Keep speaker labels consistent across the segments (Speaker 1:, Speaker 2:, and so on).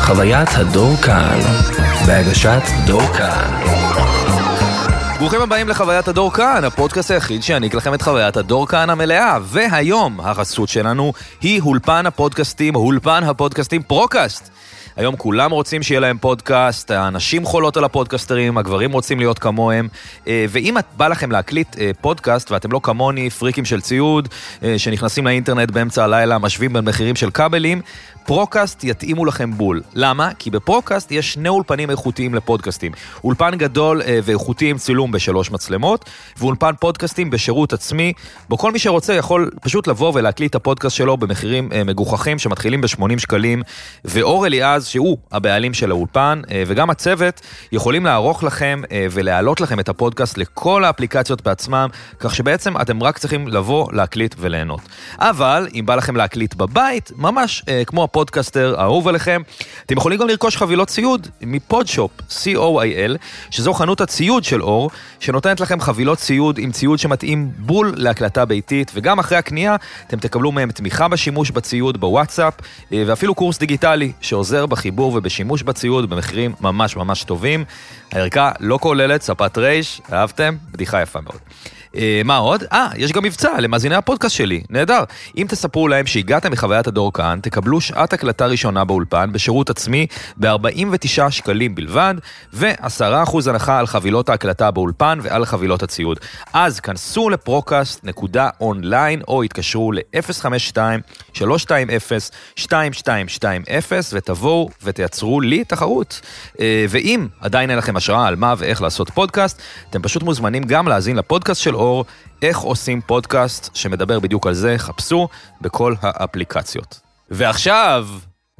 Speaker 1: חוויית הדור כאן, בהגשת דור כאן.
Speaker 2: ברוכים הבאים לחוויית הדור כאן, הפודקאסט היחיד שיעניק לכם את חוויית הדור כאן המלאה. והיום החסות שלנו היא אולפן הפודקאסטים, אולפן הפודקאסטים פרוקאסט. היום כולם רוצים שיהיה להם פודקאסט, הנשים חולות על הפודקסטרים, הגברים רוצים להיות כמוהם. אה, ואם את- בא לכם להקליט אה, פודקאסט ואתם לא כמוני, פריקים של ציוד, אה, שנכנסים לאינטרנט באמצע הלילה, משווים בין מחירים של כבלים, פרוקאסט יתאימו לכם בול. למה? כי בפרוקאסט יש שני אולפנים איכותיים לפודקאסטים. אולפן גדול אה, ואיכותי עם צילום בשלוש מצלמות, ואולפן פודקאסטים בשירות עצמי, בו כל מי שרוצה יכול פשוט לבוא ולהקליט את הפודקאסט שלו במחירים אה, מגוחכים שמתחילים ב-80 שקלים, ואור אליעז, שהוא הבעלים של האולפן, אה, וגם הצוות, יכולים לערוך לכם אה, ולהעלות לכם את הפודקאסט לכל האפליקציות בעצמם, כך שבעצם אתם רק צריכים לבוא, להקליט וליהנות. אבל אם בא לכם להקליט בבית, ממש אה, כמו הפודקאסטר האהוב עליכם, אתם יכולים גם לרכוש חבילות ציוד מפודשופ, co.il, שזו חנות הציוד של אור, שנותנת לכם חבילות ציוד עם ציוד שמתאים בול להקלטה ביתית, וגם אחרי הקנייה אתם תקבלו מהם תמיכה בשימוש בציוד בוואטסאפ, אה, ואפילו קורס דיגיטלי שעוזר בחיבור ובשימוש בציוד במחירים ממש ממש טובים. הערכה לא כוללת ספת רייש, אהבתם? בדיחה יפה מאוד. אה, מה עוד? אה, יש גם מבצע למאזיני הפודקאסט שלי, נהדר. אם תספרו להם שהגעתם מחוויית הדור כאן, תקבלו שעת הקלטה ראשונה באולפן בשירות עצמי ב-49 שקלים בלבד, ו-10% הנחה על חבילות ההקלטה באולפן ועל חבילות הציוד. אז כנסו לפרוקאסט.אונליין או התקשרו ל-052-320-2220 ותבואו ותייצרו לי תחרות. אה, ואם עדיין אין לכם השראה על מה ואיך לעשות פודקאסט, אתם פשוט מוזמנים גם להאזין לפודקאסט של אור, איך עושים פודקאסט שמדבר בדיוק על זה, חפשו בכל האפליקציות. ועכשיו,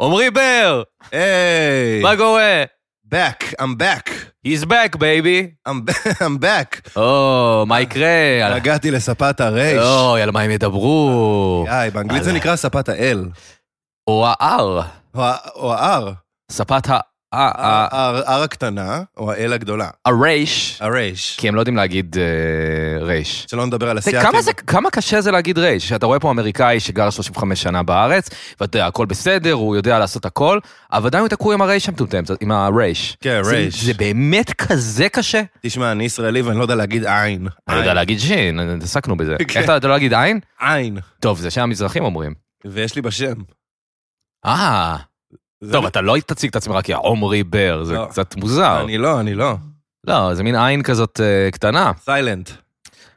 Speaker 2: עמרי בר,
Speaker 3: היי,
Speaker 2: מה קורה?
Speaker 3: back, I'm back,
Speaker 2: He's back, baby. אה,
Speaker 3: I'm back, I'm back.
Speaker 2: או, מה יקרה? על-
Speaker 3: הגעתי לספת הרייש.
Speaker 2: אוי, על מה הם ידברו?
Speaker 3: היי, באנגלית זה
Speaker 2: על-
Speaker 3: נקרא ספת האל.
Speaker 2: או ה-R,
Speaker 3: או ה- או ה-R.
Speaker 2: ספת ה- ה-
Speaker 3: אה.
Speaker 2: ה-
Speaker 3: ה-R הקטנה, או האל הגדולה.
Speaker 2: הרייש,
Speaker 3: הרייש.
Speaker 2: כי הם לא יודעים להגיד אה, רייש.
Speaker 3: שלא נדבר על
Speaker 2: זה-
Speaker 3: אסיאתים.
Speaker 2: כמה, זה, כמה קשה זה להגיד רייש? שאתה רואה פה אמריקאי שגר 35 שנה בארץ, ואתה יודע, הכל בסדר, הוא יודע לעשות הכל, אבל עדיין הוא תקעו עם הרייש המטומטם, עם הרייש.
Speaker 3: כן,
Speaker 2: זה-
Speaker 3: רייש.
Speaker 2: זה באמת כזה קשה?
Speaker 3: תשמע, אני ישראלי ואני לא יודע להגיד עין.
Speaker 2: אני לא יודע
Speaker 3: עין.
Speaker 2: להגיד ז'ין, התעסקנו בזה.
Speaker 3: כן.
Speaker 2: איך אתה אתה לא להגיד עין?
Speaker 3: עין.
Speaker 2: טוב, זה שהמזרחים אומרים.
Speaker 3: ויש לי בשם.
Speaker 2: אה,
Speaker 3: זה-
Speaker 2: טוב, אתה לא תציג את עצמך כעומרי בר, זה
Speaker 3: לא.
Speaker 2: קצת מוזר.
Speaker 3: אני לא, אני לא.
Speaker 2: לא, זה מין עין כזאת אה, קטנה,
Speaker 3: סיילנט.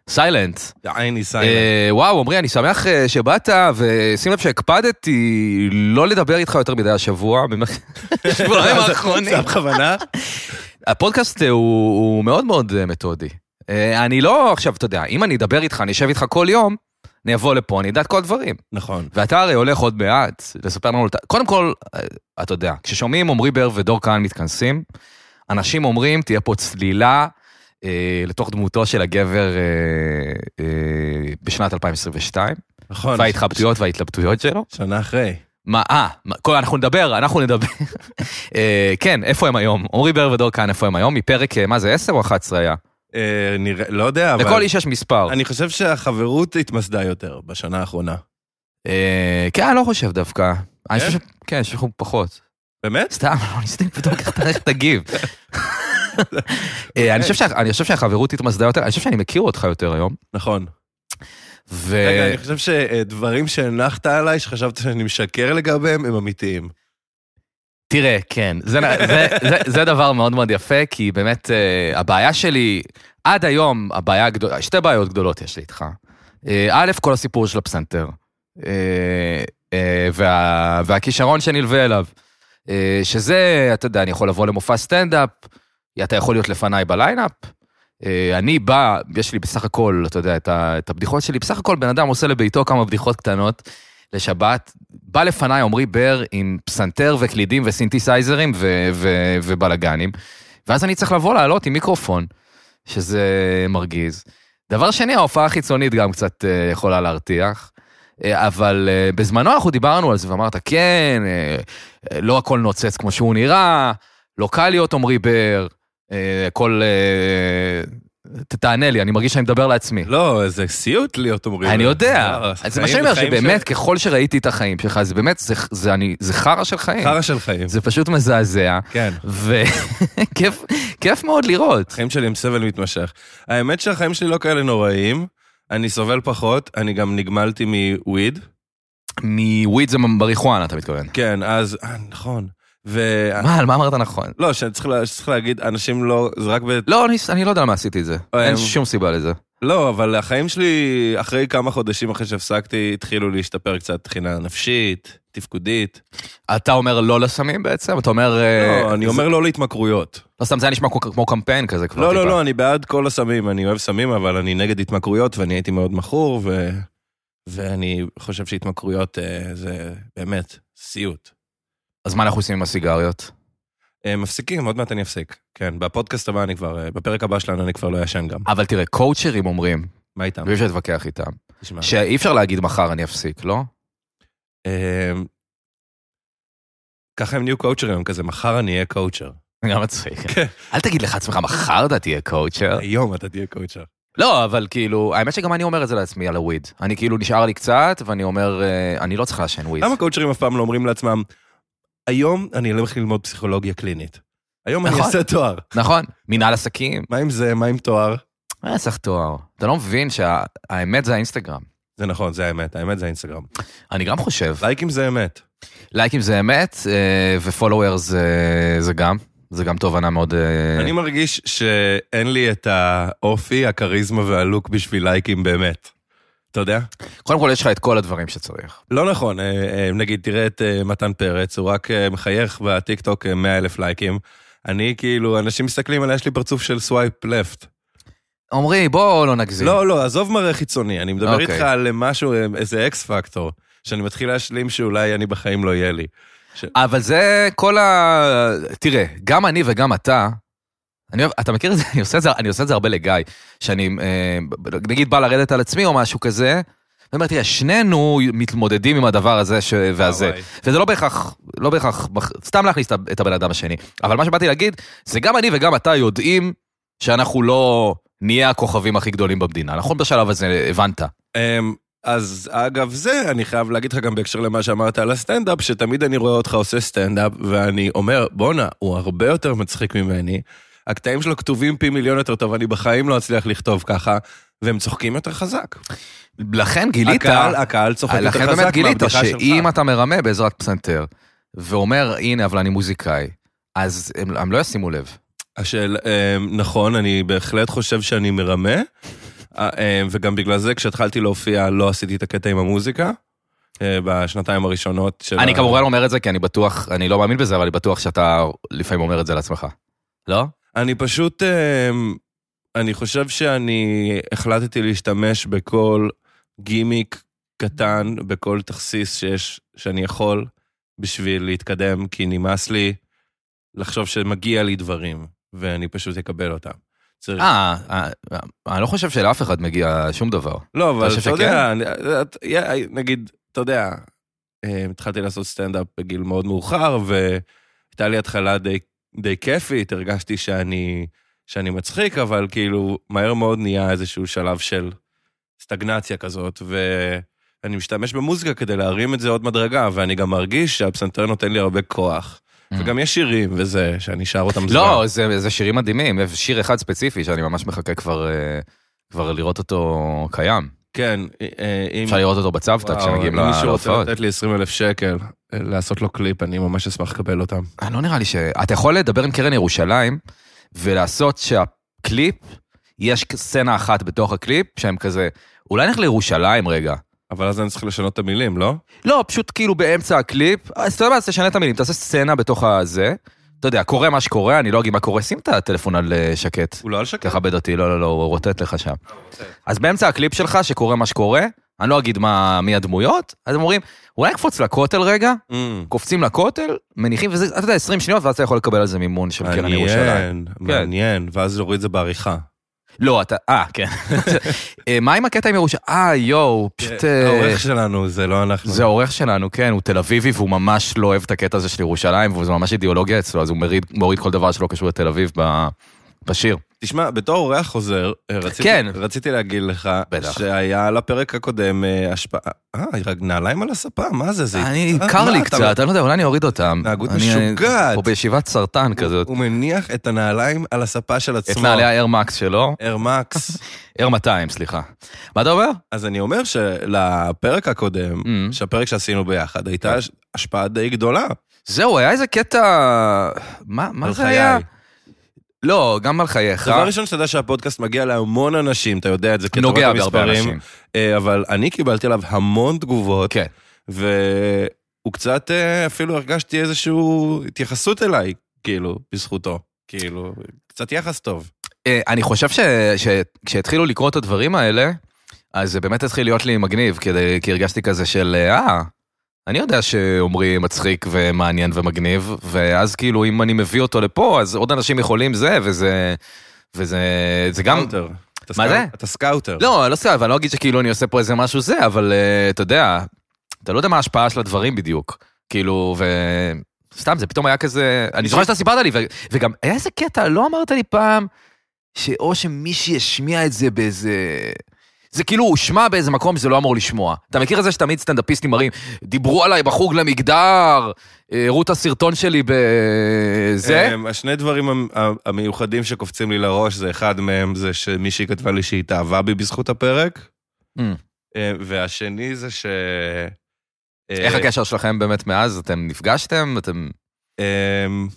Speaker 2: סיילנט.
Speaker 3: עין היא סיילנט.
Speaker 2: אה, וואו, עמרי, אני שמח אה, שבאת, ושים לב שהקפדתי לא לדבר איתך יותר מדי השבוע, בשבועיים
Speaker 3: זה-
Speaker 2: האחרונים.
Speaker 3: זה בכוונה?
Speaker 2: הפודקאסט אה, הוא הוא מאוד מאוד אה, מתודי. אה, אני לא, עכשיו, אתה יודע, אם אני אדבר איתך, אני אשב איתך כל יום, אני אבוא לפה, אני אדע את כל הדברים.
Speaker 3: נכון.
Speaker 2: ואתה הרי הולך עוד מעט לספר לנו, את ה- קודם כל, אה, אתה יודע, כששומעים עמרי בר ודור כהן מתכנסים, אנשים אומרים, תהיה פה צלילה אה, לתוך דמותו של הגבר אה, אה, בשנת 2022.
Speaker 3: נכון.
Speaker 2: וההתחבטויות וההתלבטויות שלו.
Speaker 3: שנה אחרי.
Speaker 2: מה, אה, מה, כל- אנחנו נדבר, אנחנו נדבר. אה, כן, איפה הם היום? עמרי בר ודור כאן, איפה הם היום? מפרק, אה, מה זה, 10 או 11 היה?
Speaker 3: אה, נראה, לא יודע, אבל...
Speaker 2: לכל איש יש מספר.
Speaker 3: אני חושב שהחברות התמסדה יותר בשנה האחרונה.
Speaker 2: אה, כן, אני לא חושב דווקא. אני
Speaker 3: כן?
Speaker 2: חושב ש... כן, שכחו פחות.
Speaker 3: באמת?
Speaker 2: סתם, לא ניסיתי לבדוק איך אתה- איך תגיב. אה, אני חושב שה- אני חושב שהחברות התמסדה יותר, אני חושב שאני מכיר אותך יותר היום.
Speaker 3: נכון.
Speaker 2: ו...
Speaker 3: רגע, אני חושב שדברים שהנחת עליי, שחשבת שאני משקר לגביהם, הם אמיתיים.
Speaker 2: תראה, כן, זה, זה, זה, זה דבר מאוד מאוד יפה, כי באמת אה, הבעיה שלי, עד היום, הבעיה הגדולה, שתי בעיות גדולות יש לי איתך. אה, א', כל הסיפור של הפסנתר, אה, אה, וה, והכישרון שנלווה אליו, אה, שזה, אתה יודע, אני יכול לבוא למופע סטנדאפ, אתה יכול להיות לפניי בליינאפ. אה, אני בא, יש לי בסך הכל, אתה יודע, את, ה, את הבדיחות שלי, בסך הכל בן אדם עושה לביתו כמה בדיחות קטנות, לשבת, בא לפניי עמרי בר עם פסנתר וקלידים וסינתסייזרים ו- ו- ובלאגנים, ואז אני צריך לבוא לעלות עם מיקרופון, שזה מרגיז. דבר שני, ההופעה החיצונית גם קצת אה, יכולה להרתיח. אה, אבל אה, בזמנו אנחנו דיברנו על זה ואמרת, כן, אה, אה, לא הכל נוצץ כמו שהוא נראה, לא קל להיות עמרי בר, אה, הכל... אה, ת- תענה לי, אני מרגיש שאני מדבר לעצמי.
Speaker 3: לא, זה סיוט להיות אומרים.
Speaker 2: אני
Speaker 3: לו.
Speaker 2: יודע.
Speaker 3: לא,
Speaker 2: אז זה מה
Speaker 3: חיים-
Speaker 2: שאני אומר,
Speaker 3: חיים
Speaker 2: שבאמת, ככל שראיתי את החיים שלך, זה באמת, זה- זה אני- זה חרא של
Speaker 3: של-
Speaker 2: חיים.
Speaker 3: חרא של חיים.
Speaker 2: זה פשוט מזעזע.
Speaker 3: כן.
Speaker 2: וכיף כיף מאוד לראות.
Speaker 3: החיים שלי הם סבל מתמשך. האמת שהחיים שלי לא כאלה נוראים, אני סובל פחות, אני גם נגמלתי מוויד.
Speaker 2: מוויד זה מריחואנה, אתה מתכוון.
Speaker 3: כן, אז, אה, נכון. ו...
Speaker 2: מה, על מה אמרת נכון?
Speaker 3: לא, שצריך לה- שצריך להגיד, אנשים לא, זה רק ב...
Speaker 2: לא, אני- אני לא יודע למה עשיתי את זה.
Speaker 3: אה,
Speaker 2: אין
Speaker 3: אה,
Speaker 2: שום סיבה לזה.
Speaker 3: לא, אבל החיים שלי, אחרי כמה חודשים אחרי שהפסקתי, התחילו להשתפר קצת מבחינה נפשית, תפקודית.
Speaker 2: אתה אומר לא לסמים בעצם? אתה אומר... אה,
Speaker 3: לא, אני
Speaker 2: זה-
Speaker 3: אומר לא להתמכרויות.
Speaker 2: לא סתם, זה היה נשמע כמו- כמו קמפיין כזה כבר.
Speaker 3: לא,
Speaker 2: טיפה.
Speaker 3: לא, לא, אני בעד כל הסמים, אני אוהב סמים, אבל אני נגד התמכרויות, ואני הייתי מאוד מכור, ו... ואני חושב שהתמכרויות אה, זה באמת סיוט.
Speaker 2: אז מה אנחנו עושים עם הסיגריות?
Speaker 3: אה, מפסיקים, עוד מעט אני אפסיק. כן, בפודקאסט הבא אני כבר, אה, בפרק הבא שלנו אני כבר לא ישן גם.
Speaker 2: אבל תראה, קואוצ'רים אומרים,
Speaker 3: מה איתם?
Speaker 2: ואי אפשר להתווכח איתם,
Speaker 3: תשמע.
Speaker 2: שאי אפשר להגיד מחר אני אפסיק, לא?
Speaker 3: אה, ככה הם נהיו קואוצ'רים, הם כזה, מחר אני אהיה קואוצ'ר.
Speaker 2: גם מצחיק.
Speaker 3: כן.
Speaker 2: אל תגיד לך לעצמך, מחר אתה תהיה קואוצ'ר.
Speaker 3: היום אתה תהיה קואוצ'ר.
Speaker 2: לא, אבל כאילו, האמת שגם אני אומר את זה לעצמי על הוויד. אני כאילו, נשאר לי קצת, ואני אומר, אה, אני לא צריך לעשן וויד.
Speaker 3: למה קואוצ'רים אף פעם לא אומרים לעצמם, היום אני הולך ללמוד פסיכולוגיה קלינית. היום אני
Speaker 2: נכון.
Speaker 3: אעשה תואר.
Speaker 2: נכון, מנהל עסקים,
Speaker 3: מה עם זה, מה עם תואר?
Speaker 2: אה, צריך תואר. אתה לא מבין שהאמת זה האינסטגרם.
Speaker 3: זה נכון, זה האמת, האמת זה האינסטגרם.
Speaker 2: אני גם חושב,
Speaker 3: לייקים זה אמת.
Speaker 2: לייקים זה אמת, אה, ופולוור זה זה גם, זה גם תובנה מאוד... אה,
Speaker 3: אני מרגיש שאין לי את האופי, הכריזמה והלוק בשביל לייקים באמת. אתה יודע?
Speaker 2: קודם כל, יש לך את כל הדברים שצריך.
Speaker 3: לא נכון, אה, אה, נגיד, תראה את אה, מתן פרץ, הוא רק אה, מחייך בטיקטוק 100 אלף לייקים. אני כאילו, אנשים מסתכלים עליי, יש לי פרצוף של סווייפ לפט.
Speaker 2: עמרי, בוא לא נגזים.
Speaker 3: לא, לא, עזוב מראה חיצוני, אני מדבר
Speaker 2: אוקיי.
Speaker 3: איתך על משהו, אה, איזה אקס פקטור, שאני מתחיל להשלים שאולי אני בחיים לא יהיה לי.
Speaker 2: אבל זה כל ה... תראה, גם אני וגם אתה, אני, אוהב- אתה מכיר את זה? אני עושה את זה, אני עושה את זה הרבה לגיא, שאני אה, ב- נגיד בא לרדת על עצמי או משהו כזה, ואני אומר, תראה, שנינו מתמודדים עם הדבר הזה ש... והזה.
Speaker 3: וואי.
Speaker 2: וזה לא בהכרח, לא בהכרח, מח- סתם להכניס את ה- את הבן אדם השני. אבל מה שבאתי להגיד, זה גם אני וגם אתה יודעים שאנחנו לא נהיה הכוכבים הכי גדולים במדינה. נכון בשלב הזה, הבנת.
Speaker 3: אמ, אז אגב זה, אני חייב להגיד לך גם בהקשר למה שאמרת על הסטנדאפ, שתמיד אני רואה אותך עושה סטנדאפ, ואני אומר, בואנה, הוא הרבה יותר מצחיק ממני, הקטעים שלו כתובים פי מיליון יותר טוב, אני בחיים לא אצליח לכתוב ככה, והם צוחקים יותר חזק.
Speaker 2: לכן גילית... אה,
Speaker 3: הקהל, הקהל צוחק יותר חזק
Speaker 2: לכן באמת גילית
Speaker 3: מהבדיחה
Speaker 2: שאם אתה מרמה בעזרת פסנתר, ואומר, הנה, אבל אני מוזיקאי, אז הם, הם לא ישימו לב.
Speaker 3: השאל, אמ, נכון, אני בהחלט חושב שאני מרמה, אה, אמ, וגם בגלל זה כשהתחלתי להופיע לא עשיתי את הקטע עם המוזיקה, אה, בשנתיים הראשונות של...
Speaker 2: אני
Speaker 3: ה-
Speaker 2: כמובן אומר את זה כי אני בטוח, אני לא מאמין בזה, אבל אני בטוח שאתה לפעמים אומר את זה לעצמך. לא?
Speaker 3: אני פשוט, אמ, אני חושב שאני החלטתי להשתמש בכל גימיק קטן, בכל תכסיס שיש, שאני יכול, בשביל להתקדם, כי נמאס לי לחשוב שמגיע לי דברים, ואני פשוט אקבל אותם. צריך...
Speaker 2: אה, אה, אה, אני לא חושב שלאף אחד מגיע שום דבר.
Speaker 3: לא, אבל
Speaker 2: חושב
Speaker 3: אתה יודע, אני- את- יא- נגיד, אתה יודע, אה, התחלתי לעשות סטנדאפ בגיל מאוד מאוחר, והייתה לי התחלה די, די כיפית, הרגשתי שאני, שאני מצחיק, אבל כאילו, מהר מאוד נהיה איזשהו שלב של סטגנציה כזאת, ואני משתמש במוזיקה כדי להרים את זה עוד מדרגה, ואני גם מרגיש שהפסנתר נותן לי הרבה כוח. וגם יש שירים וזה, שאני שר אותם
Speaker 2: Mm. לא, זה, זה שירים מדהימים, יש שיר אחד ספציפי שאני ממש מחכה כבר, אה, כבר לראות אותו קיים.
Speaker 3: כן, אה, אם...
Speaker 2: אפשר לראות אותו בצוותא
Speaker 3: וואו,
Speaker 2: כשמגיעים
Speaker 3: אם מישהו רוצה
Speaker 2: להופעות.
Speaker 3: לתת לי 20 אלף שקל, אה, לעשות לו קליפ, אני ממש אשמח לקבל אותם.
Speaker 2: אה, לא נראה לי ש... אתה יכול לדבר עם קרן ירושלים ולעשות שהקליפ, יש סצנה אחת בתוך הקליפ שהם כזה, אולי נלך לירושלים רגע.
Speaker 3: אבל אז אני צריך לשנות את המילים, לא?
Speaker 2: לא, פשוט כאילו באמצע הקליפ, אה, אז אתה יודע מה, אז תשנה את המילים, תעשה סצנה בתוך הזה. אתה יודע, קורה מה שקורה, אני לא אגיד מה קורה, שים את הטלפון על אה, שקט.
Speaker 3: הוא לא על שקל.
Speaker 2: תכבד אותי, לא, לא, לא, הוא רוטט לך שם. אז באמצע הקליפ שלך, שקורה מה שקורה, אני לא אגיד מה, מי הדמויות, אז הם אומרים, אולי נקפוץ לכותל רגע,
Speaker 3: Mm.
Speaker 2: קופצים לכותל, מניחים, וזה, אתה יודע, 20 שניות, ואז אתה יכול לקבל על זה מימון של
Speaker 3: כן,
Speaker 2: קרן ירושלים.
Speaker 3: מעניין, מעניין, ואז להוריד את זה בעריכה.
Speaker 2: לא, אתה, אה, כן. אה, מה עם הקטע עם ירושלים? אה, יואו, פשוט... אה,
Speaker 3: העורך שלנו זה לא אנחנו.
Speaker 2: זה העורך שלנו, כן, הוא תל אביבי והוא ממש לא אוהב את הקטע הזה של ירושלים, וזה ממש אידיאולוגיה אצלו, אז הוא מריד- מוריד כל דבר שלא קשור לתל אביב ב- בשיר.
Speaker 3: תשמע, בתור אורח חוזר, אה, רציתי,
Speaker 2: כן.
Speaker 3: רציתי להגיד לך,
Speaker 2: בטח.
Speaker 3: שהיה על הפרק הקודם אה, השפעה... אה, רק נעליים על הספה, מה זה? זה...
Speaker 2: אני,
Speaker 3: אה,
Speaker 2: קר
Speaker 3: מה
Speaker 2: לי
Speaker 3: אתה-
Speaker 2: קצת, אני לא יודע, אולי אני אוריד אותם.
Speaker 3: התנהגות
Speaker 2: אני- אה,
Speaker 3: משוגעת.
Speaker 2: פה בישיבת סרטן כזאת.
Speaker 3: הוא מניח את הנעליים על הספה של
Speaker 2: את
Speaker 3: עצמו.
Speaker 2: נעלי הארמקס שלו,
Speaker 3: ארמקס.
Speaker 2: אר 200, סליחה. מה אתה אומר?
Speaker 3: אז אני אומר שלפרק הקודם,
Speaker 2: Mm.
Speaker 3: שהפרק שעשינו ביחד, הייתה השפעה די גדולה.
Speaker 2: זהו, היה איזה קטע... מה, מה
Speaker 3: על
Speaker 2: זה
Speaker 3: חיי.
Speaker 2: היה? לא, גם על חייך.
Speaker 3: דבר ראשון שאתה יודע שהפודקאסט מגיע להמון אנשים, אתה יודע את זה, כי אתה
Speaker 2: נוגע
Speaker 3: רואה את
Speaker 2: בהרבה אנשים.
Speaker 3: המספרים. אה, אבל אני קיבלתי עליו המון תגובות,
Speaker 2: כן.
Speaker 3: והוא קצת, אה, אפילו הרגשתי איזושהי התייחסות אליי, כאילו, בזכותו. כאילו, קצת יחס טוב.
Speaker 2: אה, אני חושב ש- שכשהתחילו לקרוא את הדברים האלה, אז זה באמת התחיל להיות לי מגניב, כדי- כי הרגשתי כזה של, אה, אני יודע שעומרי מצחיק ומעניין ומגניב, ואז כאילו אם אני מביא אותו לפה, אז עוד אנשים יכולים זה, וזה... וזה זה גם...
Speaker 3: סקאוטר. אתה
Speaker 2: אמ, מה
Speaker 3: סקאוט-
Speaker 2: זה?
Speaker 3: אתה סקאוטר.
Speaker 2: לא, לא סתם, אני לא אגיד שכאילו אני עושה פה איזה משהו זה, אבל אה, אתה יודע, אתה לא יודע מה ההשפעה של הדברים בדיוק. כאילו, ו... סתם, זה פתאום היה כזה... אני זוכר שאתה סיפרת לי, ו... וגם היה איזה קטע, לא אמרת לי פעם, שאו שמישהי השמיע את זה באיזה... זה כאילו הושמע באיזה מקום שזה לא אמור לשמוע. אתה מכיר את זה שתמיד סטנדאפיסטים מראים, דיברו עליי בחוג למגדר, אה, הראו את הסרטון שלי בזה?
Speaker 3: אה, השני דברים המ- ה- המיוחדים שקופצים לי לראש, זה אחד מהם זה שמישהי כתבה לי שהיא התאהבה בי בזכות הפרק,
Speaker 2: אה,
Speaker 3: אה, והשני זה ש... אה,
Speaker 2: איך הקשר שלכם באמת מאז? אתם נפגשתם? אתם...
Speaker 3: אמ,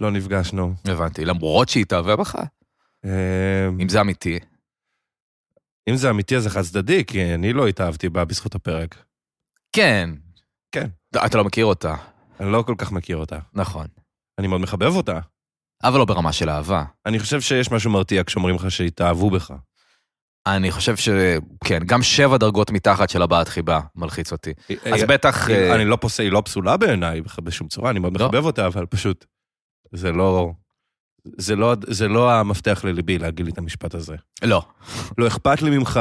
Speaker 3: לא נפגשנו.
Speaker 2: הבנתי, למרות שהיא התאהבה בך?
Speaker 3: אמ,
Speaker 2: אם זה אמיתי.
Speaker 3: אם זה אמיתי אז זה חד צדדי, כי אני לא התאהבתי בה בזכות הפרק.
Speaker 2: כן.
Speaker 3: כן.
Speaker 2: לא, אתה לא מכיר אותה,
Speaker 3: אני לא כל כך מכיר אותה.
Speaker 2: נכון.
Speaker 3: אני מאוד מחבב אותה.
Speaker 2: אבל לא ברמה של אהבה.
Speaker 3: אני חושב שיש משהו מרתיע כשאומרים לך שהתאהבו בך.
Speaker 2: אני חושב ש... כן, גם שבע דרגות מתחת של הבעת חיבה מלחיץ אותי. אז
Speaker 3: אה,
Speaker 2: בטח...
Speaker 3: אה,
Speaker 2: אה,
Speaker 3: אני לא פוסל, היא לא פסולה בעיניי בכ- בשום צורה, אני מאוד
Speaker 2: לא.
Speaker 3: מחבב אותה, אבל פשוט, זה לא... זה לא, זה לא המפתח לליבי להגיד לי את המשפט הזה.
Speaker 2: לא.
Speaker 3: לא אכפת לי ממך,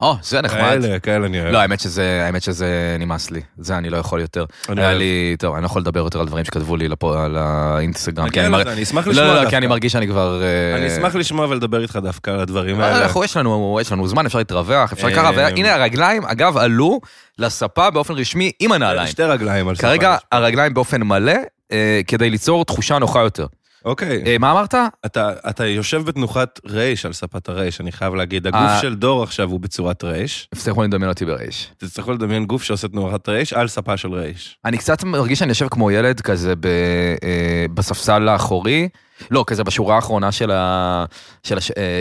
Speaker 2: או, זה נחמד.
Speaker 3: כאלה, כאלה אני אוהב.
Speaker 2: לא, האמת שזה, האמת שזה נמאס לי. זה אני לא יכול יותר.
Speaker 3: אני
Speaker 2: היה
Speaker 3: אוהב.
Speaker 2: לי... טוב, אני לא יכול לדבר יותר על דברים שכתבו לי לפו- על האינסטגרם. כי
Speaker 3: נגיע
Speaker 2: אני מר-
Speaker 3: לזה, אני כן, אשמח לשמוע
Speaker 2: לא, לא, לא, כי
Speaker 3: דווקא.
Speaker 2: אני מרגיש שאני כבר... אה,
Speaker 3: אני אשמח לשמוע ולדבר איתך דווקא על הדברים
Speaker 2: אבל
Speaker 3: האלה.
Speaker 2: אנחנו, יש לנו, יש לנו זמן, אפשר להתרווח, אפשר
Speaker 3: אה,
Speaker 2: ככה, והנה הרגליים, אגב, עלו לספה באופן רשמי עם הנעליים.
Speaker 3: שתי רגליים על ספה.
Speaker 2: כרגע הרגליים באופן מלא, אה, כדי ליצור תחושה נוחה יותר.
Speaker 3: אוקיי.
Speaker 2: אה, מה אמרת?
Speaker 3: אתה, אתה יושב בתנוחת רייש על ספת הרייש, אני חייב להגיד. הגוף
Speaker 2: אה.
Speaker 3: של דור עכשיו הוא בצורת רייש.
Speaker 2: תצטרכו לדמיין אותי ברייש.
Speaker 3: תצטרכו לדמיין גוף שעושה תנוחת רייש על ספה של רייש.
Speaker 2: אני קצת מרגיש שאני יושב כמו ילד כזה ב, אה, בספסל האחורי, לא, כזה בשורה האחרונה של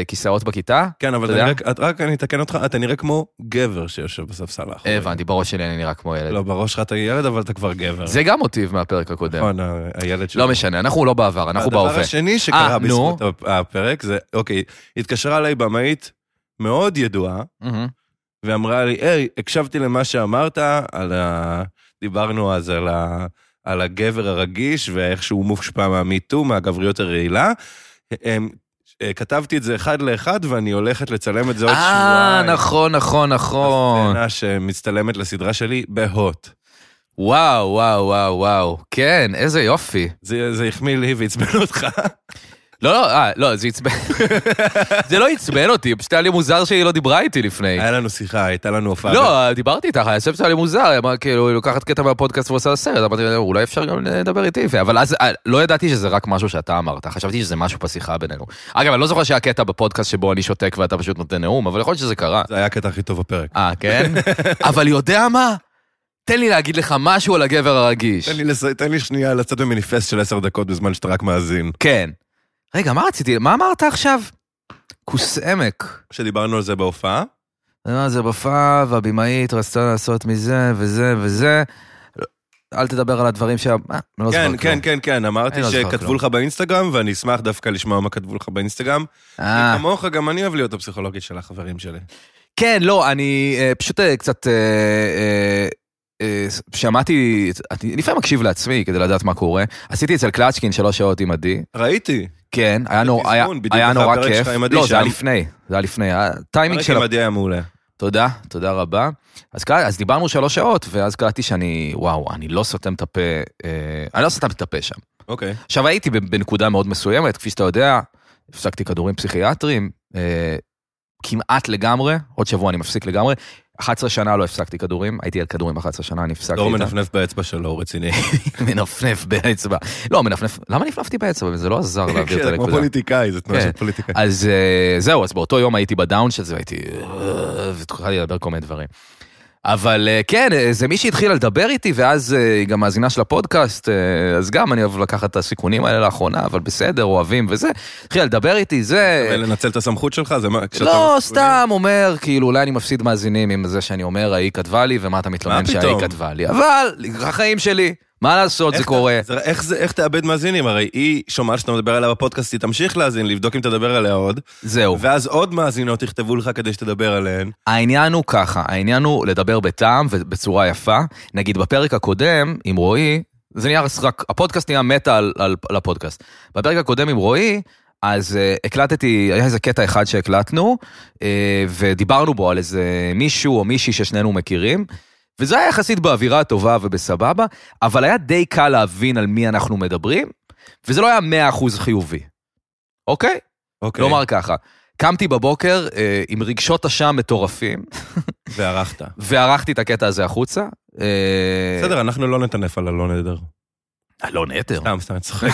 Speaker 2: הכיסאות אה, בכיתה.
Speaker 3: כן, אבל
Speaker 2: אתה
Speaker 3: אתה
Speaker 2: יודע?
Speaker 3: נראה, את- רק אני אתקן אותך, אתה נראה כמו גבר שיושב בספסל האחורי.
Speaker 2: הבנתי, בראש שלי אני נראה כמו ילד.
Speaker 3: כן. לא, בראש שלך אתה ילד, אבל אתה כבר גבר.
Speaker 2: זה גם מוטיב מהפרק הקודם.
Speaker 3: נכון, ה- הילד שלך.
Speaker 2: לא משנה, אנחנו לא בעבר, אנחנו
Speaker 3: הדבר
Speaker 2: בהווה.
Speaker 3: השני שקרה
Speaker 2: אה, נו.
Speaker 3: בזכות הפ- הפרק זה, אוקיי, התקשרה אליי במאית מאוד ידועה,
Speaker 2: מהמם.
Speaker 3: ואמרה לי, היי, הקשבתי למה שאמרת, על ה... דיברנו אז על, ה... על הגבר הרגיש ואיך שהוא מושפע מהמיטו, מהגבריות הרעילה. הם... אה, כתבתי את זה אחד לאחד, ואני הולכת לצלם את זה עוד
Speaker 2: אה,
Speaker 3: לא שבועיים. אה,
Speaker 2: נכון, נכון, נכון.
Speaker 3: סצנה שמצטלמת לסדרה שלי בהוט.
Speaker 2: וואו, וואו, וואו, וואו. כן, איזה יופי.
Speaker 3: זה, זה החמיא לי ועצבן אותך.
Speaker 2: לא, לא, אה, לא, זה עצבן. זה לא עצבן אותי, פשוט היה לי מוזר שהיא לא דיברה איתי לפני.
Speaker 3: היה לנו שיחה, הייתה לנו הופעה.
Speaker 2: לא, דיברתי איתך, אני חושב שהיה לי מוזר, היא אמרה, כאילו, היא לוקחת קטע מהפודקאסט ועושה סרט, אמרתי, "לא, אולי אפשר גם לדבר איתי, אבל אז אה, לא ידעתי שזה רק משהו שאתה אמרת, חשבתי שזה משהו בשיחה בינינו. אגב, אני לא זוכר שהיה קטע בפודקאסט שבו אני שותק ואתה פשוט נותן נאום, אבל יכול להיות שזה קרה.
Speaker 3: זה היה הקטע הכי טוב בפרק.
Speaker 2: אה, כן? אבל יודע מה? תן לי להגיד לך משהו על הגבר הרגיש.
Speaker 3: תן לי, לס... תן לי שנייה לצאת ממניפסט של עשר דקות בזמן שאתה רק מאזין.
Speaker 2: כן. רגע, מה רציתי, מה אמרת עכשיו? כוס עמק.
Speaker 3: כשדיברנו על זה בהופעה,
Speaker 2: אה, זה בפאב, והבימאית רצתה לעשות מזה וזה וזה. אל תדבר על הדברים שה... אה, לא זוכר
Speaker 3: כן,
Speaker 2: כלום.
Speaker 3: כן, כן, כן, אמרתי
Speaker 2: אני לא זוכר
Speaker 3: שכתבו
Speaker 2: כלום.
Speaker 3: לך באינסטגרם, ואני אשמח דווקא לשמוע מה כתבו לך באינסטגרם.
Speaker 2: אה,
Speaker 3: כמוך, גם אני אוהב להיות הפסיכולוגית של החברים שלי.
Speaker 2: כן, לא, אני אה, פשוט אה, קצת... אה, אה, אה, שמעתי, אני לפעמים מקשיב לעצמי כדי לדעת מה קורה. עשיתי אצל קלצ'קין שלוש שעות עם עדי.
Speaker 3: ראיתי.
Speaker 2: כן, היה, נור, היה,
Speaker 3: תזמון, בדיוק
Speaker 2: היה
Speaker 3: אחרי
Speaker 2: נורא
Speaker 3: הפרק
Speaker 2: כיף.
Speaker 3: שלך עם עדי
Speaker 2: לא, זה היה
Speaker 3: שם.
Speaker 2: לפני, זה היה לפני. הטיימינג
Speaker 3: פרק
Speaker 2: של...
Speaker 3: עם עדי היה מעולה.
Speaker 2: תודה, תודה רבה. אז, קל- אז דיברנו שלוש שעות, ואז קלטתי שאני, וואו, אני לא סותם את הפה, אה, אני לא סותם את הפה שם.
Speaker 3: אוקיי.
Speaker 2: עכשיו הייתי בנקודה מאוד מסוימת, כפי שאתה יודע, הפסקתי כדורים פסיכיאטריים, אה, כמעט לגמרי, עוד שבוע אני מפסיק לגמרי. 11 שנה לא הפסקתי כדורים, הייתי על כדורים 11 שנה, אני הפסקתי
Speaker 3: דור
Speaker 2: איתם.
Speaker 3: לא מנפנף באצבע שלו, הוא רציני.
Speaker 2: מנפנף באצבע. לא, מנפנף, למה נפנפתי באצבע? זה לא עזר להעביר את
Speaker 3: כן, כמו
Speaker 2: הנקודה.
Speaker 3: פוליטיקאי, זה תנועה
Speaker 2: כן.
Speaker 3: של פוליטיקאי.
Speaker 2: אז אה, זהו, אז באותו יום הייתי בדאון של זה, הייתי... אה, והתחלתי לדבר כל מיני דברים. אבל אה, כן, אה, זה מי שהתחילה לדבר איתי, ואז אה, היא גם מאזינה של הפודקאסט, אה, אז גם אני אוהב לקחת את הסיכונים האלה לאחרונה, אבל בסדר, אוהבים וזה. התחילה לדבר איתי, זה...
Speaker 3: ולנצל את הסמכות שלך, זה מה... כשאתה-
Speaker 2: אה, לא, סתם אומר, כאילו, אולי אני מפסיד מאזינים עם זה שאני אומר, ההיא כתבה לי, ומה אתה מתלונן
Speaker 3: מה
Speaker 2: שההיא
Speaker 3: פתאום?
Speaker 2: כתבה לי. אבל, החיים שלי, מה לעשות,
Speaker 3: איך
Speaker 2: זה
Speaker 3: אתה-
Speaker 2: קורה.
Speaker 3: זה- איך זה- איך תאבד מאזינים? הרי היא שומעת שאתה מדבר עליה בפודקאסט, היא תמשיך להאזין, לבדוק אם תדבר עליה עוד,
Speaker 2: זהו.
Speaker 3: ואז עוד מאזינות יכתבו לך כדי שתדבר עליהן.
Speaker 2: העניין הוא ככה, העניין הוא לדבר בטעם ובצורה יפה. נגיד בפרק הקודם עם רועי, זה נהיה רק, הפודקאסט נהיה מטה על, על, על הפודקאסט. בפרק הקודם עם רועי, אז uh, הקלטתי, היה איזה קטע אחד שהקלטנו, uh, ודיברנו בו על איזה מישהו או מישהי ששנינו מכירים, וזה היה יחסית באווירה הטובה ובסבבה, אבל היה די קל להבין על מי אנחנו מדברים, וזה לא היה 100% חיובי, אוקיי?
Speaker 3: אוקיי.
Speaker 2: כלומר ככה, קמתי בבוקר אה, עם רגשות אשם מטורפים,
Speaker 3: וערכת.
Speaker 2: אה. וערכתי את הקטע הזה החוצה. אה,
Speaker 3: בסדר, אנחנו לא נטנף על אלון עדר.
Speaker 2: אלון עדר.
Speaker 3: סתם, סתם, אני צוחק.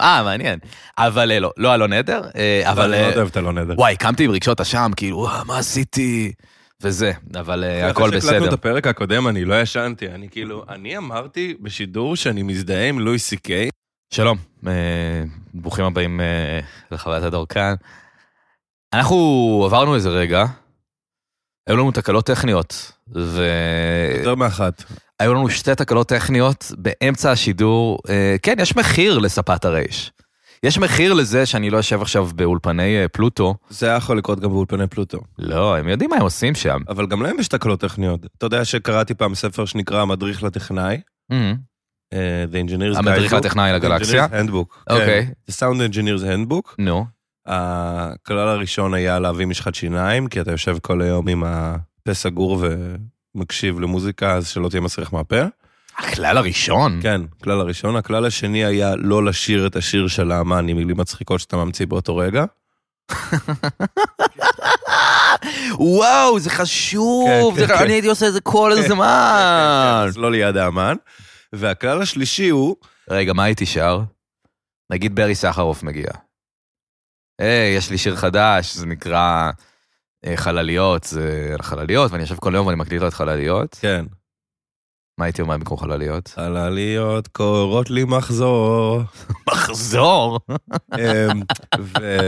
Speaker 2: אה, מעניין. אבל אה, לא, לא אלון עדר, אה, אבל...
Speaker 3: אני מאוד
Speaker 2: אה,
Speaker 3: אוהב את אלון עדר.
Speaker 2: וואי, קמתי עם רגשות אשם, כאילו, "וואה, מה עשיתי? וזה, אבל אה, הכל
Speaker 3: אחרי שהקלטנו את
Speaker 2: בסדר.
Speaker 3: הפרק הקודם, אני לא ישנתי, אני כאילו, אני אמרתי בשידור שאני מזדהה עם לואי סי קיי.
Speaker 2: שלום, אה, ברוכים הבאים אה, לחוויית הדור כאן. אנחנו עברנו איזה רגע, היו לנו תקלות טכניות, ו...
Speaker 3: יותר מאחת.
Speaker 2: היו לנו שתי תקלות טכניות באמצע השידור. אה, כן, יש מחיר לספת הרייש. יש מחיר לזה שאני לא יושב עכשיו באולפני אה, פלוטו.
Speaker 3: זה היה יכול לקרות גם באולפני פלוטו.
Speaker 2: לא, הם יודעים מה הם עושים שם.
Speaker 3: אבל גם להם יש תקלות טכניות. אתה יודע שקראתי פעם ספר שנקרא המדריך לטכנאי,
Speaker 2: אה,
Speaker 3: אה, The Engineer's Guidebook.
Speaker 2: המדריך לטכנאי לגלקסיה.
Speaker 3: The Engineer's Handbook. כן.
Speaker 2: אוקיי.
Speaker 3: The Sound Engineer's Handbook.
Speaker 2: נו,
Speaker 3: הכלל הראשון היה להביא משחת שיניים, כי אתה יושב כל היום עם הפה סגור ומקשיב למוזיקה, אז שלא תהיה מסריח מהפה.
Speaker 2: הכלל הראשון.
Speaker 3: כן, כלל הראשון. הכלל השני היה לא לשיר את השיר של האמן עם מילים מצחיקות שאתה ממציא באותו רגע.
Speaker 2: וואו, זה חשוב.
Speaker 3: כן,
Speaker 2: זה
Speaker 3: כן,
Speaker 2: ח-
Speaker 3: כן.
Speaker 2: אני הייתי עושה את זה כל הזמן.
Speaker 3: אז לא ליד האמן. והכלל השלישי הוא,
Speaker 2: רגע, מה הייתי שר? נגיד ברי סחרוף מגיע. היי, יש לי שיר חדש, זה נקרא אה, חלליות, זה על חלליות, ואני יושב כל יום ואני מקליט לו את חלליות.
Speaker 3: כן,
Speaker 2: מה הייתי אומר במקום חלליות?
Speaker 3: חלליות קוראות לי מחזור.
Speaker 2: מחזור!
Speaker 3: אמ, ו...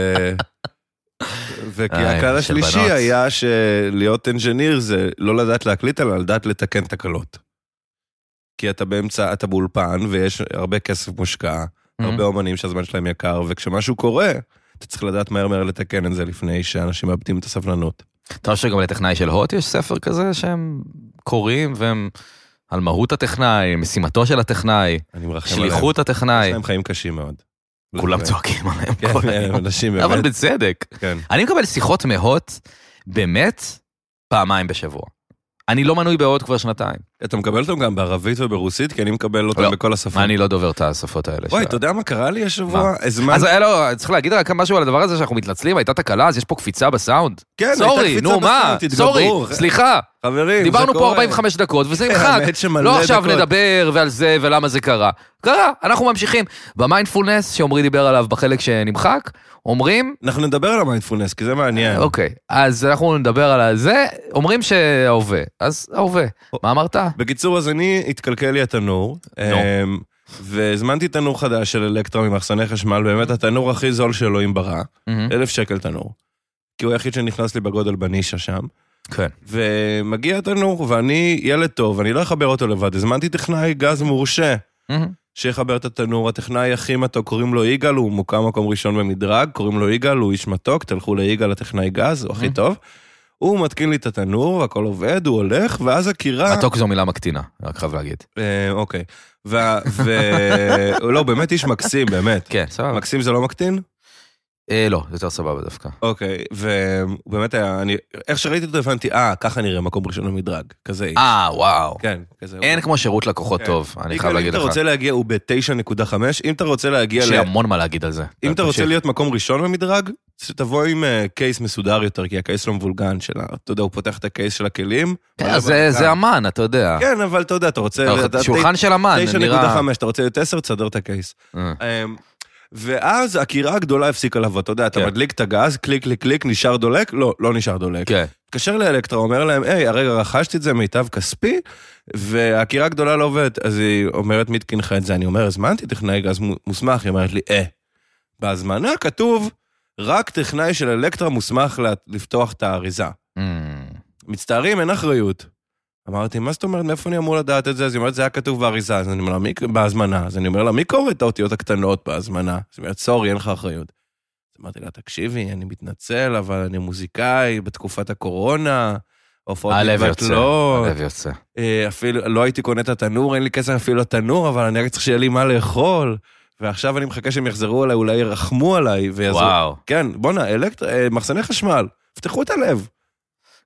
Speaker 3: וכי
Speaker 2: איי,
Speaker 3: הקהל
Speaker 2: של
Speaker 3: השלישי
Speaker 2: בנות.
Speaker 3: היה שלהיות אנג'יניר זה לא לדעת להקליט, אלא לדעת לתקן תקלות. כי אתה באמצע, אתה באולפן, ויש הרבה כסף מושקע,
Speaker 2: Mm-hmm.
Speaker 3: הרבה אומנים שהזמן שלהם יקר, וכשמשהו קורה, אתה צריך לדעת מהר מהר לתקן את זה לפני שאנשים מאבדים את הסבלנות.
Speaker 2: אתה חושב שגם לטכנאי של הוט יש ספר כזה שהם קוראים והם על מהות הטכנאי, משימתו של הטכנאי,
Speaker 3: אני מרחם עליהם.
Speaker 2: שליחות
Speaker 3: יש
Speaker 2: הטכנאי.
Speaker 3: להם חיים קשים מאוד.
Speaker 2: כולם
Speaker 3: כן,
Speaker 2: צועקים עליהם כל
Speaker 3: כן,
Speaker 2: היום.
Speaker 3: אנשים
Speaker 2: אבל
Speaker 3: באמת,
Speaker 2: בצדק.
Speaker 3: כן.
Speaker 2: אני מקבל שיחות מהוט, באמת, פעמיים בשבוע. אני לא מנוי בהוט כבר שנתיים.
Speaker 3: אתה מקבל אותם גם בערבית וברוסית, כי אני מקבל
Speaker 2: לא.
Speaker 3: אותם בכל השפות.
Speaker 2: אני לא דובר את השפות האלה. שלה.
Speaker 3: וואי, אתה יודע מה קרה לי השבוע? הזמנתי...
Speaker 2: אז אה, לא, צריך להגיד רק משהו על הדבר הזה שאנחנו מתנצלים, הייתה תקלה, אז יש פה קפיצה בסאונד.
Speaker 3: כן, הייתה
Speaker 2: סורי,
Speaker 3: קפיצה
Speaker 2: נו מה,
Speaker 3: בסאונד,
Speaker 2: סורי,
Speaker 3: תתגברו.
Speaker 2: סליחה.
Speaker 3: חברים,
Speaker 2: דיברנו
Speaker 3: זה
Speaker 2: פה
Speaker 3: קורה.
Speaker 2: 45 דקות, וזה נמחק.
Speaker 3: האמת שמלא
Speaker 2: לא עכשיו
Speaker 3: דקות.
Speaker 2: נדבר ועל זה ולמה זה קרה. קרה, אנחנו ממשיכים. במיינדפולנס שעמרי דיבר עליו בחלק שנמחק, אומרים,
Speaker 3: אנחנו נדבר על המיינדפולנס, כי זה מעניין.
Speaker 2: אוקיי, אז אנחנו נדבר על זה, אומרים שההווה, אז ההווה. מה אמרת?
Speaker 3: אה. בקיצור, אז אני, התקלקל לי התנור, אמ, והזמנתי תנור חדש של אלקטרה ממחסני חשמל, באמת התנור הכי זול שלו עם ברע,
Speaker 2: מהמם.
Speaker 3: אלף שקל תנור. כי הוא היחיד שנכנס לי בגודל בנישה שם.
Speaker 2: כן.
Speaker 3: ומגיע התנור, ואני ילד טוב, אני לא אחבר אותו לבד, הזמנתי טכנאי גז מורשה.
Speaker 2: מהמם.
Speaker 3: שיחבר את התנור, הטכנאי הכי מתוק, קוראים לו יגאל, הוא מוקם מקום ראשון במדרג, קוראים לו יגאל, הוא איש מתוק, תלכו ליגאל הטכנאי גז, הוא הכי טוב. הוא מתקין לי את התנור, הכל עובד, הוא הולך, ואז הקירה...
Speaker 2: מתוק זו מילה מקטינה, רק חייב להגיד.
Speaker 3: אה, אוקיי. ו... ו- לא, באמת איש מקסים, באמת.
Speaker 2: כן, סבבה.
Speaker 3: מקסים זה לא מקטין?
Speaker 2: אה, לא, זה יותר סבבה דווקא.
Speaker 3: אוקיי, ובאמת היה, אני, איך שראיתי אותו הבנתי, אה, ככה נראה מקום ראשון במדרג, כזה איש.
Speaker 2: אה, וואו.
Speaker 3: כן, כזה.
Speaker 2: אין כמו שירות לקוחות
Speaker 3: כן.
Speaker 2: טוב, אני
Speaker 3: ליגה,
Speaker 2: חייב להגיד
Speaker 3: אם אתה
Speaker 2: לך.
Speaker 3: רוצה להגיע, הוא ב-9.5, אם אתה רוצה להגיע
Speaker 2: יש
Speaker 3: ל...
Speaker 2: לי המון מה להגיד על זה.
Speaker 3: אם אתה רוצה
Speaker 2: תמשיך.
Speaker 3: להיות מקום ראשון במדרג, תבוא עם אה, קייס מסודר יותר, כי הקייס לא מבולגן שלה. אתה יודע, הוא פותח את הקייס של הכלים.
Speaker 2: כן,
Speaker 3: מלא
Speaker 2: זה-
Speaker 3: בלגן.
Speaker 2: זה אמן, אתה יודע.
Speaker 3: כן, אבל אתה יודע, אתה רוצה...
Speaker 2: אתה-
Speaker 3: אתה-
Speaker 2: שולחן של אמן, נראה...
Speaker 3: 9.5, אתה רוצה להיות 10, תסדר את הקייס.
Speaker 2: אה.
Speaker 3: אמ, ואז הקירה הגדולה הפסיקה לבוא, אתה יודע, אתה
Speaker 2: כן.
Speaker 3: מדליק את הגז, קליק, קליק, קליק, נשאר דולק? לא, לא נשאר דולק.
Speaker 2: כן.
Speaker 3: מתקשר לאלקטרה, אומר להם, היי, הרגע רכשתי את זה מיטב כספי, והקירה הגדולה לא עובדת. אז היא אומרת, מי התקין לך את זה? אני אומר, הזמנתי טכנאי גז מו- מוסמך, היא אומרת לי, אה. בהזמנה כתוב, רק טכנאי של אלקטרה מוסמך לה- לפתוח את האריזה.
Speaker 2: אמ,
Speaker 3: מצטערים, אין אחריות. אמרתי, מה זאת אומרת, מאיפה אני אמור לדעת את זה? אז היא אומרת, זה היה כתוב באריזה. אז אני אומר לה, מי, בהזמנה. אז אני אומר לה, מי קורא את האותיות הקטנות בהזמנה? אז היא אומרת, סורי, אין לך אחריות. אז אמרתי לה, תקשיבי, אני מתנצל, אבל אני מוזיקאי בתקופת הקורונה, הופעות
Speaker 2: הלב יוצא,
Speaker 3: מתבטלות,
Speaker 2: הלב יוצא.
Speaker 3: אה, אפילו, לא הייתי קונה את התנור, אין לי כסף אפילו לתנור, אבל אני רק צריך שיהיה לי מה לאכול. ועכשיו אני מחכה שהם יחזרו אליי, אולי ירחמו עליי ויעזרו.
Speaker 2: וואו.
Speaker 3: כן, בואנה, אלקטר... אה, מחסני חשמל, פתחו את הלב.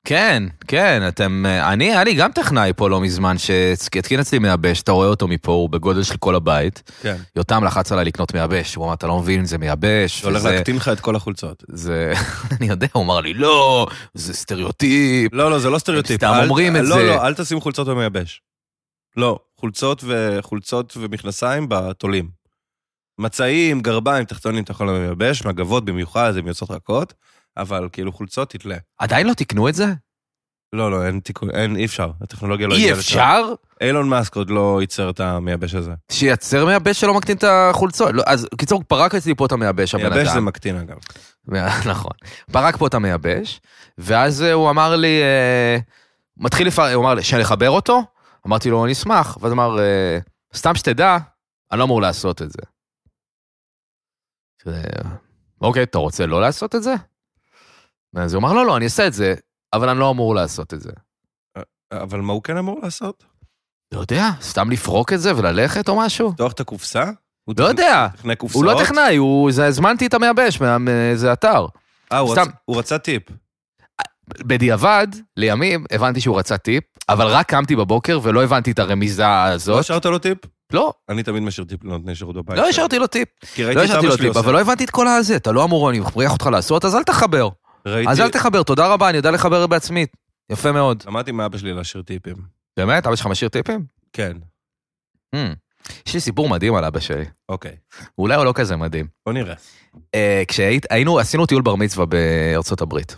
Speaker 2: כן, כן, אתם... אה, אני, היה לי גם טכנאי פה לא מזמן, שהתקין אצלי מייבש, אתה רואה אותו מפה, הוא בגודל של כל הבית.
Speaker 3: כן.
Speaker 2: יותם לחץ עליי לקנות מייבש, הוא אמר, אתה לא מבין, זה מייבש.
Speaker 3: זה הולך
Speaker 2: וזה-
Speaker 3: להקטין לך את כל החולצות.
Speaker 2: זה... אני יודע, הוא אמר לי, לא, זה סטריאוטיפ.
Speaker 3: לא, לא, זה לא סטריאוטיפ.
Speaker 2: סתם
Speaker 3: אל-
Speaker 2: אומרים את זה.
Speaker 3: לא, לא, אל תשים חולצות במייבש. לא, חולצות וחולצות ומכנסיים בתולים. מצעים, גרביים, תחתונים, אתה יכול במייבש, מגבות במיוחד, הן יוצאות רכות, אבל כאילו חולצות תתלה.
Speaker 2: עדיין לא תיקנו את זה?
Speaker 3: לא, לא, אין תיקון, אין, אי אפשר, הטכנולוגיה לא
Speaker 2: אי
Speaker 3: הגיעה לשם.
Speaker 2: אפשר?
Speaker 3: אילון מאסק עוד לא ייצר את המייבש הזה.
Speaker 2: שייצר מייבש שלא מקטין את החולצות. לא, אז קיצור, פרק אצלי פה את המייבש, הבן אדם.
Speaker 3: מייבש זה מקטין אגב.
Speaker 2: נכון. פרק פה את המייבש, ואז אה, הוא אמר לי, אה, מתחיל לפרק, הוא אמר לי, שנחבר אותו? אמרתי לו, אני אשמח, ואז אמר, אה, סתם שתדע, אני לא אמור לעשות את זה. אה, אוקיי, אתה רוצה לא לעשות את זה? אז הוא אמר, לא, לא, אני אעשה את זה, אבל אני לא אמור לעשות את זה.
Speaker 3: אבל מה הוא כן אמור לעשות?
Speaker 2: לא יודע, סתם לפרוק את זה וללכת או משהו?
Speaker 3: לפתוח את הקופסה? הוא
Speaker 2: לא יודע,
Speaker 3: טכנאי קופסאות?
Speaker 2: הוא לא טכנאי, הוא, זה, הזמנתי את המייבש מאיזה אתר.
Speaker 3: אה, הוא
Speaker 2: סתם. לא
Speaker 3: רצ- הוא רצה טיפ.
Speaker 2: בדיעבד, לימים, הבנתי שהוא רצה טיפ, אבל רק קמתי בבוקר ולא הבנתי את הרמיזה
Speaker 3: לא
Speaker 2: הזאת.
Speaker 3: השארת לו טיפ?
Speaker 2: לא,
Speaker 3: אני תמיד משאיר טיפ לנותני שירות בבית.
Speaker 2: לא השארתי לו טיפ.
Speaker 3: כי
Speaker 2: לא
Speaker 3: ראיתי את
Speaker 2: השארתי
Speaker 3: אבא
Speaker 2: לו
Speaker 3: שלי
Speaker 2: טיפ,
Speaker 3: עושה.
Speaker 2: אבל לא הבנתי את כל הזה. אתה לא אמור, אני מכריח אותך לעשות, אז אל תחבר.
Speaker 3: ראיתי,
Speaker 2: לא- אז אל תחבר, תודה רבה, אני יודע לחבר בעצמי. יפה מאוד.
Speaker 3: למדתי מאבא שלי להשאיר טיפים.
Speaker 2: באמת? אבא שלך משאיר טיפים?
Speaker 3: כן,
Speaker 2: Hmm. יש לי סיפור מדהים על אבא שלי.
Speaker 3: אוקיי.
Speaker 2: אולי הוא לא כזה מדהים.
Speaker 3: בוא נראה.
Speaker 2: אה, כשהיינו, עשינו טיול בר מצווה בארצות הברית.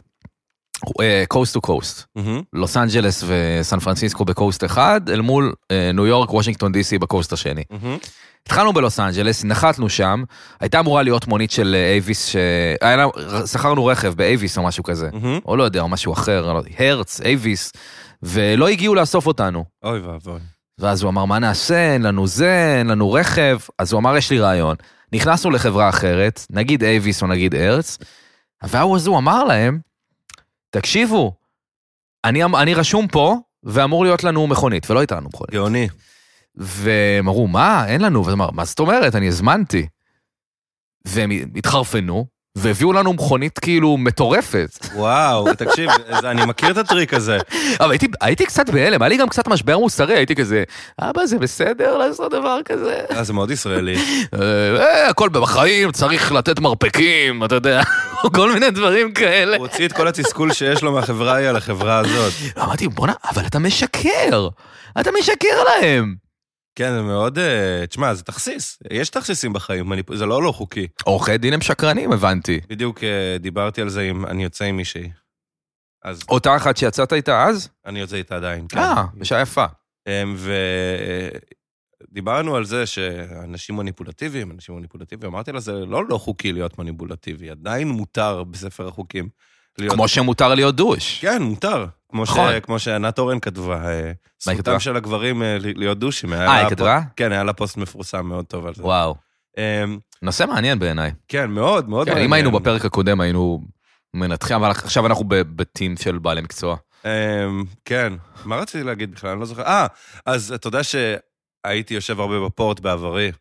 Speaker 2: אה, קוסט טו קוסט.
Speaker 3: מהמם.
Speaker 2: לוס אנג'לס וסן פרנסיסקו בקוסט אחד, אל מול אה, ניו יורק, וושינגטון די.סי בקוסט השני.
Speaker 3: מהמם.
Speaker 2: התחלנו בלוס אנג'לס, נחתנו שם, הייתה אמורה להיות מונית של אה, אייביס, ש... היה לה- שכרנו רכב באייביס או משהו כזה,
Speaker 3: מהמם.
Speaker 2: או לא יודע, או משהו אחר, לא- הרץ, אייביס, ולא הגיעו לאסוף אותנו.
Speaker 3: אוי ואבוי.
Speaker 2: ואז הוא אמר, מה נעשה, אין לנו זה, אין לנו רכב, אז הוא אמר, יש לי רעיון. נכנסנו לחברה אחרת, נגיד אייביס או נגיד ארץ, והאז הוא אמר להם, תקשיבו, אני, אמ- אני רשום פה, ואמור להיות לנו מכונית, ולא הייתה לנו מכונית.
Speaker 3: גאוני.
Speaker 2: והם אמרו, מה, אין לנו, ואז אמר, מה זאת אומרת, אני הזמנתי. והם התחרפנו, והביאו לנו מכונית כאילו מטורפת.
Speaker 3: וואו, תקשיב, זה- אני מכיר את הטריק הזה.
Speaker 2: אבל הייתי, הייתי קצת בהלם, היה לי גם קצת משבר מוסרי, הייתי כזה, אבא, זה בסדר לעשות דבר כזה?
Speaker 3: אה, זה מאוד ישראלי.
Speaker 2: "אה, אה, הכל בחיים, צריך לתת מרפקים, אתה יודע, כל מיני דברים כאלה.
Speaker 3: הוא הוציא את כל התסכול שיש לו מהחברה ההיא על החברה הזאת.
Speaker 2: אמרתי, בואנה, אבל אתה משקר, אתה משקר להם.
Speaker 3: כן, זה מאוד... אה, תשמע, זה תכסיס. יש תכסיסים בחיים, אני- זה לא לא חוקי.
Speaker 2: עורכי דין הם שקרנים, הבנתי.
Speaker 3: בדיוק אה, דיברתי על זה עם... אני יוצא עם מישהי. אז
Speaker 2: אותה אחת שיצאת איתה אז?
Speaker 3: אני יוצא איתה עדיין. כן.
Speaker 2: אה, בשעה יפה.
Speaker 3: אמ, ודיברנו אה, על זה שאנשים מניפולטיביים, אנשים מניפולטיביים, אמרתי לה, זה לא לא חוקי להיות מניפולטיבי, עדיין מותר בספר החוקים להיות...
Speaker 2: כמו שמותר להיות דוש.
Speaker 3: כן, מותר. כמו, ש...
Speaker 2: נכון.
Speaker 3: כמו שענת אורן כתבה, אה,
Speaker 2: היא כתבה?
Speaker 3: זכותם של הגברים אה, ל- להיות דושים.
Speaker 2: אה, היא כתבה?
Speaker 3: כן, היה לה פוסט מפורסם מאוד טוב על זה.
Speaker 2: וואו.
Speaker 3: אמ,
Speaker 2: נושא מעניין בעיניי.
Speaker 3: כן, מאוד, מאוד
Speaker 2: כן,
Speaker 3: מעניין.
Speaker 2: אם היינו בפרק הקודם היינו מנתחים, אבל עכשיו אנחנו ב- בטים של בעלי מקצוע.
Speaker 3: אמ, כן, מה רציתי להגיד בכלל? אני לא זוכר. אה, אז אתה יודע שהייתי יושב הרבה בפורט בעברי,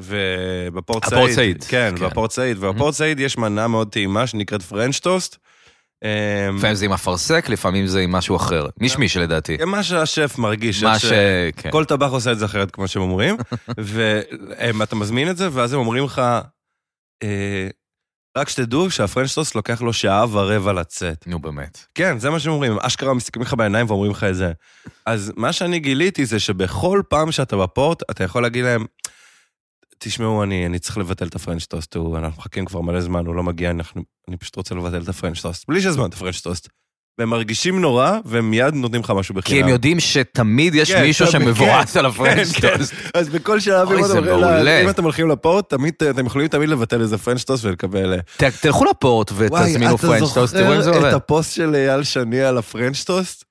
Speaker 3: ובפורט
Speaker 2: הפורט
Speaker 3: סעיד.
Speaker 2: סעיד,
Speaker 3: כן,
Speaker 2: כן.
Speaker 3: בפורט סעיד. ובפורט סעיד יש מנה מאוד טעימה שנקראת פרנץ' טוסט. אה,
Speaker 2: לפעמים זה עם אפרסק, לפעמים זה עם משהו אחר.
Speaker 3: כן.
Speaker 2: מישמיש לדעתי.
Speaker 3: מה שהשף מרגיש.
Speaker 2: מה
Speaker 3: איך
Speaker 2: ש... כן.
Speaker 3: כל טבח עושה את זה אחרת, כמו שהם אומרים. ואתה מזמין את זה, ואז הם אומרים לך, אה, רק שתדעו שהפרנץ' טוסט לוקח לו שעה ורבע לצאת.
Speaker 2: נו באמת.
Speaker 3: כן, זה מה שהם אומרים, הם אשכרה מסתכלים לך בעיניים ואומרים לך את זה. אז מה שאני גיליתי זה שבכל פעם שאתה בפורט, אתה יכול להגיד להם, תשמעו, אני, אני צריך לבטל את הפרנץ' טוסט, הוא- אנחנו מחכים כבר מלא זמן, הוא לא מגיע, אנחנו, אני פשוט רוצה לבטל את הפרנץ' טוסט, בלי שהזמנת פרנץ' טוסט. והם מרגישים נורא, והם מיד נותנים לך משהו בחינם.
Speaker 2: כי הם יודעים שתמיד יש
Speaker 3: לא. כן,
Speaker 2: מישהו
Speaker 3: כן,
Speaker 2: שמבואס
Speaker 3: כן,
Speaker 2: על הפרנץ'
Speaker 3: כן,
Speaker 2: טוסט.
Speaker 3: אז בכל שלב,
Speaker 2: אוי,
Speaker 3: אם,
Speaker 2: זה
Speaker 3: אתם הולכים ל-
Speaker 2: מעולה.
Speaker 3: אם אתם הולכים לפורט, תמיד, אתם יכולים תמיד לבטל איזה פרנץ' טוסט ולקבל... אה,
Speaker 2: ת- תלכו לפורט ותזמינו פרנץ' טוסט, תראו אם זה
Speaker 3: את
Speaker 2: עובד.
Speaker 3: הפוסט של אייל שני על הפרנץ' טוסט?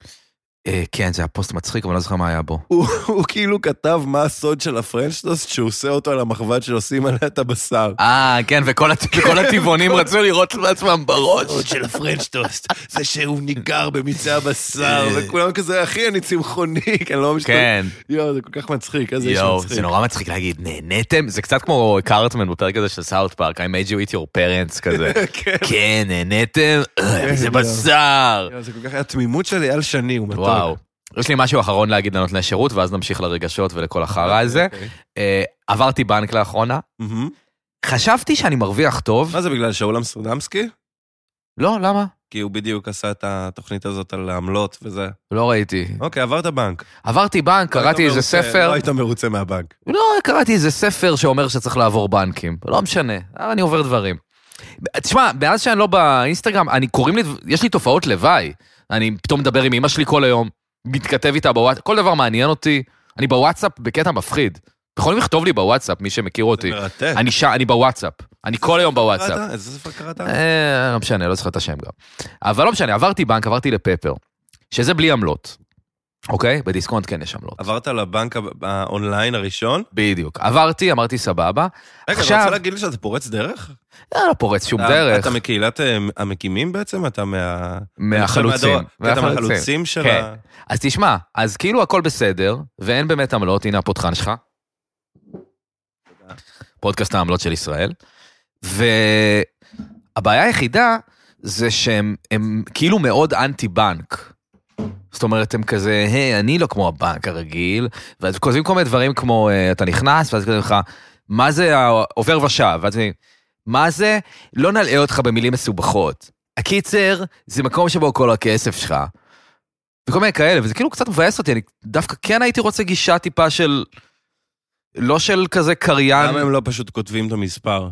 Speaker 2: אה, כן, זה היה פוסט מצחיק, אבל אני לא זוכר מה היה בו.
Speaker 3: הוא, הוא כאילו כתב מה הסוד של הפרנצ'טוסט, שהוא עושה אותו על המחבת שעושים עליה את הבשר.
Speaker 2: אה, כן, וכל הט- וכל הטבעונים רצו לראות לעצמם בראש.
Speaker 3: הסוד של הפרנצ'טוסט, זה שהוא ניגר במיצי הבשר, וכולם כזה, אחי, אני צמחוני, כי אה. אני לא משתמש.
Speaker 2: כן,
Speaker 3: יואו, זה כל כך מצחיק, איזה איש
Speaker 2: יואו,
Speaker 3: מצחיק.
Speaker 2: זה נורא מצחיק להגיד, נהניתם? זה קצת כמו קארטמן בפרק הזה של סאוט פארק, I made you eat your parents כזה.
Speaker 3: כן.
Speaker 2: כן, נהניתם? אה, איזה
Speaker 3: יואו.
Speaker 2: בשר!
Speaker 3: יואו, זה כל כך, התמימות של אייל שני, הוא מתוק.
Speaker 2: וואו. יש לי משהו אחרון להגיד לנותני שירות, ואז נמשיך לרגשות ולכל החרא הזה.
Speaker 3: אוקיי.
Speaker 2: אה, עברתי בנק לאחרונה,
Speaker 3: מהמם.
Speaker 2: חשבתי שאני מרוויח טוב.
Speaker 3: מה זה, בגלל שאול אמסטרדמסקי?
Speaker 2: לא, למה?
Speaker 3: כי הוא בדיוק עשה את התוכנית הזאת על העמלות וזה.
Speaker 2: לא ראיתי.
Speaker 3: אוקיי, עברת בנק.
Speaker 2: עברתי בנק,
Speaker 3: היית
Speaker 2: קראתי איזה
Speaker 3: מרוצה-
Speaker 2: ספר.
Speaker 3: לא היית מרוצה מהבנק.
Speaker 2: לא, קראתי איזה ספר שאומר שצריך לעבור בנקים. לא משנה, אבל אני עובר דברים. תשמע, מאז שאני לא באינסטגרם, אני קוראים לי, יש לי תופעות לוואי. אני פתאום מדבר עם אמא שלי כל היום, מתכתב איתה בוואטסאפ, כל דבר מעניין אותי. אני בוואטסאפ בקטע מפחיד. יכולים לכתוב לי בוואטסאפ, מי שמכיר אותי.
Speaker 3: זה מרתק. לא,
Speaker 2: אני ש... אני בוואטסאפ. אני כל היום בוואטסאפ.
Speaker 3: קראת? איזה ספר קראת?
Speaker 2: אה, לא משנה, לא זוכר את השם גם. אבל לא משנה, עברתי בנק, עברתי לפפר, שזה בלי עמלות, אוקיי? בדיסקונט כן יש עמלות.
Speaker 3: עברת לבנק הב- האונליין הראשון?
Speaker 2: בדיוק. עברתי, אמרתי סבבה.
Speaker 3: רגע,
Speaker 2: עכשיו-
Speaker 3: אתה רוצה להגיד לי שאתה פורץ דרך?
Speaker 2: אה, לא פורץ שום
Speaker 3: אתה-
Speaker 2: דרך.
Speaker 3: אתה מקהילת אה, המקימים בעצם? אתה מה...
Speaker 2: מהחלוצים.
Speaker 3: מהדור- אתה מהחלוצים של
Speaker 2: כן.
Speaker 3: ה...
Speaker 2: אז תשמע, אז כאילו הכל בסדר, ואין באמת עמלות, הנה הפותחן שלך. פודקאסט העמלות של ישראל. והבעיה היחידה זה שהם הם כאילו מאוד אנטי בנק. זאת אומרת, הם כזה, היי, אני לא כמו הבנק הרגיל, ואז כותבים כל מיני דברים כמו, אה, אתה נכנס, ואז כותבים לך, מה זה העובר ושב? ואז אני, מה זה? לא נלאה אותך במילים מסובכות. הקיצר, זה מקום שבו כל הכסף שלך. וכל מיני כאלה, וזה כאילו קצת מבאס אותי, אני דווקא כן הייתי רוצה גישה טיפה של... לא של כזה קריין.
Speaker 3: למה הם לא פשוט כותבים את המספר?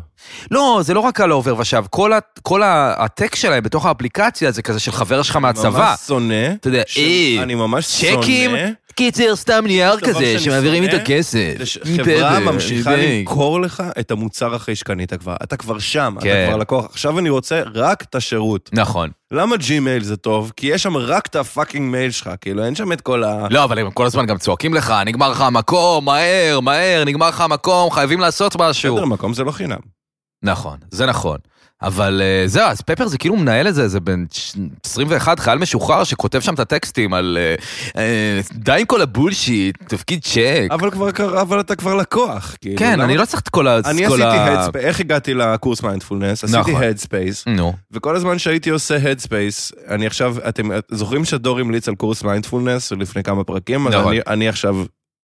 Speaker 2: לא, זה לא רק על העובר ושב, כל, ה, כל ה, הטקסט שלהם בתוך האפליקציה זה כזה של חבר שלך מהצבא.
Speaker 3: ממש שונא.
Speaker 2: אתה יודע,
Speaker 3: ש-
Speaker 2: אה,
Speaker 3: אני ממש
Speaker 2: צ'קים,
Speaker 3: שונא.
Speaker 2: קיצר, סתם נייר
Speaker 3: דבר
Speaker 2: כזה,
Speaker 3: שאני
Speaker 2: שמעבירים
Speaker 3: שונא,
Speaker 2: איתו כסף.
Speaker 3: זה שחברה
Speaker 2: בסדר,
Speaker 3: ממשיכה
Speaker 2: בדיוק.
Speaker 3: למכור לך את המוצר אחרי שקנית כבר. אתה כבר שם, אתה
Speaker 2: כן.
Speaker 3: כבר לקוח. עכשיו אני רוצה רק את השירות.
Speaker 2: נכון.
Speaker 3: למה ג'ימייל זה טוב? כי יש שם רק את הפאקינג מייל שלך, כאילו אין שם את כל ה...
Speaker 2: לא, אבל הם כל הזמן גם צועקים לך, נגמר לך המקום, מהר, מהר, נגמר לך המקום, חייבים לעשות משהו.
Speaker 3: בסדר, מקום זה לא חינם.
Speaker 2: נכון, זה נכון. אבל אה, זהו, אז פפר זה כאילו מנהל את זה, זה בן ש- 21, חייל משוחרר שכותב שם את הטקסטים על אה, אה, די עם כל הבולשיט, תפקיד צ'ק.
Speaker 3: אבל כבר קרה, אבל אתה כבר לקוח. כאילו,
Speaker 2: כן,
Speaker 3: למה-
Speaker 2: אני לא צריך את כל ה...
Speaker 3: אני
Speaker 2: כל
Speaker 3: עשיתי
Speaker 2: ה-
Speaker 3: הדספייס, איך הגעתי לקורס מיינדפולנס? עשיתי
Speaker 2: נכון.
Speaker 3: הדספייס,
Speaker 2: נו,
Speaker 3: וכל הזמן שהייתי עושה הדספייס, אני עכשיו, אתם זוכרים שדור המליץ על קורס מיינדפולנס לפני כמה פרקים? אז
Speaker 2: נכון.
Speaker 3: אני- אני עכשיו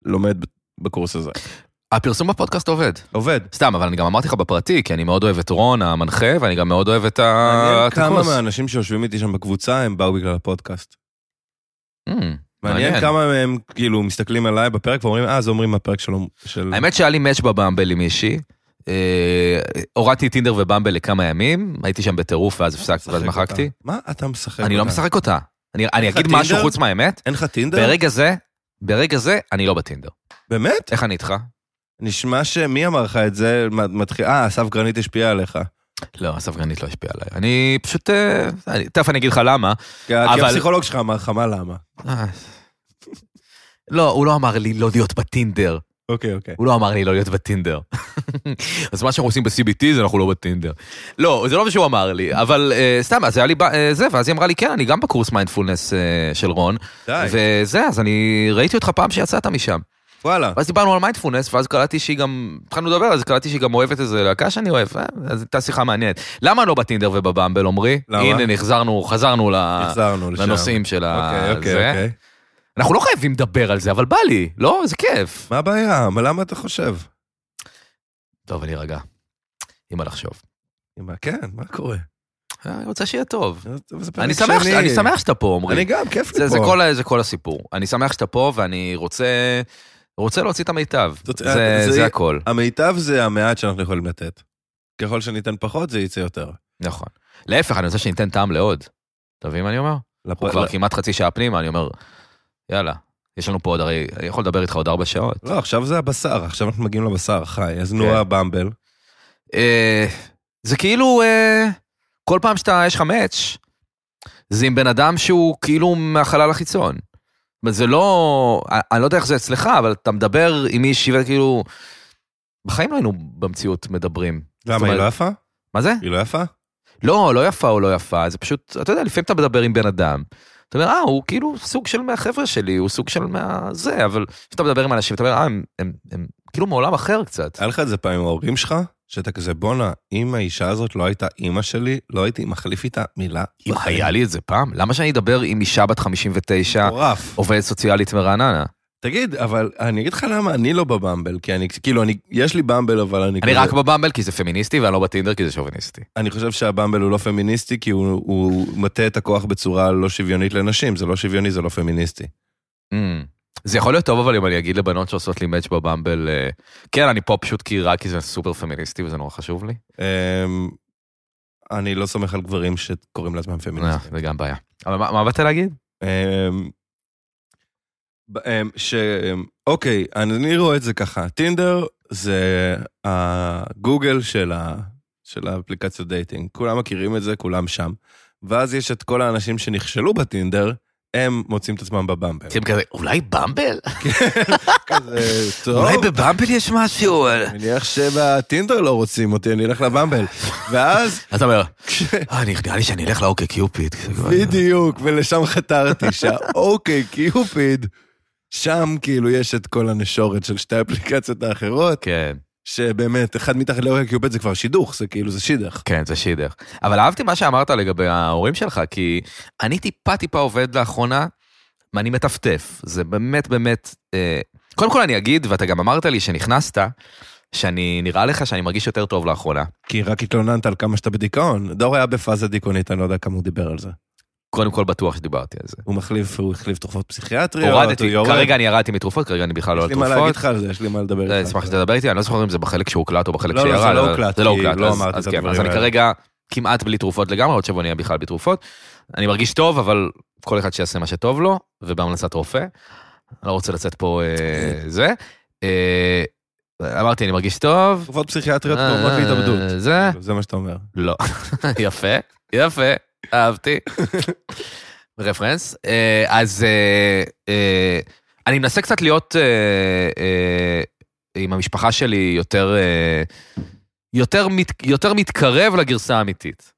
Speaker 3: לומד ב- בקורס הזה.
Speaker 2: הפרסום בפודקאסט עובד.
Speaker 3: עובד.
Speaker 2: סתם, אבל אני גם אמרתי לך בפרטי, כי אני מאוד אוהב את רון המנחה, ואני גם מאוד אוהב את
Speaker 3: מעניין כמה
Speaker 2: הטיפוס.
Speaker 3: מהאנשים שיושבים איתי שם בקבוצה, הם באו בגלל הפודקאסט.
Speaker 2: אמ,
Speaker 3: מעניין כמה מהם כאילו מסתכלים עליי בפרק ואומרים, אה, זה אומרים הפרק שלו, של...
Speaker 2: האמת שהיה לי מאץ' בבמבל עם מישהי. אה, הורדתי טינדר ובמבל לכמה ימים, הייתי שם בטירוף ואז הפסקתי ואז
Speaker 3: משחק
Speaker 2: מחקתי.
Speaker 3: אותה. מה אתה משחק?
Speaker 2: אני לא
Speaker 3: אותה?
Speaker 2: משחק אותה. אני אני
Speaker 3: לך
Speaker 2: אגיד משהו
Speaker 3: טינדר?
Speaker 2: חוץ מהאמת?
Speaker 3: אין לך טינדר?
Speaker 2: ברגע זה, ברגע זה, אני לא בטינדר.
Speaker 3: באמת?
Speaker 2: איך אני איתך?
Speaker 3: נשמע ש... מי אמר לך את זה? מה- מתחיל... אה, אסף גרנית השפיע עליך.
Speaker 2: לא, הספגנית לא השפיעה עליי. אני פשוט... אה, אני- תכף אני אגיד לך למה.
Speaker 3: כי
Speaker 2: אבל-
Speaker 3: כי הפסיכולוג שלך אמר לך, מה למה?
Speaker 2: אה. לא, הוא לא אמר לי לא להיות בטינדר.
Speaker 3: אוקיי, אוקיי.
Speaker 2: הוא לא אמר לי לא להיות בטינדר. אז מה שאנחנו עושים ב-CBT זה אנחנו לא בטינדר. לא, זה לא מה שהוא אמר לי, אבל אה, סתם, אז היה לי בא- אה, זה, ואז היא אמרה לי, כן, אני גם בקורס מיינדפולנס אה, של רון,
Speaker 3: די.
Speaker 2: וזה, אז אני ראיתי אותך פעם שיצאת משם.
Speaker 3: וואלה.
Speaker 2: ואז דיברנו על מיינדפולנס, ואז קלטתי שהיא גם, התחלנו לדבר, אז קלטתי שהיא גם אוהבת איזה להקה שאני אוהב, אה, אז הייתה שיחה מעניינת. למה לא בטינדר ובבמבל, עמרי?
Speaker 3: למה?
Speaker 2: הנה, נחזרנו, חזרנו ל-
Speaker 3: נחזרנו לשם.
Speaker 2: לנושאים של ה...
Speaker 3: אוקיי, אוקיי,
Speaker 2: אה, זה.
Speaker 3: אוקיי.
Speaker 2: אנחנו לא חייבים לדבר על זה, אבל בא לי, לא? זה כיף.
Speaker 3: מה הבעיה? מה- למה אתה חושב?
Speaker 2: טוב, אני ארגע. אין מה לחשוב.
Speaker 3: אמא, כן, מה קורה?
Speaker 2: אה, אני רוצה שיהיה טוב.
Speaker 3: זה- זה פרק
Speaker 2: אני שמח,
Speaker 3: שני.
Speaker 2: אני שמח שאתה פה, עמרי.
Speaker 3: אני גם, כיף לי
Speaker 2: זה,
Speaker 3: פה.
Speaker 2: זה, כל, ה- זה כל הסיפור. אני שמח שאתה פה ואני רוצה, רוצה להוציא את המיטב.
Speaker 3: זאת-
Speaker 2: זה,
Speaker 3: זה-
Speaker 2: זה, זה הכל.
Speaker 3: המיטב זה המעט שאנחנו יכולים לתת. ככל שניתן פחות, זה יצא יותר.
Speaker 2: נכון. להפך, אני רוצה שניתן טעם לעוד. אתה מבין מה אני אומר?
Speaker 3: לפ- לא,
Speaker 2: אנחנו כבר
Speaker 3: ל-
Speaker 2: כמעט חצי שעה פנימה, אני אומר, יאללה, יש לנו פה עוד, הרי אני יכול לדבר איתך עוד ארבע שעות.
Speaker 3: לא, עכשיו זה הבשר, עכשיו אנחנו מגיעים לבשר החי. אז נו
Speaker 2: כן.
Speaker 3: הבמבל.
Speaker 2: אה, זה כאילו, אה, כל פעם שאתה, יש לך מאץ', זה עם בן אדם שהוא כאילו מהחלל החיצון. זאת אומרת, זה לא, אני- אני לא יודע איך זה אצלך, אבל אתה מדבר עם מישהי וכאילו, בחיים לא היינו במציאות מדברים.
Speaker 3: למה, היא
Speaker 2: אומרת-
Speaker 3: לא יפה?
Speaker 2: מה זה?
Speaker 3: היא לא יפה?
Speaker 2: לא, לא יפה או לא יפה, זה פשוט, אתה יודע, לפעמים אתה מדבר עם בן אדם. אתה אומר, אה, הוא כאילו סוג של מהחבר'ה שלי, הוא סוג של מה... זה, אבל כשאתה מדבר עם אנשים, אתה אומר, אה, הם, הם, הם כאילו מעולם אחר קצת.
Speaker 3: היה לך את זה פעם עם ההורים שלך? שאתה כזה, בואנה, אם האישה הזאת לא הייתה אימא שלי, לא הייתי מחליף איתה מילה.
Speaker 2: אם היה לי את זה פעם, למה שאני אדבר עם אישה בת 59,
Speaker 3: מטורף.
Speaker 2: עובדת סוציאלית מרעננה?
Speaker 3: תגיד, אבל אני אגיד לך למה אני לא בבמבל, כי אני, כאילו, אני, יש לי במבל, אבל אני...
Speaker 2: אני
Speaker 3: כזה-
Speaker 2: רק בבמבל כי זה פמיניסטי, ואני לא בטינדר כי זה שוביניסטי.
Speaker 3: אני חושב שהבמבל הוא לא פמיניסטי, כי הוא, הוא מטה את הכוח בצורה לא שוויונית לנשים, זה לא שוויוני, זה לא פמיניסטי.
Speaker 2: אמ, זה יכול להיות טוב, אבל אם אני אגיד לבנות שעושות לי מאץ' בבמבל, אה, כן, אני פה פשוט כי רק כי זה סופר פמיניסטי וזה נורא חשוב לי.
Speaker 3: אמ, אני לא סומך על גברים שקוראים לעצמם
Speaker 2: אה,
Speaker 3: פמיניסטים.
Speaker 2: זה גם בעיה. אבל מה מה באת להגיד?
Speaker 3: אמ, ב- אמ, ש... אמ, אוקיי, אני רואה את זה ככה, טינדר זה הגוגל של, ה... של האפליקציות דייטינג. כולם מכירים את זה, כולם שם. ואז יש את כל האנשים שנכשלו בטינדר, הם מוצאים את עצמם בבמבל.
Speaker 2: אתם כזה, אולי במבל?
Speaker 3: כזה, טוב,
Speaker 2: אולי בבמבל יש משהו?
Speaker 3: אני מניח שבטינדר לא רוצים אותי, אני אלך לבמבל. ואז,
Speaker 2: אתה אומר, "אה, אני- נראה לי שאני אלך לאוקיי קיופיד.
Speaker 3: בדיוק, ולשם חתרתי, שהאוקיי קיופיד, שם כאילו יש את כל הנשורת של שתי האפליקציות האחרות,
Speaker 2: כן,
Speaker 3: שבאמת, אחד מתחת לאוקיי קיופיד זה כבר שידוך, זה כאילו, זה שידך.
Speaker 2: כן, זה שידך. אבל אהבתי מה שאמרת לגבי ההורים שלך, כי אני טיפה טיפה עובד לאחרונה, ואני מטפטף. זה באמת באמת... אה, קודם כל אני אגיד, ואתה גם אמרת לי שנכנסת, שאני, נראה לך שאני מרגיש יותר טוב לאחרונה.
Speaker 3: כי רק התלוננת על כמה שאתה בדיכאון. דור היה בפאזה דיכאונית, אני לא יודע כמה הוא דיבר על זה.
Speaker 2: קודם כל בטוח שדיברתי על זה.
Speaker 3: הוא מחליף, הוא החליף תרופות פסיכיאטריות, הוא
Speaker 2: הורדתי,
Speaker 3: יורד.
Speaker 2: כרגע אני ירדתי מתרופות, כרגע אני בכלל לא
Speaker 3: יש
Speaker 2: על
Speaker 3: לי מה להגיד
Speaker 2: תרופות.
Speaker 3: לך על זה, יש לי מה לדבר איתך.
Speaker 2: לא, אשמח שתדבר איתי, אני לא זוכר אם זה בחלק שהוקלט או בחלק
Speaker 3: לא, לא,
Speaker 2: שירד.
Speaker 3: זה לא
Speaker 2: אבל-
Speaker 3: הוקלט,
Speaker 2: זה לא
Speaker 3: כי
Speaker 2: הוקלט,
Speaker 3: לא
Speaker 2: אז-
Speaker 3: אמרתי
Speaker 2: אז
Speaker 3: את
Speaker 2: כן,
Speaker 3: הדברים
Speaker 2: אז אני
Speaker 3: האלה.
Speaker 2: כרגע כמעט בלי תרופות לגמרי, עוד שבוע נהיה בכלל בלי תרופות. אני מרגיש טוב, אבל כל אחד שיעשה מה שטוב לו, ובהמלצת רופא. אני לא רוצה לצאת פה אה, זה. אה, אמרתי, אני מרגיש טוב.
Speaker 3: תרופות פסיכיאטריות קרובות
Speaker 2: אה,
Speaker 3: להתאבדות.
Speaker 2: זה?
Speaker 3: כאילו, זה מה שאתה אומר.
Speaker 2: לא. יפה, יפה, אהבתי. רפרנס. אה, אז אה, אה, אני מנסה קצת להיות אה, אה, עם המשפחה שלי יותר... אה, יותר, מת, יותר מתקרב לגרסה האמיתית.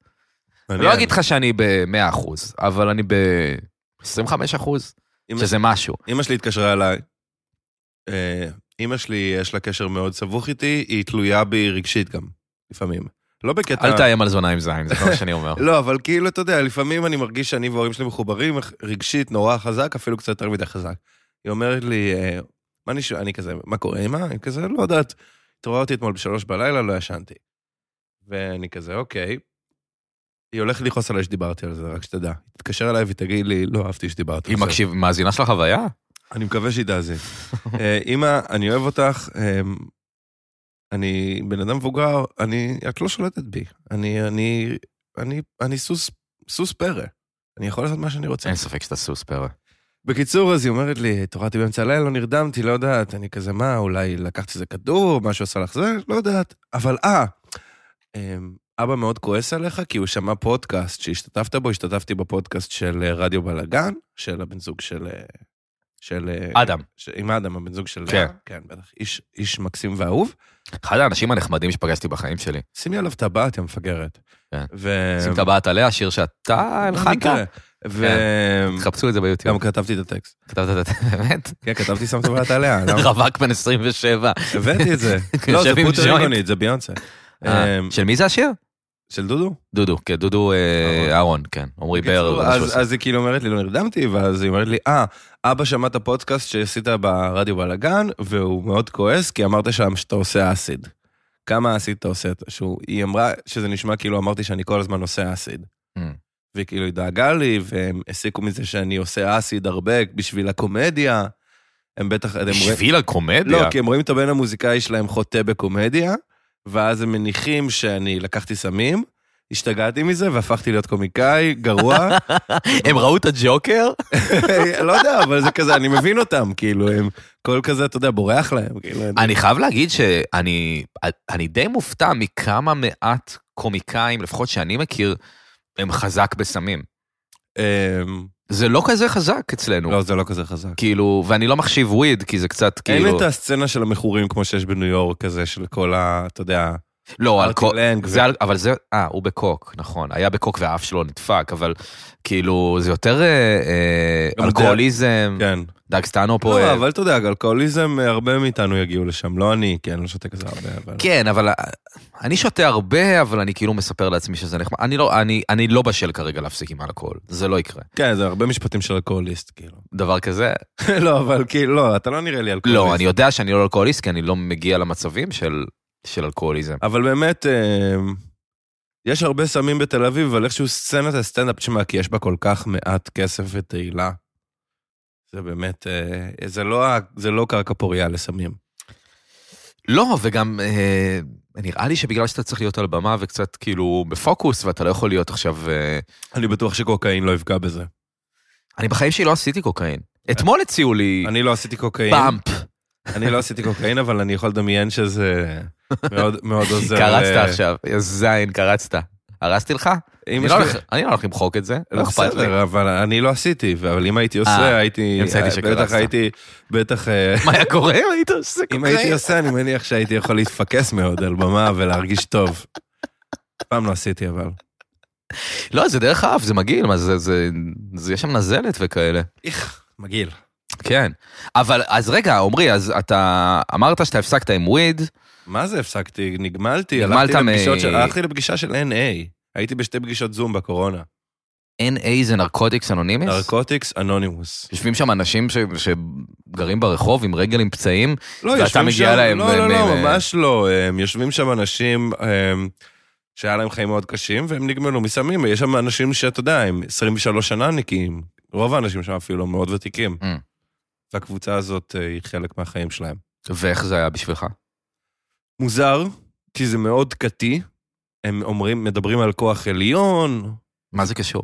Speaker 2: אני לא
Speaker 3: מעניין.
Speaker 2: אגיד לך שאני ב-100%, אבל אני ב-25%,
Speaker 3: אמא
Speaker 2: שזה משהו.
Speaker 3: אימא שלי התקשרה אליי. אה, אימא שלי, יש לה קשר מאוד סבוך איתי, היא תלויה בי רגשית גם, לפעמים. לא בקטע...
Speaker 2: אל תאיים על זונה עם זין, זה כל מה שאני אומר.
Speaker 3: לא, אבל כאילו, אתה יודע, לפעמים אני מרגיש שאני וההורים שלי מחוברים רגשית נורא חזק, אפילו קצת יותר מדי חזק. היא אומרת לי, אה, מה נשאר, אני כזה, מה קורה, אמא? אני כזה, לא יודעת. התעוררתי אתמול בשלוש בלילה, לא ישנתי. ואני כזה, אוקיי. היא הולכת לכעוס עליי שדיברתי על זה, רק שתדע. היא תתקשר אליי ותגיד לי, לא אהבתי שדיברתי
Speaker 2: היא
Speaker 3: על זה.
Speaker 2: מקשיב, מאזינה של החוויה?
Speaker 3: אני מקווה שהיא תאזין. אה, אימא, אני אוהב אותך, אה, אני בן אדם מבוגר, אני, את לא שולטת בי. אני, אני, אני, אני סוס, סוס פרא. אני יכול לעשות מה שאני רוצה.
Speaker 2: אין ספק שאתה סוס פרא.
Speaker 3: בקיצור, אז היא אומרת לי, התעוררתי באמצע הלילה, לא נרדמתי, לא יודעת. אני כזה, מה, אולי לקחת איזה כדור, משהו עשה לך זה, לא יודעת. אבל אה, אמ, אבא מאוד כועס עליך, כי הוא שמע פודקאסט שהשתתפת בו, השתתפתי בפודקאסט של אה, רדיו בלאגן, של הבן זוג של... אה, של... אה,
Speaker 2: אדם,
Speaker 3: ש... עם אדם, הבן זוג של...
Speaker 2: כן.
Speaker 3: לאה. כן, בטח. איש, איש מקסים ואהוב.
Speaker 2: אחד האנשים הנחמדים שפגשתי בחיים שלי.
Speaker 3: שימי עליו טבעת, יא מפגרת.
Speaker 2: כן.
Speaker 3: ו...
Speaker 2: שים טבעת עליה, שיר שאתה הלחנת.
Speaker 3: במקרה. וגם
Speaker 2: חפשו את זה ביוטיוב.
Speaker 3: כתבתי את הטקסט.
Speaker 2: כתבת את זה, באמת?
Speaker 3: כן, כתבתי שם טובת עליה. למה?
Speaker 2: רווק בן 27.
Speaker 3: הבאתי את זה. לא, זה
Speaker 2: נכון. יושב עם
Speaker 3: פוטר
Speaker 2: ג'וינט.
Speaker 3: ריבונית, זה ביונסה.
Speaker 2: אה,
Speaker 3: אמ,
Speaker 2: של מי זה השיר?
Speaker 3: של דודו.
Speaker 2: דודו, כן, דודו אה,
Speaker 3: אהרון.
Speaker 2: אהרון, כן. עמרי פאר.
Speaker 3: בקיצור,
Speaker 2: זה מה שהוא
Speaker 3: אז-
Speaker 2: עושה.
Speaker 3: אז היא כאילו אומרת לי, לא נרדמתי, ואז היא אומרת לי, אה, אבא שמע את הפודקאסט שעשית ברדיו בלאגן, והוא מאוד כועס, כי אמרת שם שאתה עושה אסיד. כמה אסיד אתה עושה? שהוא, היא אמרה שזה נשמע כאילו אמרתי שאני כל הזמן עושה אסיד.
Speaker 2: Mm.
Speaker 3: והיא כאילו היא דאגה לי, והם הסיקו מזה שאני עושה אסיד הרבה בשביל הקומדיה. הם בטח, הם רואים...
Speaker 2: בשביל הקומדיה?
Speaker 3: לא, כי הם רואים את הבן המוזיקאי שלהם חוטא בקומדיה, ואז הם מניחים שאני לקחתי סמים, השתגעתי מזה והפכתי להיות קומיקאי גרוע.
Speaker 2: הם ראו את הג'וקר?
Speaker 3: לא יודע, אבל זה כזה, אני מבין אותם, כאילו, הם, כל כזה, אתה יודע, בורח להם, כאילו, אני-
Speaker 2: אני חייב להגיד שאני אני די מופתע מכמה מעט קומיקאים, לפחות שאני מכיר, הם חזק בסמים.
Speaker 3: אמ,
Speaker 2: זה לא כזה חזק אצלנו.
Speaker 3: לא, זה לא כזה חזק.
Speaker 2: כאילו, ואני לא מחשיב וויד, כי זה קצת
Speaker 3: אין
Speaker 2: כאילו...
Speaker 3: את הסצנה של המכורים כמו שיש בניו יורק, כזה, של כל ה... אתה יודע,
Speaker 2: לא,
Speaker 3: ארטי
Speaker 2: אלכוהול...
Speaker 3: לנג.
Speaker 2: זה, על- אבל זה, אה, הוא בקוק, נכון. היה בקוק והאף שלו נדפק, אבל כאילו, זה יותר אה, אה,
Speaker 3: גם
Speaker 2: אלכוהוליזם.
Speaker 3: כן.
Speaker 2: דג סטנו פה...
Speaker 3: לא,
Speaker 2: אה,
Speaker 3: אבל אתה יודע, אלכוהוליזם, אה, הרבה מאיתנו יגיעו לשם, לא אני, כי אני לא שותה כזה הרבה, אבל...
Speaker 2: כן, אבל אה, אני שותה הרבה, אבל אני כאילו מספר לעצמי שזה נחמד. אני לא, אני, אני לא בשל כרגע להפסיק עם אלכוהול, זה לא יקרה.
Speaker 3: כן, זה הרבה משפטים של אלכוהוליסט, כאילו.
Speaker 2: דבר כזה?
Speaker 3: לא, אבל כאילו, לא, אתה לא נראה לי אלכוהוליסט.
Speaker 2: לא, אני יודע שאני לא אלכוהוליסט, כי אני לא מגיע למצבים של, של אלכוהוליזם.
Speaker 3: אבל באמת, אמ, יש הרבה סמים בתל אביב, אבל איכשהו סצנת הסטנדאפ, תשמע, כי יש בה כל כך מעט כסף ותהילה. זה באמת, אה, זה לא, ה- זה לא קרקע פורייה לסמים.
Speaker 2: לא, וגם אה, נראה לי שבגלל שאתה צריך להיות על במה וקצת כאילו בפוקוס, ואתה לא יכול להיות עכשיו... אה,
Speaker 3: אני בטוח שקוקאין לא יפגע בזה.
Speaker 2: אני בחיים שלי לא עשיתי קוקאין. אתמול הציעו לי
Speaker 3: אני לא עשיתי קוקאין,
Speaker 2: באמפ.
Speaker 3: אני לא עשיתי קוקאין, אבל אני יכול לדמיין שזה מאוד מאוד עוזר. אה,
Speaker 2: קרצת עכשיו, יא זין, קרצת. הרסתי לך?
Speaker 3: אם
Speaker 2: אני
Speaker 3: יש
Speaker 2: לא
Speaker 3: לי-
Speaker 2: הולך- אני לא הולך למחוק את זה, לא
Speaker 3: לא
Speaker 2: אכפת לי.
Speaker 3: בסדר, אבל אני לא עשיתי, אבל אם הייתי עושה,
Speaker 2: אה,
Speaker 3: הייתי...
Speaker 2: המצאתי
Speaker 3: אה,
Speaker 2: שקרצת.
Speaker 3: בטח הייתי, בטח... אה, אוקיי.
Speaker 2: מה היה קורה אם היית עושה
Speaker 3: אם
Speaker 2: קוקאין?
Speaker 3: הייתי עושה, אני מניח שהייתי יכול להתפקס מאוד על במה ולהרגיש טוב. פעם לא עשיתי, אבל.
Speaker 2: לא, זה דרך האף, זה מגעיל, מה זה, זה, זה, יש שם נזלת וכאלה.
Speaker 3: איך, מגעיל.
Speaker 2: כן. אבל, אז רגע, עמרי, אז אתה אמרת שאתה הפסקת עם וויד,
Speaker 3: מה זה הפסקתי? נגמלתי,
Speaker 2: נגמלת
Speaker 3: הלכתי
Speaker 2: מ-
Speaker 3: לפגישות של... הלכתי לפגישה של NA. הייתי בשתי פגישות זום בקורונה.
Speaker 2: NA זה נרקוטיקס אנונימיס?
Speaker 3: נרקוטיקס אנונימוס.
Speaker 2: יושבים שם אנשים ש, שגרים ברחוב עם רגל עם פצעים,
Speaker 3: לא,
Speaker 2: ואתה
Speaker 3: יושבים
Speaker 2: מגיע
Speaker 3: שם-
Speaker 2: להם
Speaker 3: לא, לא,
Speaker 2: ב-
Speaker 3: לא,
Speaker 2: ב-
Speaker 3: ממש לא. הם יושבים שם אנשים הם, שהיה להם חיים מאוד קשים, והם נגמלו מסמים. יש שם אנשים שאתה יודע, הם 23 שנה נקיים. רוב האנשים שם אפילו מאוד ותיקים.
Speaker 2: Mm.
Speaker 3: והקבוצה הזאת אה, היא חלק מהחיים שלהם.
Speaker 2: ואיך זה היה בשבילך?
Speaker 3: מוזר, כי זה מאוד קטי. הם אומרים, מדברים על כוח עליון.
Speaker 2: מה זה קשור?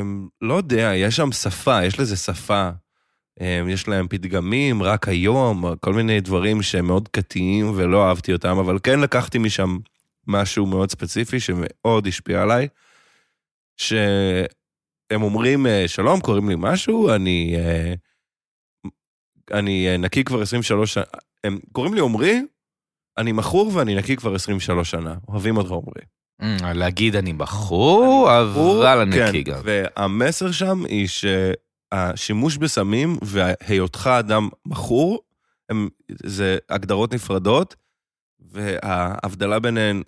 Speaker 3: הם, לא יודע, יש שם שפה, יש לזה שפה. הם, יש להם פתגמים, רק היום, כל מיני דברים שהם מאוד קטיים ולא אהבתי אותם, אבל כן לקחתי משם משהו מאוד ספציפי שמאוד השפיע עליי, שהם אומרים, אה, שלום, קוראים לי משהו, אני, אה, אני אה, נקי כבר 23 שנה, הם קוראים לי עמרי, אני מכור ואני נקי כבר 23 שנה, אוהבים אותך עמרי.
Speaker 2: אה, להגיד אני בחור, אבל אני
Speaker 3: כן,
Speaker 2: נקי גם.
Speaker 3: והמסר שם היא שהשימוש בסמים והיותך אדם מכור, הם, זה הגדרות נפרדות, וההבדלה ביניהן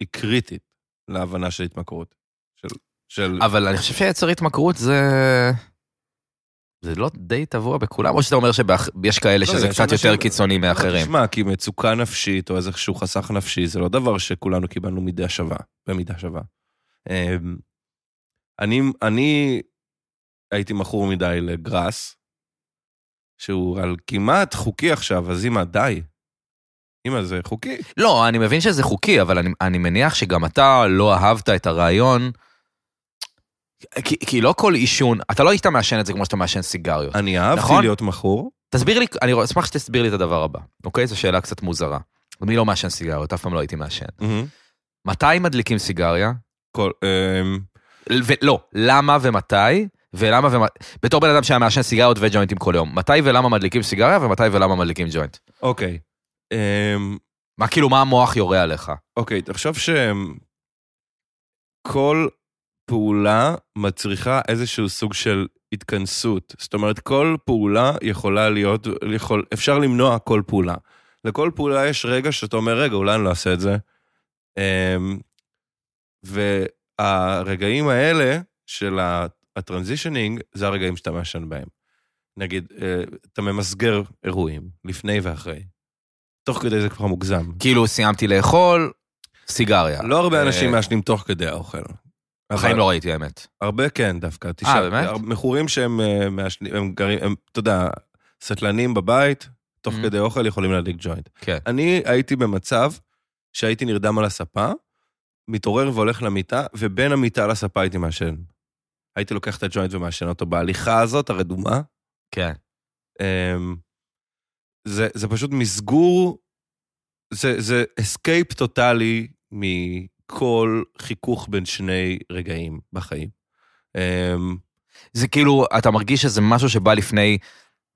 Speaker 3: היא קריטית להבנה של התמכרות. של, של
Speaker 2: אבל אני חושב שיצר התמכרות זה... זה לא די טבוע בכולם, או שאתה אומר שיש כאלה
Speaker 3: לא,
Speaker 2: שזה
Speaker 3: יש
Speaker 2: קצת
Speaker 3: אנשים-
Speaker 2: יותר קיצוני
Speaker 3: לא,
Speaker 2: מאחרים.
Speaker 3: תשמע, כי מצוקה נפשית או איזשהו חסך נפשי, זה לא דבר שכולנו קיבלנו מידה שווה, במידה שווה. אמ, אני, אני הייתי מכור מדי לגראס, שהוא על כמעט חוקי עכשיו, אז אמא, די. אמא, זה חוקי.
Speaker 2: לא, אני מבין שזה חוקי, אבל אני, אני מניח שגם אתה לא אהבת את הרעיון. כי, כי לא כל עישון, אתה לא היית מעשן את זה כמו שאתה מעשן סיגריות.
Speaker 3: אני אהבתי
Speaker 2: נכון.
Speaker 3: להיות מכור.
Speaker 2: תסביר לי, אני אשמח שתסביר לי את הדבר הבא, אוקיי? זו שאלה קצת מוזרה. אני לא מעשן סיגריות, אף פעם לא הייתי מעשן. מתי מדליקים סיגריה?
Speaker 3: כל, אמ,
Speaker 2: ולא, לא, למה ומתי? ולמה ומתי? בתור בן אדם שהיה מעשן סיגריות וג'וינטים כל יום, מתי ולמה מדליקים סיגריה ומתי ולמה מדליקים ג'וינט?
Speaker 3: אוקיי. אמ,
Speaker 2: מה כאילו, מה המוח יורה עליך?
Speaker 3: אוקיי, תחשוב שכל פעולה מצריכה איזשהו סוג של התכנסות. זאת אומרת, כל פעולה יכולה להיות, יכול, אפשר למנוע כל פעולה. לכל פעולה יש רגע שאתה אומר, רגע, אולי אני לא אעשה את זה. אמ, והרגעים האלה של ה- הטרנזישנינג, זה הרגעים שאתה מעשן בהם. נגיד, אה, אתה ממסגר אירועים, לפני ואחרי. תוך כדי זה כבר מוגזם.
Speaker 2: כאילו סיימתי לאכול, סיגריה.
Speaker 3: לא הרבה
Speaker 2: אה,
Speaker 3: אנשים מעשנים תוך כדי האוכל.
Speaker 2: בחיים
Speaker 3: אבל-
Speaker 2: לא ראיתי, האמת.
Speaker 3: הרבה כן, דווקא. תשעה.
Speaker 2: אה, באמת?
Speaker 3: הר- מכורים שהם אה, מעשנים, הם גרים, הם, אתה יודע, סטלנים בבית, תוך
Speaker 2: Mhm.
Speaker 3: כדי אוכל יכולים להדליק ג'וינט.
Speaker 2: כן.
Speaker 3: אני הייתי במצב שהייתי נרדם על הספה, מתעורר והולך למיטה, ובין המיטה לספה הייתי מעשן. הייתי לוקח את הג'וינט ומעשן אותו בהליכה הזאת, הרדומה.
Speaker 2: כן.
Speaker 3: אמ, זה, זה פשוט מסגור, זה, זה אסקייפ טוטאלי מכל חיכוך בין שני רגעים בחיים. אמ,
Speaker 2: זה כאילו, אתה מרגיש שזה משהו שבא לפני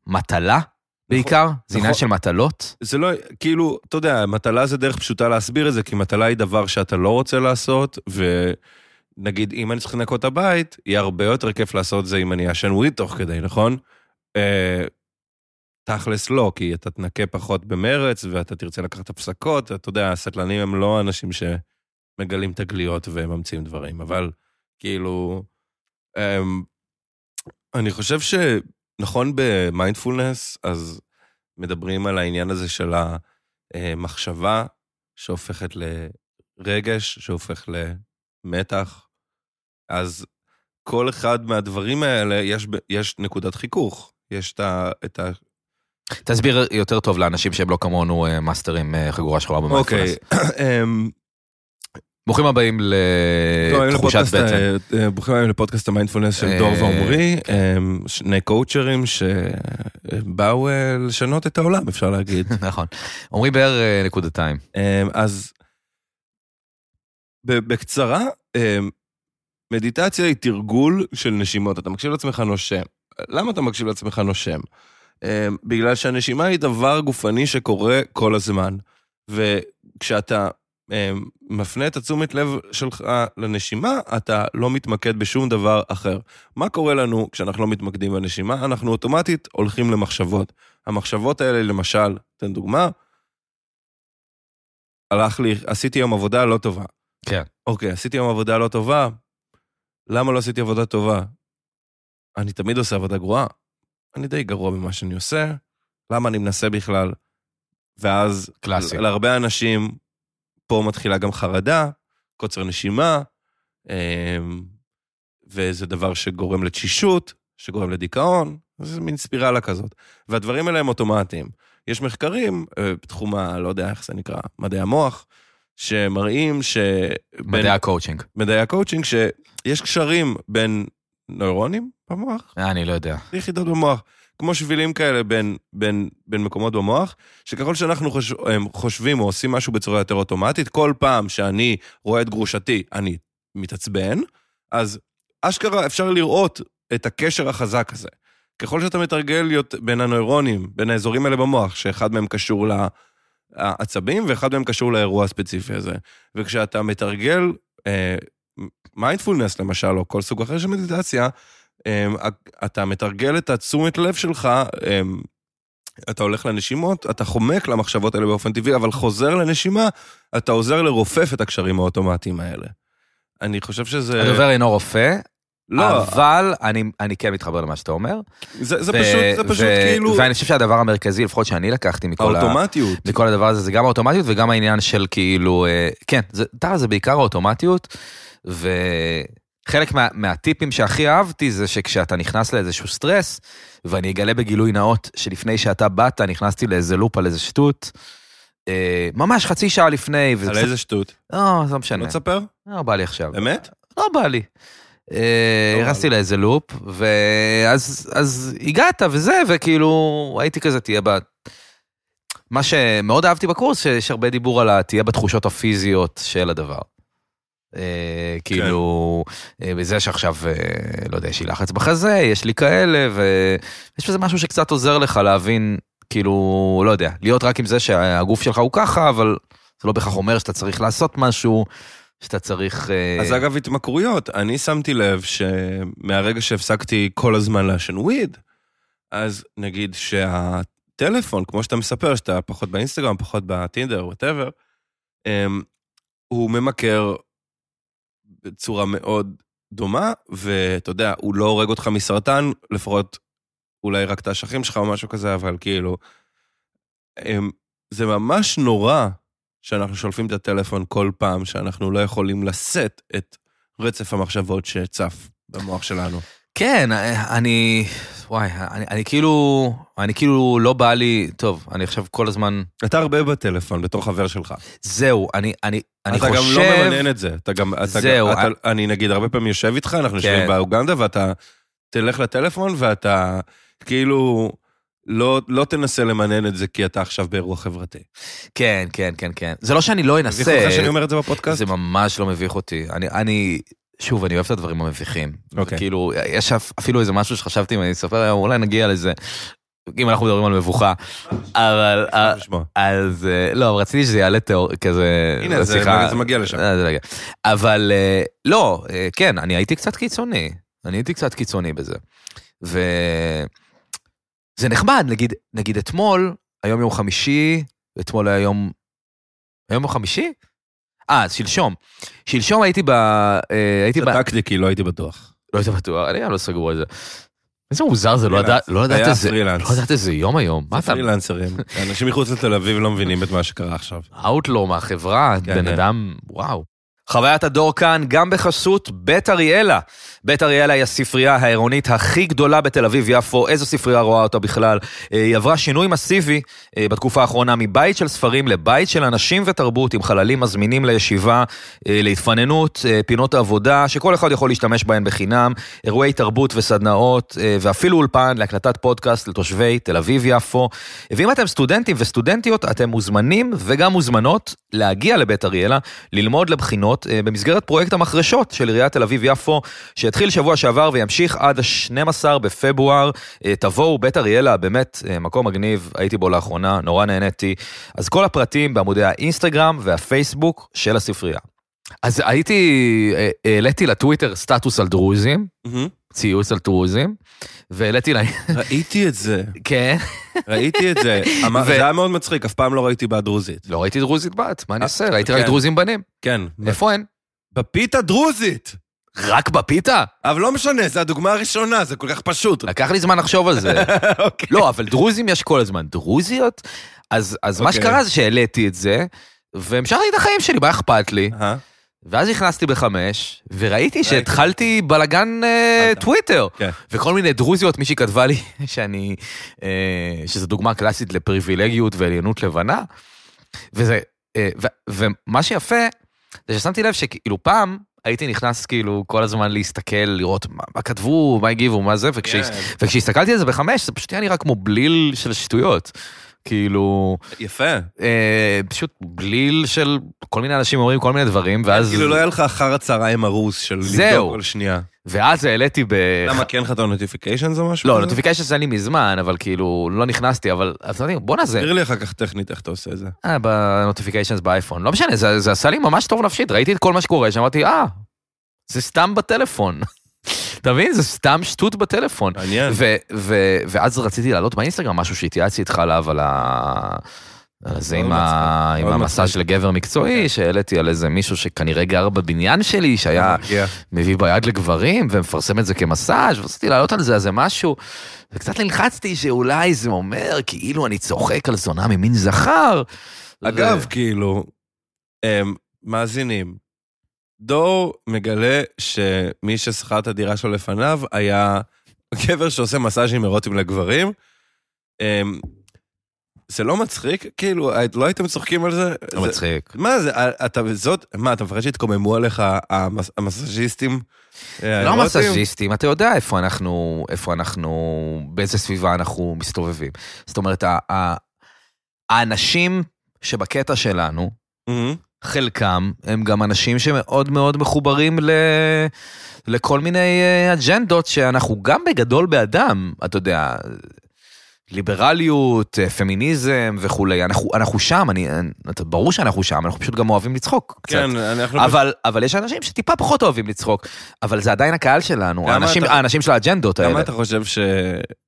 Speaker 2: מטלה, בעיקר? זה עניין
Speaker 3: נכון.
Speaker 2: של מטלות?
Speaker 3: זה לא, כאילו, אתה יודע, מטלה זה דרך פשוטה להסביר את זה, כי מטלה היא דבר שאתה לא רוצה לעשות, ונגיד, אם אני צריך לנקות את הבית, יהיה הרבה יותר כיף לעשות זה אם אני אעשן וויד תוך כדי, נכון? אה, תכלס לא, כי אתה תנקה פחות במרץ, ואתה תרצה לקחת הפסקות, אתה יודע, הסטלנים הם לא אנשים שמגלים תגליות וממציאים דברים, אבל כאילו, אמ, אני חושב שנכון במיינדפולנס, אז מדברים על העניין הזה של המחשבה שהופכת לרגש, שהופך למתח, אז כל אחד מהדברים האלה, יש, ב- יש נקודת חיכוך. יש את ה... את ה
Speaker 2: תסביר יותר טוב לאנשים שהם לא כמונו אה, מאסטרים אה, חגורה שחורה במיינדפולנס.
Speaker 3: אמ,
Speaker 2: ברוכים הבאים
Speaker 3: אוקיי. לא, היום
Speaker 2: לתחושת
Speaker 3: לפודקאסט,
Speaker 2: בטן.
Speaker 3: אה, אה, ברוכים היום לפודקאסט המיינדפולנס של
Speaker 2: אה,
Speaker 3: דור ועמרי, אה, שני קואוצ'רים שבאו אה, לשנות את העולם, אפשר להגיד.
Speaker 2: נכון. עמרי באר אה, נקודתיים.
Speaker 3: אה, אז ב- בקצרה, אה, מדיטציה היא תרגול של נשימות. אתה מקשיב לעצמך נושם. למה אתה מקשיב לעצמך נושם? אה, בגלל שהנשימה היא דבר גופני שקורה כל הזמן. וכשאתה אה, מפנה את התשומת לב שלך לנשימה, אתה לא מתמקד בשום דבר אחר. מה קורה לנו כשאנחנו לא מתמקדים בנשימה? אנחנו אוטומטית הולכים למחשבות. המחשבות האלה, למשל, אתן דוגמה, הלך לי, עשיתי יום עבודה לא טובה.
Speaker 2: כן.
Speaker 3: אוקיי, עשיתי יום עבודה לא טובה, למה לא עשיתי עבודה טובה? אני תמיד עושה עבודה גרועה. אני די גרוע במה שאני עושה, למה אני מנסה בכלל? ואז
Speaker 2: קלאסי.
Speaker 3: להרבה אנשים פה מתחילה גם חרדה, קוצר נשימה, אמ, וזה דבר שגורם לתשישות, שגורם לדיכאון, זה מין ספירלה כזאת. והדברים האלה הם אוטומטיים. יש מחקרים אה, בתחום ה... לא יודע איך זה נקרא, מדעי המוח, שמראים ש... בין-
Speaker 2: מדעי הקואוצ'ינג.
Speaker 3: מדעי הקואוצ'ינג, שיש קשרים בין נוירונים במוח,
Speaker 2: אה, אני לא יודע.
Speaker 3: זה יחידות במוח, כמו שבילים כאלה בין, בין, בין מקומות במוח, שככל שאנחנו חוש, הם חושבים או עושים משהו בצורה יותר אוטומטית, כל פעם שאני רואה את גרושתי, אני מתעצבן, אז אשכרה אפשר לראות את הקשר החזק הזה. ככל שאתה מתרגל יות- בין הנוירונים, בין האזורים האלה במוח, שאחד מהם קשור לעצבים ואחד מהם קשור לאירוע הספציפי הזה. וכשאתה מתרגל אה, מיינדפולנס למשל, או כל סוג אחר של מדיטציה, אמ, אתה מתרגל את התשומת לב שלך, אמ, אתה הולך לנשימות, אתה חומק למחשבות האלה באופן טבעי, אבל חוזר לנשימה, אתה עוזר לרופף את הקשרים האוטומטיים האלה. אני חושב שזה...
Speaker 2: הדובר אינו רופא,
Speaker 3: אה, לא,
Speaker 2: אבל אני- אני כן מתחבר למה שאתה אומר.
Speaker 3: זה, זה
Speaker 2: ו-
Speaker 3: פשוט, זה פשוט
Speaker 2: ו-
Speaker 3: כאילו
Speaker 2: ואני חושב שהדבר המרכזי, לפחות שאני לקחתי מכל ה...
Speaker 3: האוטומטיות.
Speaker 2: מכל הדבר הזה, זה גם האוטומטיות וגם העניין של כאילו, אה, כן, זה, טרה זה בעיקר האוטומטיות, וחלק מה, מהטיפים שהכי אהבתי זה שכשאתה נכנס לאיזשהו סטרס, ואני אגלה בגילוי נאות שלפני שאתה באת, נכנסתי לאיזה לופ על איזה שטות, אה, ממש חצי שעה לפני, וזה
Speaker 3: על איזה שטות?
Speaker 2: לא, זה לא משנה,
Speaker 3: לא תספר?
Speaker 2: לא בא לי עכשיו.
Speaker 3: באמת?
Speaker 2: לא בא לי. אה,
Speaker 3: לא בא
Speaker 2: הרסתי לאיזה לופ, ואז אז הגעת וזה, וכאילו הייתי כזה, תהיה ב... מה שמאוד אהבתי בקורס, שיש הרבה דיבור על ה... תהיה בתחושות הפיזיות של הדבר. אה, כאילו,
Speaker 3: כן.
Speaker 2: אה, בזה שעכשיו, אה, לא יודע, יש לי לחץ בחזה, יש לי כאלה, ויש בזה משהו שקצת עוזר לך להבין, כאילו, לא יודע, להיות רק עם זה שהגוף שלך הוא ככה, אבל זה לא בהכרח אומר שאתה צריך לעשות משהו. שאתה צריך... אה,
Speaker 3: אז אגב, התמכרויות, אני שמתי לב שמהרגע שהפסקתי כל הזמן לעשן וויד, אז נגיד שהטלפון, כמו שאתה מספר, שאתה פחות באינסטגרם, פחות בטינדר, וואטאבר, הוא ממכר בצורה מאוד דומה, ואתה יודע, הוא לא הורג אותך מסרטן, לפחות אולי רק את האשכים שלך או משהו כזה, אבל כאילו... אמ, זה ממש נורא שאנחנו שולפים את הטלפון כל פעם שאנחנו לא יכולים לשאת את רצף המחשבות שצף במוח שלנו.
Speaker 2: כן, אה, אני... וואי, אני, אני כאילו... אני כאילו לא בא לי... טוב, אני עכשיו כל הזמן...
Speaker 3: אתה הרבה בטלפון בתור חבר שלך.
Speaker 2: זהו, אני, אני, אני
Speaker 3: אתה
Speaker 2: חושב...
Speaker 3: גם לא ממנן את זה. אתה גם... אתה
Speaker 2: זהו, כן.
Speaker 3: גם, אתה, אני נגיד הרבה פעמים יושב איתך, אנחנו יושבים באוגנדה, ואתה תלך לטלפון ואתה כאילו... לא, לא תנסה למנן את זה כי אתה עכשיו באירוע חברתי.
Speaker 2: כן, כן, כן, כן. זה לא שאני לא
Speaker 3: זה
Speaker 2: אנסה.
Speaker 3: חושב שאני אומר את זה בפודקאסט?
Speaker 2: זה ממש לא מביך אותי. אני, אני, שוב, אני אוהב את הדברים המביכים.
Speaker 3: אוקיי.
Speaker 2: כאילו, יש אפ- אפילו איזה משהו שחשבתי, אם אני אספר היום, אולי נגיע לזה, אם אנחנו מדברים על מבוכה. אבל, אה,
Speaker 3: לשמוע.
Speaker 2: אז, אה, לא, אבל רציתי שזה יעלה תיאור, כזה,
Speaker 3: הנה, זה,
Speaker 2: לשיחה.
Speaker 3: זה מגיע לשם.
Speaker 2: אה, זה לא יגיע. אבל, אה, לא, אה, כן, אני הייתי קצת קיצוני. אני הייתי קצת קיצוני בזה. ו... זה נחמד, נגיד, נגיד אתמול, היום יום חמישי, אתמול היה יום... היום יום חמישי? אה, אז שלשום. שלשום הייתי ב... אה, הייתי ב...
Speaker 3: שתקתי כי לא הייתי בטוח.
Speaker 2: לא הייתי בטוח, אני גם לא סגור על זה. איזה מוזר זה, לא
Speaker 3: פרילנס.
Speaker 2: לדעת לא לדעת
Speaker 3: היה
Speaker 2: איזה...
Speaker 3: פרילנס.
Speaker 2: לא לדעת איזה יום היום. מה אתה...
Speaker 3: פרילנסרים. אנשים מחוץ לתל אביב לא מבינים את מה שקרה עכשיו.
Speaker 2: האוטלו מהחברה,
Speaker 3: כן,
Speaker 2: בן
Speaker 3: כן.
Speaker 2: אדם, וואו. חוויית הדור כאן גם בחסות בית אריאלה. בית אריאלה היא הספרייה העירונית הכי גדולה בתל אביב-יפו, איזו ספרייה רואה אותה בכלל? אה, היא עברה שינוי מסיבי אה, בתקופה האחרונה מבית של ספרים לבית של אנשים ותרבות, עם חללים מזמינים לישיבה, אה, להתפננות, אה, פינות עבודה, שכל אחד יכול להשתמש בהן בחינם, אירועי תרבות וסדנאות, אה, ואפילו אולפן להקלטת פודקאסט לתושבי תל אביב-יפו. ואם אתם סטודנטים וסטודנטיות, אתם מוזמנים וגם מוזמנות להגיע לבית אריאלה, ללמוד לבחינות אה, במסגרת פרויקט המחרשות של עיריית תל אביב-יפו, שהתחיל שבוע שעבר וימשיך עד ה-12 בפברואר. אה, תבואו, בית אריאלה, באמת אה, מקום מגניב, הייתי בו לאחרונה, נורא נהניתי. אז כל הפרטים בעמודי האינסטגרם והפייסבוק של הספרייה. אז הייתי, אה, העליתי לטוויטר סטטוס על דרוזים, ציוץ על דרוזים, והעליתי להם,
Speaker 3: ראיתי את זה,
Speaker 2: כן,
Speaker 3: ראיתי את זה. אמר-
Speaker 2: ו-
Speaker 3: זה היה מאוד מצחיק, אף פעם לא ראיתי בה דרוזית.
Speaker 2: לא ראיתי דרוזית בת, מה אני
Speaker 3: אה,
Speaker 2: אעשה? ראיתי רק
Speaker 3: כן.
Speaker 2: דרוזים בנים.
Speaker 3: כן.
Speaker 2: איפה הן?
Speaker 3: בפיתה דרוזית!
Speaker 2: רק בפיתה?
Speaker 3: אבל לא משנה, זו הדוגמה הראשונה, זה כל כך פשוט.
Speaker 2: לקח לי זמן לחשוב על זה.
Speaker 3: אוקיי.
Speaker 2: לא, אבל דרוזים יש כל הזמן. דרוזיות? אז, אז מה
Speaker 3: אוקיי.
Speaker 2: שקרה זה שהעליתי את זה, והמשכתי את החיים שלי, מה אכפת לי?
Speaker 3: אהה.
Speaker 2: ואז נכנסתי בחמש, וראיתי שהתחלתי בלאגן אה,
Speaker 3: הבנת.
Speaker 2: טוויטר.
Speaker 3: כן.
Speaker 2: וכל מיני דרוזיות, מישהי כתבה לי שאני, אה, שזו דוגמה קלאסית לפריבילגיות ועליונות לבנה. וזה, אה, ו- ומה שיפה, זה ששמתי לב שכאילו פעם הייתי נכנס כאילו כל הזמן להסתכל, לראות מה, מה כתבו, מה הגיבו, מה זה, וכש,
Speaker 3: כן.
Speaker 2: וכשהסתכלתי על זה בחמש, זה פשוט היה נראה כמו בליל של שטויות. כאילו,
Speaker 3: יפה.
Speaker 2: אה, פשוט בליל של כל מיני אנשים אומרים כל מיני דברים, ואז...
Speaker 3: כאילו לא היה לך אחר הצהריים הרוס של
Speaker 2: זהו.
Speaker 3: לבדוק כל שנייה.
Speaker 2: ואז העליתי ב...
Speaker 3: למה, כי אין לך את הנוטיפיקיישן או משהו?
Speaker 2: לא,
Speaker 3: כזה?
Speaker 2: נוטיפיקיישן זה אני מזמן, אבל כאילו, לא נכנסתי, אבל... אז אני אומר, בואנה זה...
Speaker 3: תסביר לי אחר כך טכנית איך אתה עושה את זה.
Speaker 2: אה, בנוטיפיקיישנס באייפון. לא משנה, זה, זה עשה לי ממש טוב נפשית, ראיתי את כל מה שקורה, שאמרתי, אה, זה סתם בטלפון. אתה מבין? זה סתם שטות בטלפון.
Speaker 3: מעניין.
Speaker 2: ו- ו- ואז רציתי להעלות באינסטגרם משהו שהתייעצתי איתך עליו, על ה... על זה
Speaker 3: מאוד
Speaker 2: עם, ה...
Speaker 3: מצחיק,
Speaker 2: עם
Speaker 3: מאוד
Speaker 2: המסע
Speaker 3: מצחיק.
Speaker 2: של
Speaker 3: כן.
Speaker 2: גבר מקצועי, שהעליתי על איזה מישהו שכנראה גר בבניין שלי, שהיה
Speaker 3: מרגיע.
Speaker 2: מביא ביד לגברים ומפרסם את זה כמסאז' ורציתי לעלות על זה איזה משהו. וקצת נלחצתי שאולי זה אומר כאילו אני צוחק על זונה ממין זכר.
Speaker 3: אגב, כאילו, הם, מאזינים, דור מגלה שמי ששכר את הדירה שלו לפניו היה גבר שעושה מסאז'ים אירוטיים לגברים. הם, זה לא מצחיק? כאילו, לא הייתם צוחקים על זה?
Speaker 2: זה לא מצחיק.
Speaker 3: מה זה, אה, אתה זאת, מה, אתה מפחד שיתקוממו עליך המס- המסאז'יסטים? אה,
Speaker 2: לא
Speaker 3: האירוטיים?
Speaker 2: מסאז'יסטים, אתה יודע איפה אנחנו, איפה אנחנו, באיזה סביבה אנחנו מסתובבים. זאת אומרת, ה- ה- האנשים שבקטע שלנו,
Speaker 3: מהמם.
Speaker 2: חלקם הם גם אנשים שמאוד מאוד מחוברים ל... לכל מיני אה, אג'נדות שאנחנו גם בגדול באדם, אתה יודע, ליברליות, אה, פמיניזם וכולי. אנחנו, אנחנו שם, אני, אני- אתה- ברור שאנחנו שם, אנחנו פשוט גם אוהבים לצחוק קצת.
Speaker 3: כן, אנחנו...
Speaker 2: אבל, אבל יש אנשים שטיפה פחות אוהבים לצחוק, אבל זה עדיין הקהל שלנו,
Speaker 3: כמה
Speaker 2: האנשים,
Speaker 3: אתה-
Speaker 2: האנשים של האג'נדות
Speaker 3: למה
Speaker 2: האלה.
Speaker 3: אתה חושב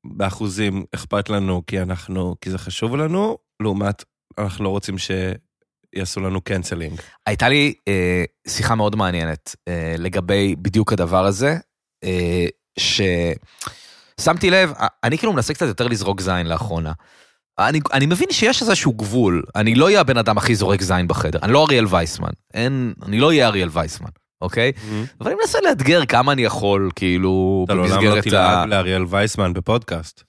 Speaker 3: שבאחוזים אכפת לנו כי אנחנו, כי זה חשוב לנו, לעומת אנחנו לא רוצים שיעשו לנו קנצלינג?
Speaker 2: הייתה לי אה, שיחה מאוד מעניינת אה, לגבי בדיוק הדבר הזה, אה, ששמתי לב, אה, אני כאילו מנסה קצת יותר לזרוק זין לאחרונה. אני, אני מבין שיש איזשהו גבול, אני לא אהיה הבן אדם הכי זורק זין בחדר, אני לא אריאל וייסמן, אין, אני לא אהיה אריאל וייסמן, אוקיי? אבל אני מנסה לאתגר כמה אני יכול, כאילו,
Speaker 3: אתה לעולם לא תלעג לאריאל וייסמן בפודקאסט.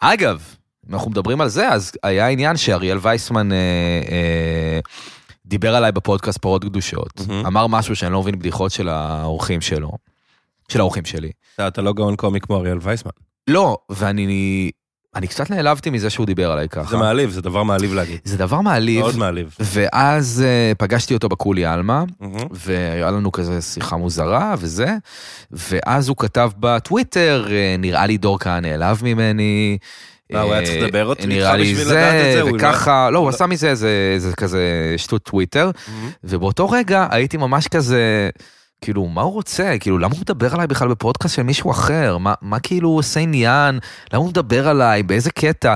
Speaker 2: אגב, אם אנחנו מדברים על זה, אז היה עניין שאריאל וייסמן אה, אה, דיבר עליי בפודקאסט פרות קדושות,
Speaker 3: מהמם.
Speaker 2: אמר משהו שאני לא מבין בדיחות של האורחים שלו, של האורחים שלי.
Speaker 3: אתה אתה לא גאון קומי כמו אריאל וייסמן.
Speaker 2: לא, ואני אני קצת נעלבתי מזה שהוא דיבר עליי
Speaker 3: זה
Speaker 2: ככה.
Speaker 3: מעליב, זה דבר מעליב להגיד.
Speaker 2: זה דבר נכון. מעליב,
Speaker 3: מאוד מעליב.
Speaker 2: ואז אה, פגשתי אותו בקולי עלמה,
Speaker 3: מהמם.
Speaker 2: והיה לנו כזה שיחה מוזרה וזה, ואז הוא כתב בטוויטר, אה, נראה לי דור כהן נעלב ממני.
Speaker 3: מה, הוא היה צריך
Speaker 2: אה,
Speaker 3: לדבר אותי
Speaker 2: נראה
Speaker 3: איתך
Speaker 2: לי
Speaker 3: בשביל לדעת את זה? הוא לא-
Speaker 2: וככה, לא, הוא
Speaker 3: לא.
Speaker 2: עשה מזה איזה איזה כזה שטות טוויטר, ובאותו רגע הייתי ממש כזה, כאילו, מה הוא רוצה? כאילו, למה הוא מדבר עליי בכלל בפודקאסט של מישהו אחר? מה, מה כאילו הוא עושה עניין? למה הוא מדבר עליי? באיזה קטע?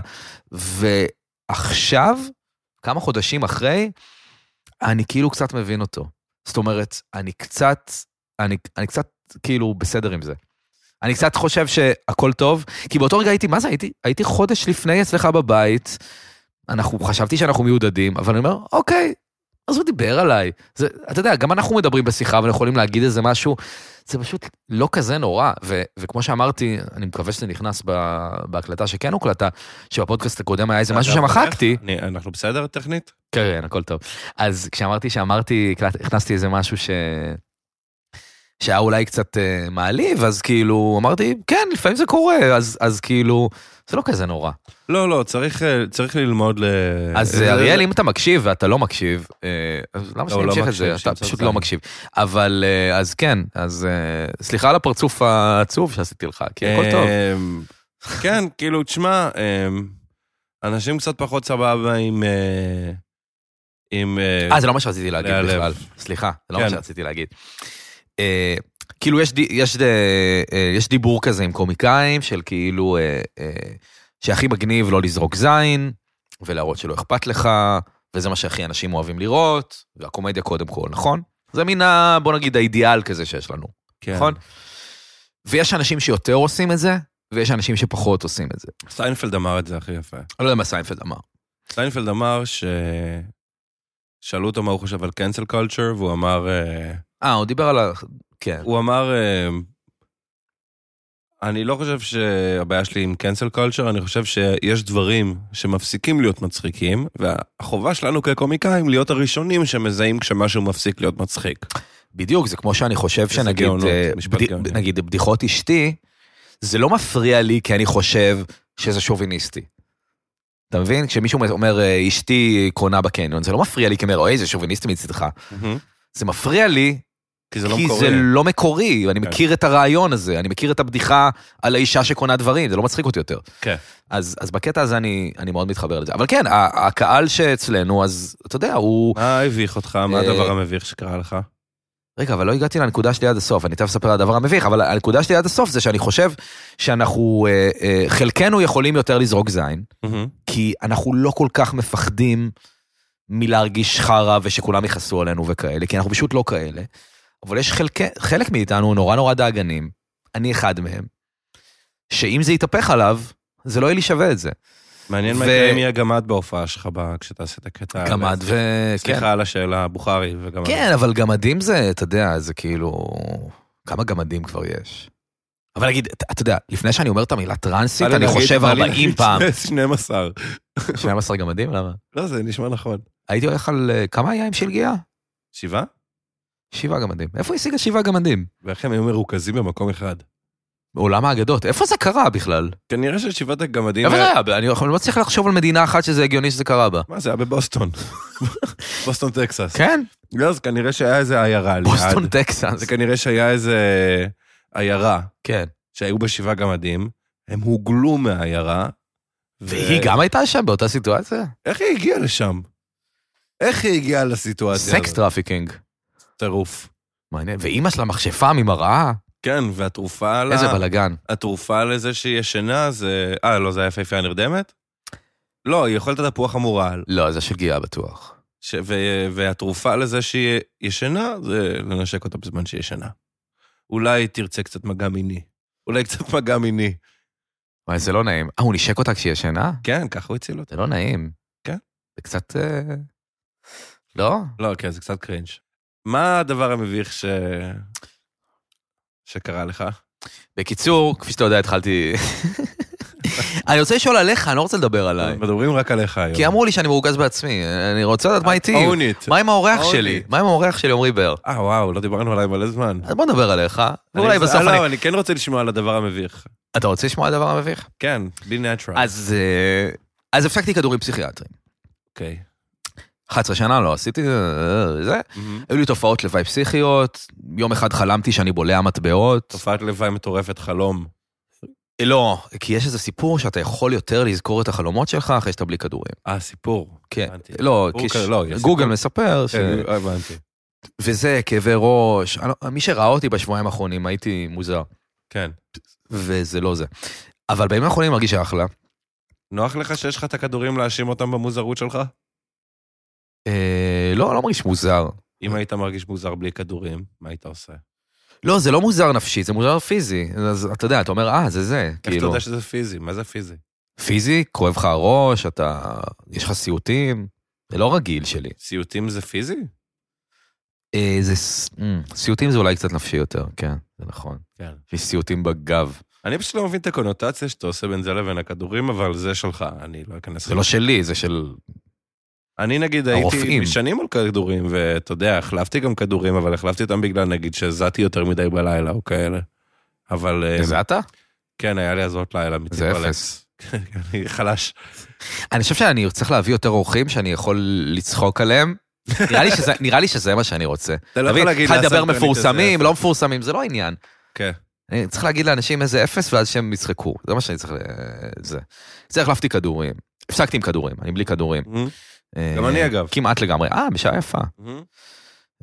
Speaker 2: ועכשיו, כמה חודשים אחרי, אני כאילו קצת מבין אותו. זאת אומרת, אני קצת, אני, אני קצת כאילו בסדר עם זה. אני קצת חושב שהכל טוב, כי באותו רגע הייתי, מה זה, הייתי, הייתי חודש לפני אצלך בבית, אנחנו, חשבתי שאנחנו מיודדים, אבל אני אומר, אוקיי, אז הוא דיבר עליי. זה, אתה יודע, גם אנחנו מדברים בשיחה, אבל יכולים להגיד איזה משהו, זה פשוט לא כזה נורא. ו, וכמו שאמרתי, אני מקווה שזה נכנס ב, בהקלטה שכן הוקלטה, שבפודקאסט הקודם היה איזה משהו
Speaker 3: אתה
Speaker 2: שמחקתי.
Speaker 3: אני- אנחנו בסדר טכנית?
Speaker 2: כן, הכל טוב. אז כשאמרתי שאמרתי, הקלט- הכנסתי איזה משהו ש... שהיה אולי קצת אה, מעליב, אז כאילו, אמרתי, כן, לפעמים זה קורה, אז, אז כאילו, זה לא כזה נורא.
Speaker 3: לא, לא, צריך, אה, צריך ללמוד ל...
Speaker 2: אז
Speaker 3: זה-
Speaker 2: אה, אריאל, אם אתה מקשיב ואתה לא מקשיב, אה, אז למה
Speaker 3: לא,
Speaker 2: שאני
Speaker 3: הוא לא
Speaker 2: אמשיך את
Speaker 3: מקשיב,
Speaker 2: זה? אתה
Speaker 3: שימצא
Speaker 2: פשוט
Speaker 3: זין.
Speaker 2: לא מקשיב. אבל אה, אז כן, אז אה, סליחה על הפרצוף העצוב שעשיתי לך, כי הכל טוב.
Speaker 3: אמ, כן, כאילו, תשמע, אמ, אנשים קצת פחות סבבה עם... אה, עם...
Speaker 2: אה, זה לא מה שרציתי להגיד
Speaker 3: להיעלב.
Speaker 2: בכלל. סליחה, זה לא
Speaker 3: כן.
Speaker 2: מה שרציתי להגיד. אה, כאילו, יש די- יש אה, אה, יש דיבור כזה עם קומיקאים של כאילו, אה, אה, שהכי מגניב לא לזרוק זין, ולהראות שלא אכפת לך, וזה מה שהכי אנשים אוהבים לראות, והקומדיה קודם כל, נכון? זה מן ה... בוא נגיד האידיאל כזה שיש לנו.
Speaker 3: כן.
Speaker 2: נכון? ויש אנשים שיותר עושים את זה, ויש אנשים שפחות עושים את זה.
Speaker 3: סיינפלד אמר את זה הכי יפה.
Speaker 2: אני לא יודע מה סיינפלד אמר.
Speaker 3: סיינפלד אמר ש... שאלו אותו מה הוא חושב על cancel culture, והוא אמר... אה,
Speaker 2: אה, הוא דיבר על ה... כן.
Speaker 3: הוא אמר... אה, אני לא חושב שהבעיה שלי עם cancel culture, אני חושב שיש דברים שמפסיקים להיות מצחיקים, והחובה שלנו כקומיקאים להיות הראשונים שמזהים כשמשהו מפסיק להיות מצחיק.
Speaker 2: בדיוק, זה כמו שאני חושב
Speaker 3: איזה
Speaker 2: שנגיד,
Speaker 3: גאונות,
Speaker 2: אה,
Speaker 3: משפט
Speaker 2: בדי-
Speaker 3: גאוני.
Speaker 2: נגיד בדיחות אשתי, זה לא מפריע לי כי אני חושב שזה שוביניסטי. אתה מבין? כשמישהו אומר, אה, אשתי קונה בקניון, זה לא מפריע לי כי אומר, אוי, זה שוביניסטי מצדך. זה מפריע לי
Speaker 3: כי זה לא
Speaker 2: כי
Speaker 3: מקורי.
Speaker 2: זה לא מקורי, אני
Speaker 3: כן.
Speaker 2: מכיר את הרעיון הזה, אני מכיר את הבדיחה על האישה שקונה דברים, זה לא מצחיק אותי יותר.
Speaker 3: כן.
Speaker 2: אז, אז בקטע הזה אני, אני מאוד מתחבר לזה. אבל כן, ה- הקהל שאצלנו, אז אתה יודע, הוא...
Speaker 3: מה הביך אותך? מה
Speaker 2: אה,
Speaker 3: הדבר המביך שקרה לך?
Speaker 2: רגע, אבל לא הגעתי לנקודה שלי עד הסוף, אני תכף אספר על הדבר המביך, אבל הנקודה שלי עד הסוף זה שאני חושב שאנחנו, אה, אה, חלקנו יכולים יותר לזרוק זין, כי אנחנו לא כל כך מפחדים מלהרגיש חרא ושכולם יכעסו עלינו וכאלה, כי אנחנו פשוט לא כאלה. אבל יש חלק, חלק מאיתנו נורא נורא דאגנים, אני אחד מהם, שאם זה יתהפך עליו, זה לא יהיה לי שווה את זה.
Speaker 3: מעניין מה
Speaker 2: ו-
Speaker 3: יקרה אם יהיה גמד בהופעה שלך ב- כשתעשה את הקטע.
Speaker 2: גמד ו...
Speaker 3: הזה.
Speaker 2: כן.
Speaker 3: סליחה על השאלה, בוכרי וגמד.
Speaker 2: כן, אבל גמדים זה, אתה יודע, זה כאילו... כמה גמדים כבר יש? אבל נגיד, אתה- אתה יודע, לפני שאני אומר את המילה טרנסית,
Speaker 3: בא לי
Speaker 2: אני
Speaker 3: להגיד-
Speaker 2: חושב
Speaker 3: בא לי
Speaker 2: 40
Speaker 3: להגיד
Speaker 2: פעם.
Speaker 3: 12.
Speaker 2: 12 גמדים? למה?
Speaker 3: לא, זה נשמע נכון.
Speaker 2: הייתי הולך על... אה, כמה היה עם שלגיה?
Speaker 3: שבעה?
Speaker 2: שבעה גמדים. איפה השיגה שבעה גמדים?
Speaker 3: ואיך הם היו מרוכזים במקום אחד.
Speaker 2: בעולם האגדות. איפה זה קרה בכלל?
Speaker 3: כנראה ששבעת הגמדים...
Speaker 2: איפה זה
Speaker 3: היה-
Speaker 2: היה? אני לא מצליח לחשוב על מדינה אחת שזה הגיוני שזה קרה בה.
Speaker 3: מה, זה היה בבוסטון. בוסטון, טקסס.
Speaker 2: כן?
Speaker 3: לא, אז כנראה שהיה איזה עיירה ליד.
Speaker 2: בוסטון, טקסס.
Speaker 3: זה כנראה שהיה איזה עיירה
Speaker 2: כן.
Speaker 3: שהיו בה שבעה גמדים, הם הוגלו מהעיירה,
Speaker 2: והיא גם הייתה שם באותה סיטואציה?
Speaker 3: איך היא הגיעה לשם? איך היא הגיעה לסיטואציה
Speaker 2: סקס טראפיקינג.
Speaker 3: טירוף.
Speaker 2: מעניין. ואימא שלה מכשפה ממראה?
Speaker 3: כן, והתרופה לה...
Speaker 2: איזה בלאגן.
Speaker 3: התרופה לזה שהיא ישנה זה... אה, לא, זה היה יפהפייה נרדמת? לא, היא אוכלת את תפוח המורל.
Speaker 2: לא, זה שגיאה בטוח.
Speaker 3: ש... ו... והתרופה לזה שהיא ישנה זה לנשק אותה בזמן שהיא ישנה. אולי תרצה קצת מגע מיני. אולי קצת מגע מיני.
Speaker 2: וואי, זה לא נעים. אה, הוא נשק אותה כשהיא ישנה?
Speaker 3: כן, ככה הוא הציל אותה.
Speaker 2: זה לא נעים.
Speaker 3: כן.
Speaker 2: זה קצת... אה, לא?
Speaker 3: לא, כן, זה קצת קרינג'. מה הדבר המביך ש... שקרה לך?
Speaker 2: בקיצור, כפי שאתה יודע, התחלתי... אני רוצה לשאול עליך, אני לא רוצה לדבר עליי.
Speaker 3: מדברים רק עליך היום.
Speaker 2: כי אמרו לי שאני מרוכז בעצמי, אני רוצה לדעת מה איתי.
Speaker 3: Own it.
Speaker 2: מה עם האורח
Speaker 3: Own
Speaker 2: שלי?
Speaker 3: it.
Speaker 2: מה עם האורח שלי, עמרי בר?
Speaker 3: אה, וואו, לא דיברנו עליי מלא זמן.
Speaker 2: אז בוא נדבר עליך, ואולי
Speaker 3: אני-
Speaker 2: בסוף
Speaker 3: אה,
Speaker 2: אני...
Speaker 3: לא, אני כן רוצה לשמוע על הדבר המביך.
Speaker 2: אתה רוצה לשמוע על הדבר המביך?
Speaker 3: כן, be natural.
Speaker 2: אז אה, אז הפסקתי כדורים פסיכיאטרים.
Speaker 3: אוקיי.
Speaker 2: 11 שנה לא עשיתי אה, זה.
Speaker 3: מהמם.
Speaker 2: היו לי תופעות לוואי פסיכיות, יום אחד חלמתי שאני בולע מטבעות.
Speaker 3: תופעת לוואי מטורפת, חלום.
Speaker 2: לא, כי יש איזה סיפור שאתה יכול יותר לזכור את החלומות שלך אחרי שאתה בלי כדורים.
Speaker 3: אה, סיפור.
Speaker 2: כן.
Speaker 3: הבנתי.
Speaker 2: לא,
Speaker 3: הוא
Speaker 2: כי
Speaker 3: כזה- לא, יש
Speaker 2: גוגל
Speaker 3: סיפור.
Speaker 2: מספר ש...
Speaker 3: כן, הבנתי.
Speaker 2: וזה, כאבי ראש. אני לא- מי שראה אותי בשבועיים האחרונים, הייתי מוזר.
Speaker 3: כן.
Speaker 2: וזה לא זה. אבל בימים האחרונים אני מרגיש אחלה.
Speaker 3: נוח לך שיש לך את הכדורים להאשים אותם במוזרות שלך?
Speaker 2: אה, לא, לא מרגיש מוזר.
Speaker 3: אם היית מרגיש מוזר בלי כדורים, מה היית עושה?
Speaker 2: לא, זה לא מוזר נפשית, זה מוזר פיזי. אז אתה יודע, אתה אומר, אה, זה זה.
Speaker 3: איך אתה
Speaker 2: כאילו,
Speaker 3: יודע שזה פיזי? מה זה פיזי?
Speaker 2: פיזי, כואב לך הראש, אתה... יש לך סיוטים. זה לא רגיל שלי.
Speaker 3: סיוטים זה פיזי?
Speaker 2: אה, זה... ס- אמ, סיוטים זה אולי קצת נפשי יותר, כן, זה נכון.
Speaker 3: כן.
Speaker 2: יש סיוטים בגב.
Speaker 3: אני פשוט לא מבין את הקונוטציה שאתה עושה בין זה לבין הכדורים, אבל זה שלך, אני לא אכנס
Speaker 2: זה לא שלי, זה של...
Speaker 3: אני נגיד
Speaker 2: הרופאים.
Speaker 3: הייתי שנים על כדורים, ואתה יודע, החלפתי גם כדורים, אבל החלפתי אותם בגלל נגיד שהזעתי יותר מדי בלילה או כאלה. אבל אה,
Speaker 2: זה אתה?
Speaker 3: כן, היה לי הזעות לילה
Speaker 2: זה
Speaker 3: מטיפלקס.
Speaker 2: אפס.
Speaker 3: כן, אני חלש.
Speaker 2: אני חושב שאני צריך להביא יותר אורחים שאני יכול לצחוק עליהם. נראה לי שזה- נראה לי שזה מה שאני רוצה.
Speaker 3: אתה לא
Speaker 2: תבין,
Speaker 3: יכול להגיד
Speaker 2: התחלתי לדבר
Speaker 3: לעשות
Speaker 2: מפורסמים,
Speaker 3: כזה.
Speaker 2: לא מפורסמים, זה לא העניין.
Speaker 3: כן.
Speaker 2: אני צריך להגיד לאנשים איזה אפס ואז שהם יצחקו, זה מה שאני צריך... ל- זה. זה החלפתי כדורים. הפסקתי עם כדורים, אני בלי כדורים.
Speaker 3: גם
Speaker 2: אה,
Speaker 3: אני, אגב.
Speaker 2: כמעט לגמרי. אה, בשעה יפה.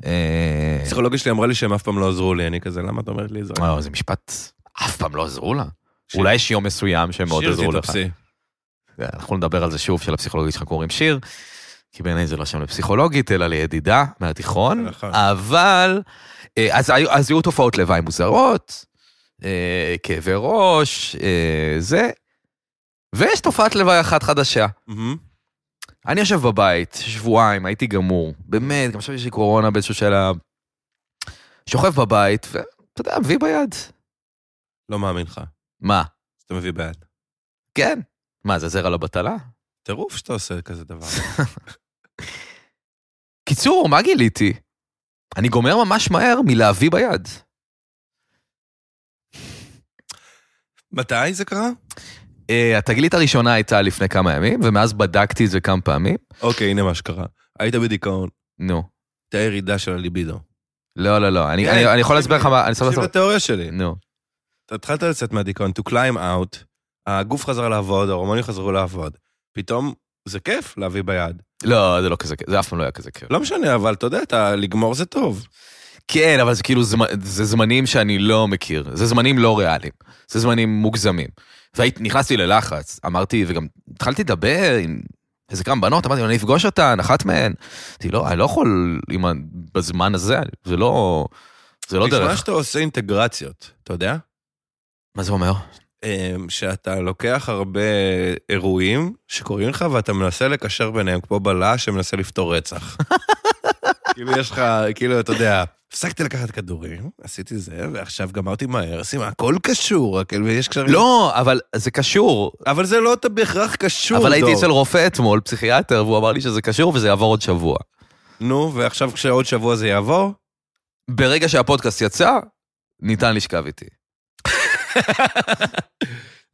Speaker 2: אה,
Speaker 3: הפסיכולוגיה שלי אמרה לי שהם אף פעם לא עזרו לי, אני כזה, למה אתה אומר לי את זה?
Speaker 2: וואו, זה משפט, אף פעם לא עזרו לה.
Speaker 3: שיר.
Speaker 2: אה, אולי יש יום מסוים שהם מאוד
Speaker 3: שיר
Speaker 2: עזרו לך.
Speaker 3: תתאפסי.
Speaker 2: אנחנו נדבר על זה שוב, של הפסיכולוגית שלך קוראים שיר, כי בעיניי זה לא שם לפסיכולוגית, אלא לידידה מהתיכון,
Speaker 3: נכון.
Speaker 2: אבל, אה, אז היו- אז היו תופעות לוואי מוזרות, אה, כאבי ראש, אה, זה, ויש תופעת לוואי אחת חדשה.
Speaker 3: מהמם.
Speaker 2: אני יושב בבית, שבועיים, הייתי גמור, באמת, גם עכשיו יש לי קורונה באיזשהו שלב. שוכב בבית, ואתה יודע, מביא ביד.
Speaker 3: לא מאמין לך.
Speaker 2: מה?
Speaker 3: אז אתה מביא בעד.
Speaker 2: כן. מה, זה זרע לבטלה?
Speaker 3: טירוף שאתה עושה כזה דבר.
Speaker 2: קיצור, מה גיליתי? אני גומר ממש מהר מלהביא ביד.
Speaker 3: מתי זה קרה?
Speaker 2: אה, התגלית הראשונה הייתה לפני כמה ימים, ומאז בדקתי את זה כמה פעמים.
Speaker 3: אוקיי, הנה מה שקרה. היית בדיכאון,
Speaker 2: נו.
Speaker 3: הייתה ירידה של הליבידו.
Speaker 2: לא, לא, לא, אני,
Speaker 3: כן,
Speaker 2: אני, אני יכול
Speaker 3: תקשיב
Speaker 2: להסביר לך
Speaker 3: לי.
Speaker 2: מה... אני סבבה,
Speaker 3: תקשיב
Speaker 2: סבבה.
Speaker 3: לתיאוריה שלי.
Speaker 2: נו.
Speaker 3: אתה התחלת לצאת מהדיכאון, to climb out, הגוף חזר לעבוד, ההורמונים חזרו לעבוד. פתאום זה כיף להביא ביד.
Speaker 2: לא, זה לא כזה כיף, זה אף פעם לא היה כזה כיף.
Speaker 3: לא משנה, אבל אתה יודע, אתה- לגמור זה טוב.
Speaker 2: כן, אבל זה כאילו, זמ... זה זמנים שאני לא מכיר. זה זמנים לא ריאליים. זה זמנים מוגזמים. ונכנסתי ללחץ, אמרתי, וגם התחלתי לדבר עם איזה כמה בנות, אמרתי, אני אפגוש אותן, אחת מהן. אמרתי, לא, אני לא יכול עם ה... בזמן הזה, זה לא... זה לא
Speaker 3: תשמע
Speaker 2: דרך.
Speaker 3: שאתה עושה אינטגרציות, אתה יודע?
Speaker 2: מה זה אומר?
Speaker 3: אמ, שאתה לוקח הרבה אירועים שקורים לך ואתה מנסה לקשר ביניהם, כמו בלש שמנסה לפתור רצח. כאילו יש לך, כאילו, אתה יודע, הפסקתי לקחת כדורים, עשיתי זה, ועכשיו גמרתי מהר, שים, הכל קשור, הכל- ויש קשרים.
Speaker 2: לא, אבל זה קשור.
Speaker 3: אבל זה לא אתה בהכרח קשור,
Speaker 2: אבל הייתי
Speaker 3: דור.
Speaker 2: אצל רופא אתמול, פסיכיאטר, והוא אמר לי שזה קשור וזה יעבור עוד שבוע.
Speaker 3: נו, ועכשיו כשעוד שבוע זה יעבור?
Speaker 2: ברגע שהפודקאסט יצא, ניתן לשכב איתי.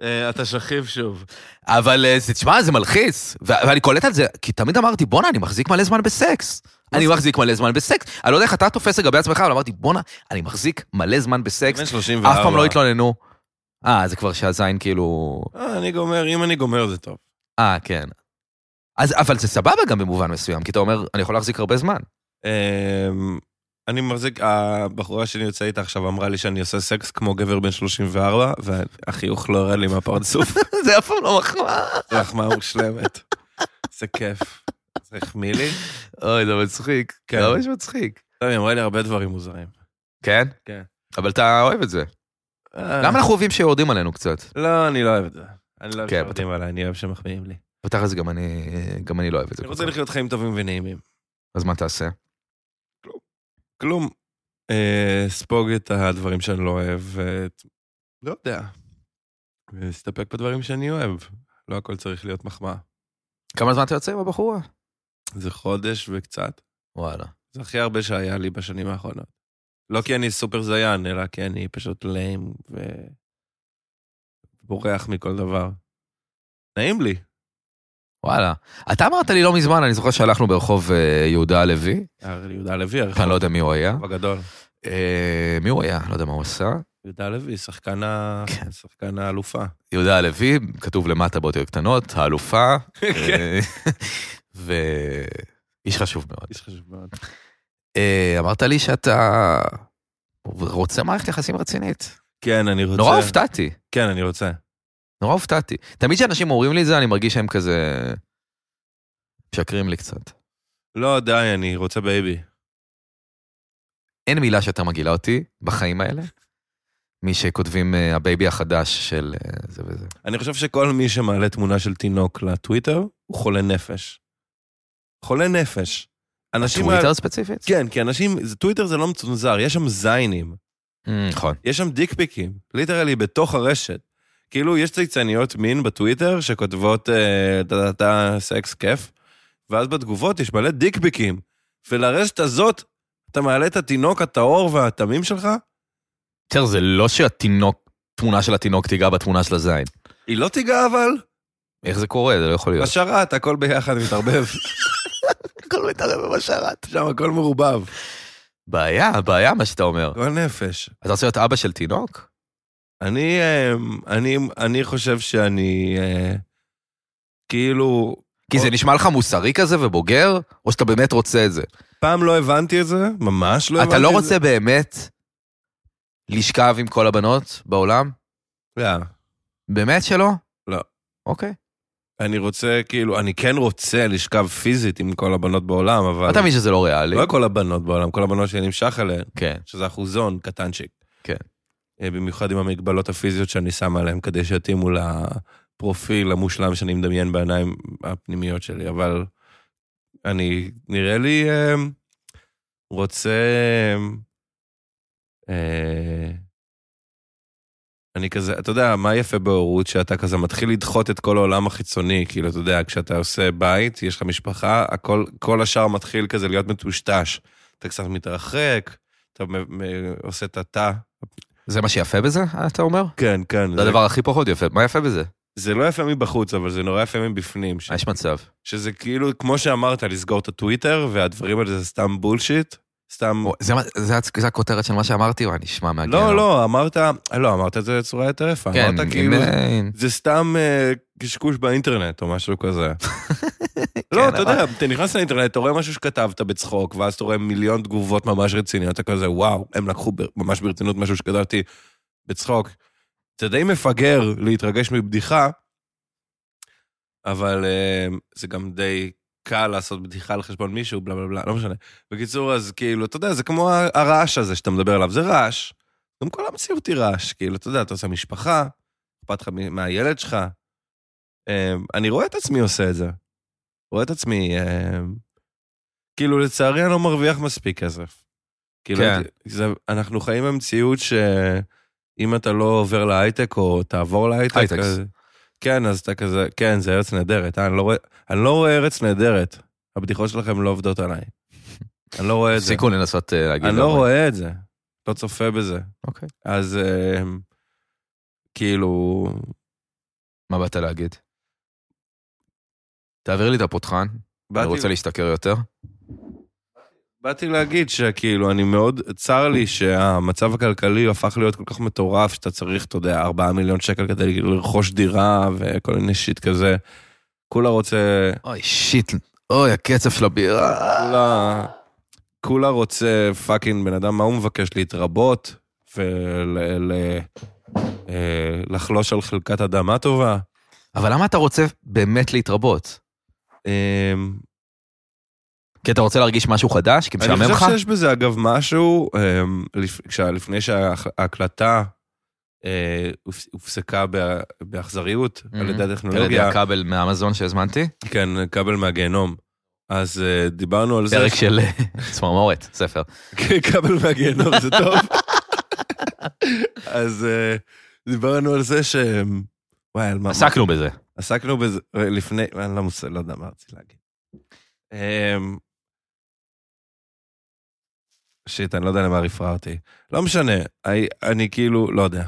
Speaker 3: אה, אתה שכיב שוב.
Speaker 2: אבל אה, זה, תשמע, זה מלחיץ. ו- ואני קולט על זה, כי תמיד אמרתי, בואנה, אני מחזיק מלא זמן בסקס. אני מחזיק מלא זמן בסקס. אני לא יודע איך אתה תופס לגבי עצמך, אבל אמרתי, בואנה, אני מחזיק מלא זמן בסקס. לא
Speaker 3: בן 34.
Speaker 2: אף פעם לא התלוננו. אה, זה כבר שהזין כאילו...
Speaker 3: אה, אני גומר, אם אני גומר זה טוב.
Speaker 2: אה, כן. אז, אבל זה סבבה גם במובן מסוים, כי אתה אומר, אני יכול להחזיק הרבה זמן.
Speaker 3: אמ, אני מחזיק, הבחורה שאני יוצא איתה עכשיו אמרה לי שאני עושה סקס כמו גבר בן 34, והחיוך לא ירד לי מהפרצוף.
Speaker 2: זה אף פעם לא מחמאה.
Speaker 3: מחמאה מושלמת. זה כיף. זה החמיא לי.
Speaker 2: אוי, זה מצחיק.
Speaker 3: כן.
Speaker 2: זה ממש מצחיק.
Speaker 3: לא, היא אמרה לי הרבה דברים מוזרים.
Speaker 2: כן? אה.
Speaker 3: כן.
Speaker 2: אבל אתה אוהב את זה. למה אנחנו אוהבים שיורדים עלינו קצת?
Speaker 3: לא, אני לא אוהב את זה. אני לא אוהב
Speaker 2: כן,
Speaker 3: שעובדים עליי, אני אוהב שמחמיאים לי.
Speaker 2: בתכלס גם אני, גם אני לא אוהב את זה.
Speaker 3: אני
Speaker 2: כל
Speaker 3: רוצה
Speaker 2: כך.
Speaker 3: לחיות חיים טובים ונעימים.
Speaker 2: אז מה תעשה?
Speaker 3: כלום. אה, ספוג את הדברים שאני לא אוהב, ואת... לא יודע. להסתפק בדברים שאני אוהב. לא הכל צריך להיות מחמאה.
Speaker 2: כמה זמן אתה יוצא עם הבחורה?
Speaker 3: זה חודש וקצת.
Speaker 2: וואלה.
Speaker 3: זה הכי הרבה שהיה לי בשנים האחרונות. לא כי אני סופר זיין, אלא כי אני פשוט ליים ו... בורח מכל דבר. נעים לי.
Speaker 2: וואלה. אתה אמרת לי לא מזמן, אני זוכר שהלכנו ברחוב אה, יהודה הלוי,
Speaker 3: אה, יהודה הלוי, הרחוב
Speaker 2: אני לא יודע מי הוא היה.
Speaker 3: הגדול.
Speaker 2: אה, מי הוא היה? לא יודע מה הוא עשה.
Speaker 3: יהודה הלוי, שחקן ה...
Speaker 2: כן.
Speaker 3: שחקן האלופה.
Speaker 2: יהודה הלוי, כתוב למטה באותיות קטנות, האלופה.
Speaker 3: כן.
Speaker 2: אה, ואיש חשוב מאוד.
Speaker 3: איש חשוב מאוד.
Speaker 2: אה, אמרת לי שאתה רוצה מערכת יחסים רצינית.
Speaker 3: כן, אני רוצה...
Speaker 2: נורא הופתעתי,
Speaker 3: כן, אני רוצה.
Speaker 2: נורא הופתעתי. תמיד כשאנשים אומרים לי את זה, אני מרגיש שהם כזה... משקרים לי קצת.
Speaker 3: לא, די, אני רוצה בייבי.
Speaker 2: אין מילה שיותר מגעילה אותי בחיים האלה, מי שכותבים אה, הבייבי החדש של אה, זה וזה.
Speaker 3: אני חושב שכל מי שמעלה תמונה של תינוק לטוויטר, הוא חולה נפש. חולה נפש. אנשים...
Speaker 2: טוויטר ספציפית?
Speaker 3: כן, כי אנשים... זה- טוויטר זה לא מצונזר, יש שם זיינים.
Speaker 2: אה, נכון.
Speaker 3: יש שם דיקפיקים, ליטרלי בתוך הרשת. כאילו, יש צייצניות מין בטוויטר שכותבות, אה, טה טה טה, סקס כיף, ואז בתגובות יש מלא דיקפיקים. ולרשת הזאת, אתה מעלה את התינוק הטהור והתמים שלך,
Speaker 2: יותר זה לא שהתינוק, תמונה של התינוק תיגע בתמונה של הזין.
Speaker 3: היא לא תיגע אבל,
Speaker 2: איך זה קורה? זה לא יכול להיות.
Speaker 3: בשרת, הכל ביחד מתערבב.
Speaker 2: הכל מתערב במשרת.
Speaker 3: שם הכל מעורבב.
Speaker 2: בעיה, בעיה מה שאתה אומר.
Speaker 3: כל נפש.
Speaker 2: אתה רוצה להיות אבא של תינוק?
Speaker 3: אני, אה, אני, אני חושב שאני, אה, כאילו,
Speaker 2: כי זה נשמע לך מוסרי כזה ובוגר, או שאתה באמת רוצה את זה?
Speaker 3: פעם לא הבנתי את זה, ממש לא הבנתי
Speaker 2: אתה
Speaker 3: את זה.
Speaker 2: לא רוצה באמת לשכב עם כל הבנות בעולם?
Speaker 3: לא.
Speaker 2: באמת שלא?
Speaker 3: לא.
Speaker 2: אוקיי.
Speaker 3: אני רוצה, כאילו, אני כן רוצה לשכב פיזית עם כל הבנות בעולם, אבל...
Speaker 2: אתה מבין שזה לא ריאלי.
Speaker 3: לא כל הבנות בעולם, כל הבנות שאני נמשך אליהן,
Speaker 2: כן.
Speaker 3: שזה אחוזון קטנצ'יק.
Speaker 2: כן.
Speaker 3: אה, במיוחד עם המגבלות הפיזיות שאני שם עליהן, כדי שיתאימו לפרופיל המושלם שאני מדמיין בעיניים הפנימיות שלי, אבל אני, נראה לי, אה, רוצה... אה, אני כזה, אתה יודע, מה יפה בהורות? שאתה כזה מתחיל לדחות את כל העולם החיצוני, כאילו, אתה יודע, כשאתה עושה בית, יש לך משפחה, הכל, כל השאר מתחיל כזה להיות מטושטש. אתה קצת מתרחק, אתה מ- מ- עושה את התא.
Speaker 2: זה מה שיפה בזה, אתה אומר?
Speaker 3: כן, כן.
Speaker 2: זה הדבר הכי פחות יפה. מה יפה בזה?
Speaker 3: זה לא יפה מבחוץ, אבל זה נורא יפה מבפנים. ש...
Speaker 2: אה, יש מצב.
Speaker 3: שזה כאילו, כמו שאמרת, לסגור את הטוויטר, והדברים האלה זה סתם בולשיט, סתם...
Speaker 2: או, זה מה- זה הצ- זה הכותרת של מה שאמרתי, וואי, נשמע מהגר.
Speaker 3: לא, לא, אמרת, לא, אמרת את זה בצורה יותר יפה.
Speaker 2: כן,
Speaker 3: אמרת
Speaker 2: עם-
Speaker 3: כאילו,
Speaker 2: עם-
Speaker 3: זה סתם אה, קשקוש באינטרנט או משהו כזה.
Speaker 2: כן,
Speaker 3: לא, אתה יודע,
Speaker 2: אבל-
Speaker 3: אתה נכנס לאינטרנט, אתה רואה משהו שכתבת בצחוק, ואז אתה רואה מיליון תגובות ממש רציניות, אתה כזה, וואו, הם לקחו ב- ממש ברצינות משהו שכתבתי בצחוק. זה די מפגר להתרגש מבדיחה, אבל אה, זה גם די קל לעשות בדיחה על חשבון מישהו, בלה בלה בלה, לא משנה. בקיצור, אז כאילו, אתה יודע, זה כמו הרעש הזה שאתה מדבר עליו, זה רעש. גם כל המציאות היא רעש, כאילו, אתה יודע, אתה עושה משפחה, אכפת לך מ- מהילד שלך. אמ, אני רואה את עצמי עושה את זה. רואה את עצמי, אמ, כאילו, לצערי אני לא מרוויח מספיק כסף. כאילו,
Speaker 2: כן.
Speaker 3: זה, אנחנו חיים במציאות שאם אתה לא עובר להייטק או תעבור להייטק,
Speaker 2: הייטקס.
Speaker 3: אז, כן, אז אתה כזה, כן, זה ארץ נהדרת. אה, אני, לא רואה, אני לא רואה ארץ נהדרת. הבדיחות שלכם לא עובדות עליי. אני לא רואה את זה.
Speaker 2: הפסיקו לנסות אה, להגיד.
Speaker 3: אני
Speaker 2: לו,
Speaker 3: לא
Speaker 2: אבל-
Speaker 3: רואה את זה. לא צופה בזה.
Speaker 2: אוקיי.
Speaker 3: אז אמ, כאילו,
Speaker 2: מה באת להגיד? תעביר לי את הפותחן, אני
Speaker 3: באתי-
Speaker 2: רוצה להשתכר יותר.
Speaker 3: באתי להגיד שכאילו, אני מאוד, צר לי שהמצב הכלכלי הפך להיות כל כך מטורף, שאתה צריך, אתה יודע, 4 מיליון שקל כדי לרכוש דירה וכל מיני שיט כזה. כולה רוצה,
Speaker 2: אוי, שיט. אוי, הקצב של הבירה.
Speaker 3: כולה, כולה רוצה פאקינג בן אדם, מה הוא מבקש? להתרבות ולחלוש אה, על חלקת אדמה טובה?
Speaker 2: אבל למה אתה רוצה באמת להתרבות?
Speaker 3: אמ,
Speaker 2: כי אתה רוצה להרגיש משהו חדש? כי משעמם
Speaker 3: אני
Speaker 2: לך?
Speaker 3: חושב שיש בזה אגב משהו, אמ, לפ- כשה- לפני שההקלטה אה, הופס- הופסקה בה- באכזריות על
Speaker 2: Mhm. על
Speaker 3: ידי
Speaker 2: ידי
Speaker 3: הטכנולוגיה,
Speaker 2: הכבל מאמזון שהזמנתי?
Speaker 3: כן, כבל מהגיהנום. אז אה, דיברנו על זה.
Speaker 2: פרק של אה, צמרמורת, ספר.
Speaker 3: כן, כבל מהגיהנום, זה טוב. אז אה, דיברנו על זה ש... אמ, וואי, על מה...
Speaker 2: עסקנו בזה.
Speaker 3: עסקנו בזה אה, לפני... אני לא מוסר, לא יודע מה רציתי להגיד. אמ, שיט, אני לא יודע למה רפררתי. לא משנה, אני- אני כאילו, לא יודע.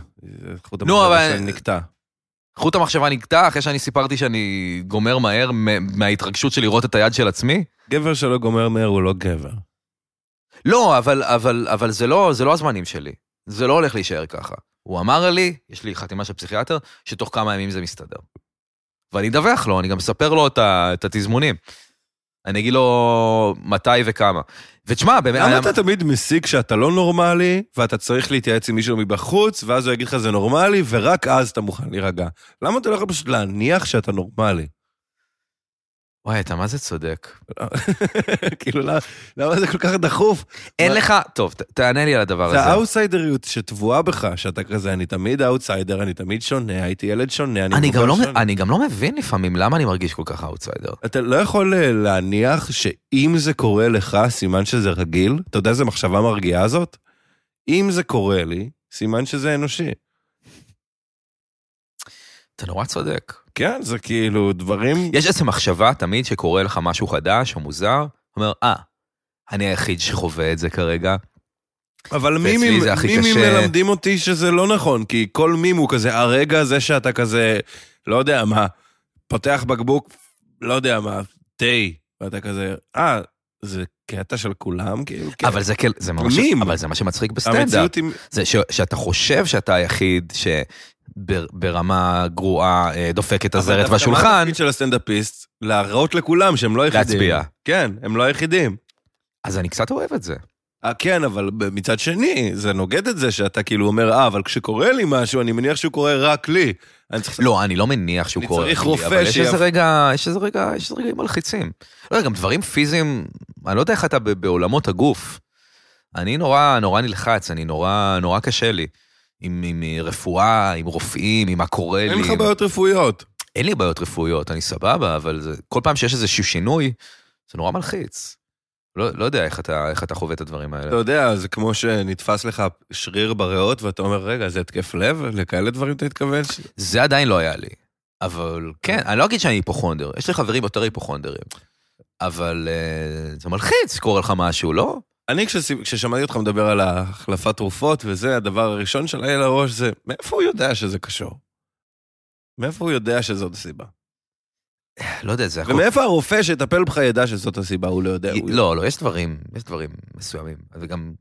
Speaker 3: חוט
Speaker 2: נו,
Speaker 3: המחשבה
Speaker 2: אבל-
Speaker 3: שלי נקטע.
Speaker 2: חוט המחשבה נקטע אחרי שאני סיפרתי שאני גומר מהר מ- מההתרגשות של לראות את היד של עצמי.
Speaker 3: גבר שלא גומר מהר הוא לא גבר.
Speaker 2: לא, אבל, אבל, אבל זה, לא, זה לא הזמנים שלי. זה לא הולך להישאר ככה. הוא אמר לי, יש לי חתימה של פסיכיאטר, שתוך כמה ימים זה מסתדר. ואני אדווח לו, אני גם אספר לו את, ה, את התזמונים. אני אגיד לו מתי וכמה. ותשמע, באמת...
Speaker 3: למה אתה תמיד מסיק שאתה לא נורמלי, ואתה צריך להתייעץ עם מישהו מבחוץ, ואז הוא יגיד לך זה נורמלי, ורק אז אתה מוכן להירגע? למה אתה לא יכול פשוט להניח שאתה נורמלי?
Speaker 2: וואי, אתה מה זה צודק.
Speaker 3: כאילו, למה- למה זה כל כך דחוף?
Speaker 2: אין
Speaker 3: מה-
Speaker 2: לך... טוב, ת- תענה לי על הדבר הזה.
Speaker 3: זה האאוטסיידריות שטבועה בך, שאתה כזה, אני תמיד האאוטסיידר, אני תמיד שונה, הייתי ילד שונה, אני
Speaker 2: אני גם,
Speaker 3: מבוגר
Speaker 2: לא, מ-
Speaker 3: שונה.
Speaker 2: אני גם לא מבין לפעמים למה אני מרגיש כל כך אאוטסיידר.
Speaker 3: אתה לא יכול אה, להניח שאם זה קורה לך, סימן שזה רגיל? אתה יודע איזה מחשבה מרגיעה זאת? אם זה קורה לי, סימן שזה אנושי.
Speaker 2: אתה נורא צודק.
Speaker 3: כן, זה כאילו דברים...
Speaker 2: יש איזו מחשבה תמיד שקורה לך משהו חדש או מוזר, אומר, אה, אני היחיד שחווה את זה כרגע.
Speaker 3: אבל
Speaker 2: ואצלי
Speaker 3: מימים,
Speaker 2: זה הכי
Speaker 3: מימים
Speaker 2: קשה.
Speaker 3: מלמדים אותי שזה לא נכון, כי כל מים הוא כזה, הרגע הזה שאתה כזה, לא יודע מה, פותח בקבוק, לא יודע מה, תה, ואתה כזה, אה, זה קטע של כולם, כאילו, כן.
Speaker 2: אבל זה כל- זה ממש...
Speaker 3: מים.
Speaker 2: אבל זה מה שמצחיק בסטנדאפ.
Speaker 3: המציאות היא...
Speaker 2: זה ש- שאתה חושב שאתה היחיד שברמה גרועה אה, דופק את
Speaker 3: אבל
Speaker 2: הזרת
Speaker 3: דווקא מה
Speaker 2: והשולחן,
Speaker 3: התפקיד של הסטנדאפיסט? להראות לכולם שהם לא היחידים.
Speaker 2: להצביע.
Speaker 3: כן, הם לא היחידים.
Speaker 2: אז אני קצת אוהב את זה.
Speaker 3: אה, כן, אבל מצד שני, זה נוגד את זה שאתה כאילו אומר, אה, אבל כשקורה לי משהו, אני מניח שהוא קורה רק לי. אני צריך...
Speaker 2: לא, אני לא מניח שהוא
Speaker 3: אני
Speaker 2: קורא.
Speaker 3: צריך
Speaker 2: לי,
Speaker 3: רופא
Speaker 2: אבל יש
Speaker 3: שיאב-
Speaker 2: איזה רגע, יש איזה רגע, יש איזה רגעים מלחיצים. לא יודע, גם דברים פיזיים, אני לא יודע איך אתה ב- בעולמות הגוף. אני נורא, נורא נלחץ, אני נורא, נורא קשה לי. עם, עם רפואה, עם רופאים, עם מה קורה לי.
Speaker 3: אין לך
Speaker 2: עם-
Speaker 3: בעיות רפואיות.
Speaker 2: אין לי בעיות רפואיות, אני סבבה, אבל זה, כל פעם שיש איזשהו שינוי, זה נורא מלחיץ. לא, לא יודע איך אתה, איך אתה חווה את הדברים האלה.
Speaker 3: אתה יודע, זה כמו שנתפס לך שריר בריאות, ואתה אומר, רגע, זה התקף לב? לכאלה דברים אתה התכוון? ש-
Speaker 2: זה עדיין לא היה לי. אבל כן, אני לא אגיד שאני היפוכונדר, יש לי חברים יותר היפוכונדרים. אבל אה, זה מלחיץ, קורה לך משהו, לא?
Speaker 3: אני, כשס- כששמעתי אותך מדבר על החלפת תרופות, וזה, הדבר הראשון שלי לראש זה, מאיפה הוא יודע שזה קשור? מאיפה הוא יודע שזאת הסיבה?
Speaker 2: לא יודע, זה הכל...
Speaker 3: ומאיפה הרופא שיטפל בך ידע שזאת הסיבה? הוא לא יודע. הוא-
Speaker 2: לא, לא, יש דברים, יש דברים מסוימים. וגם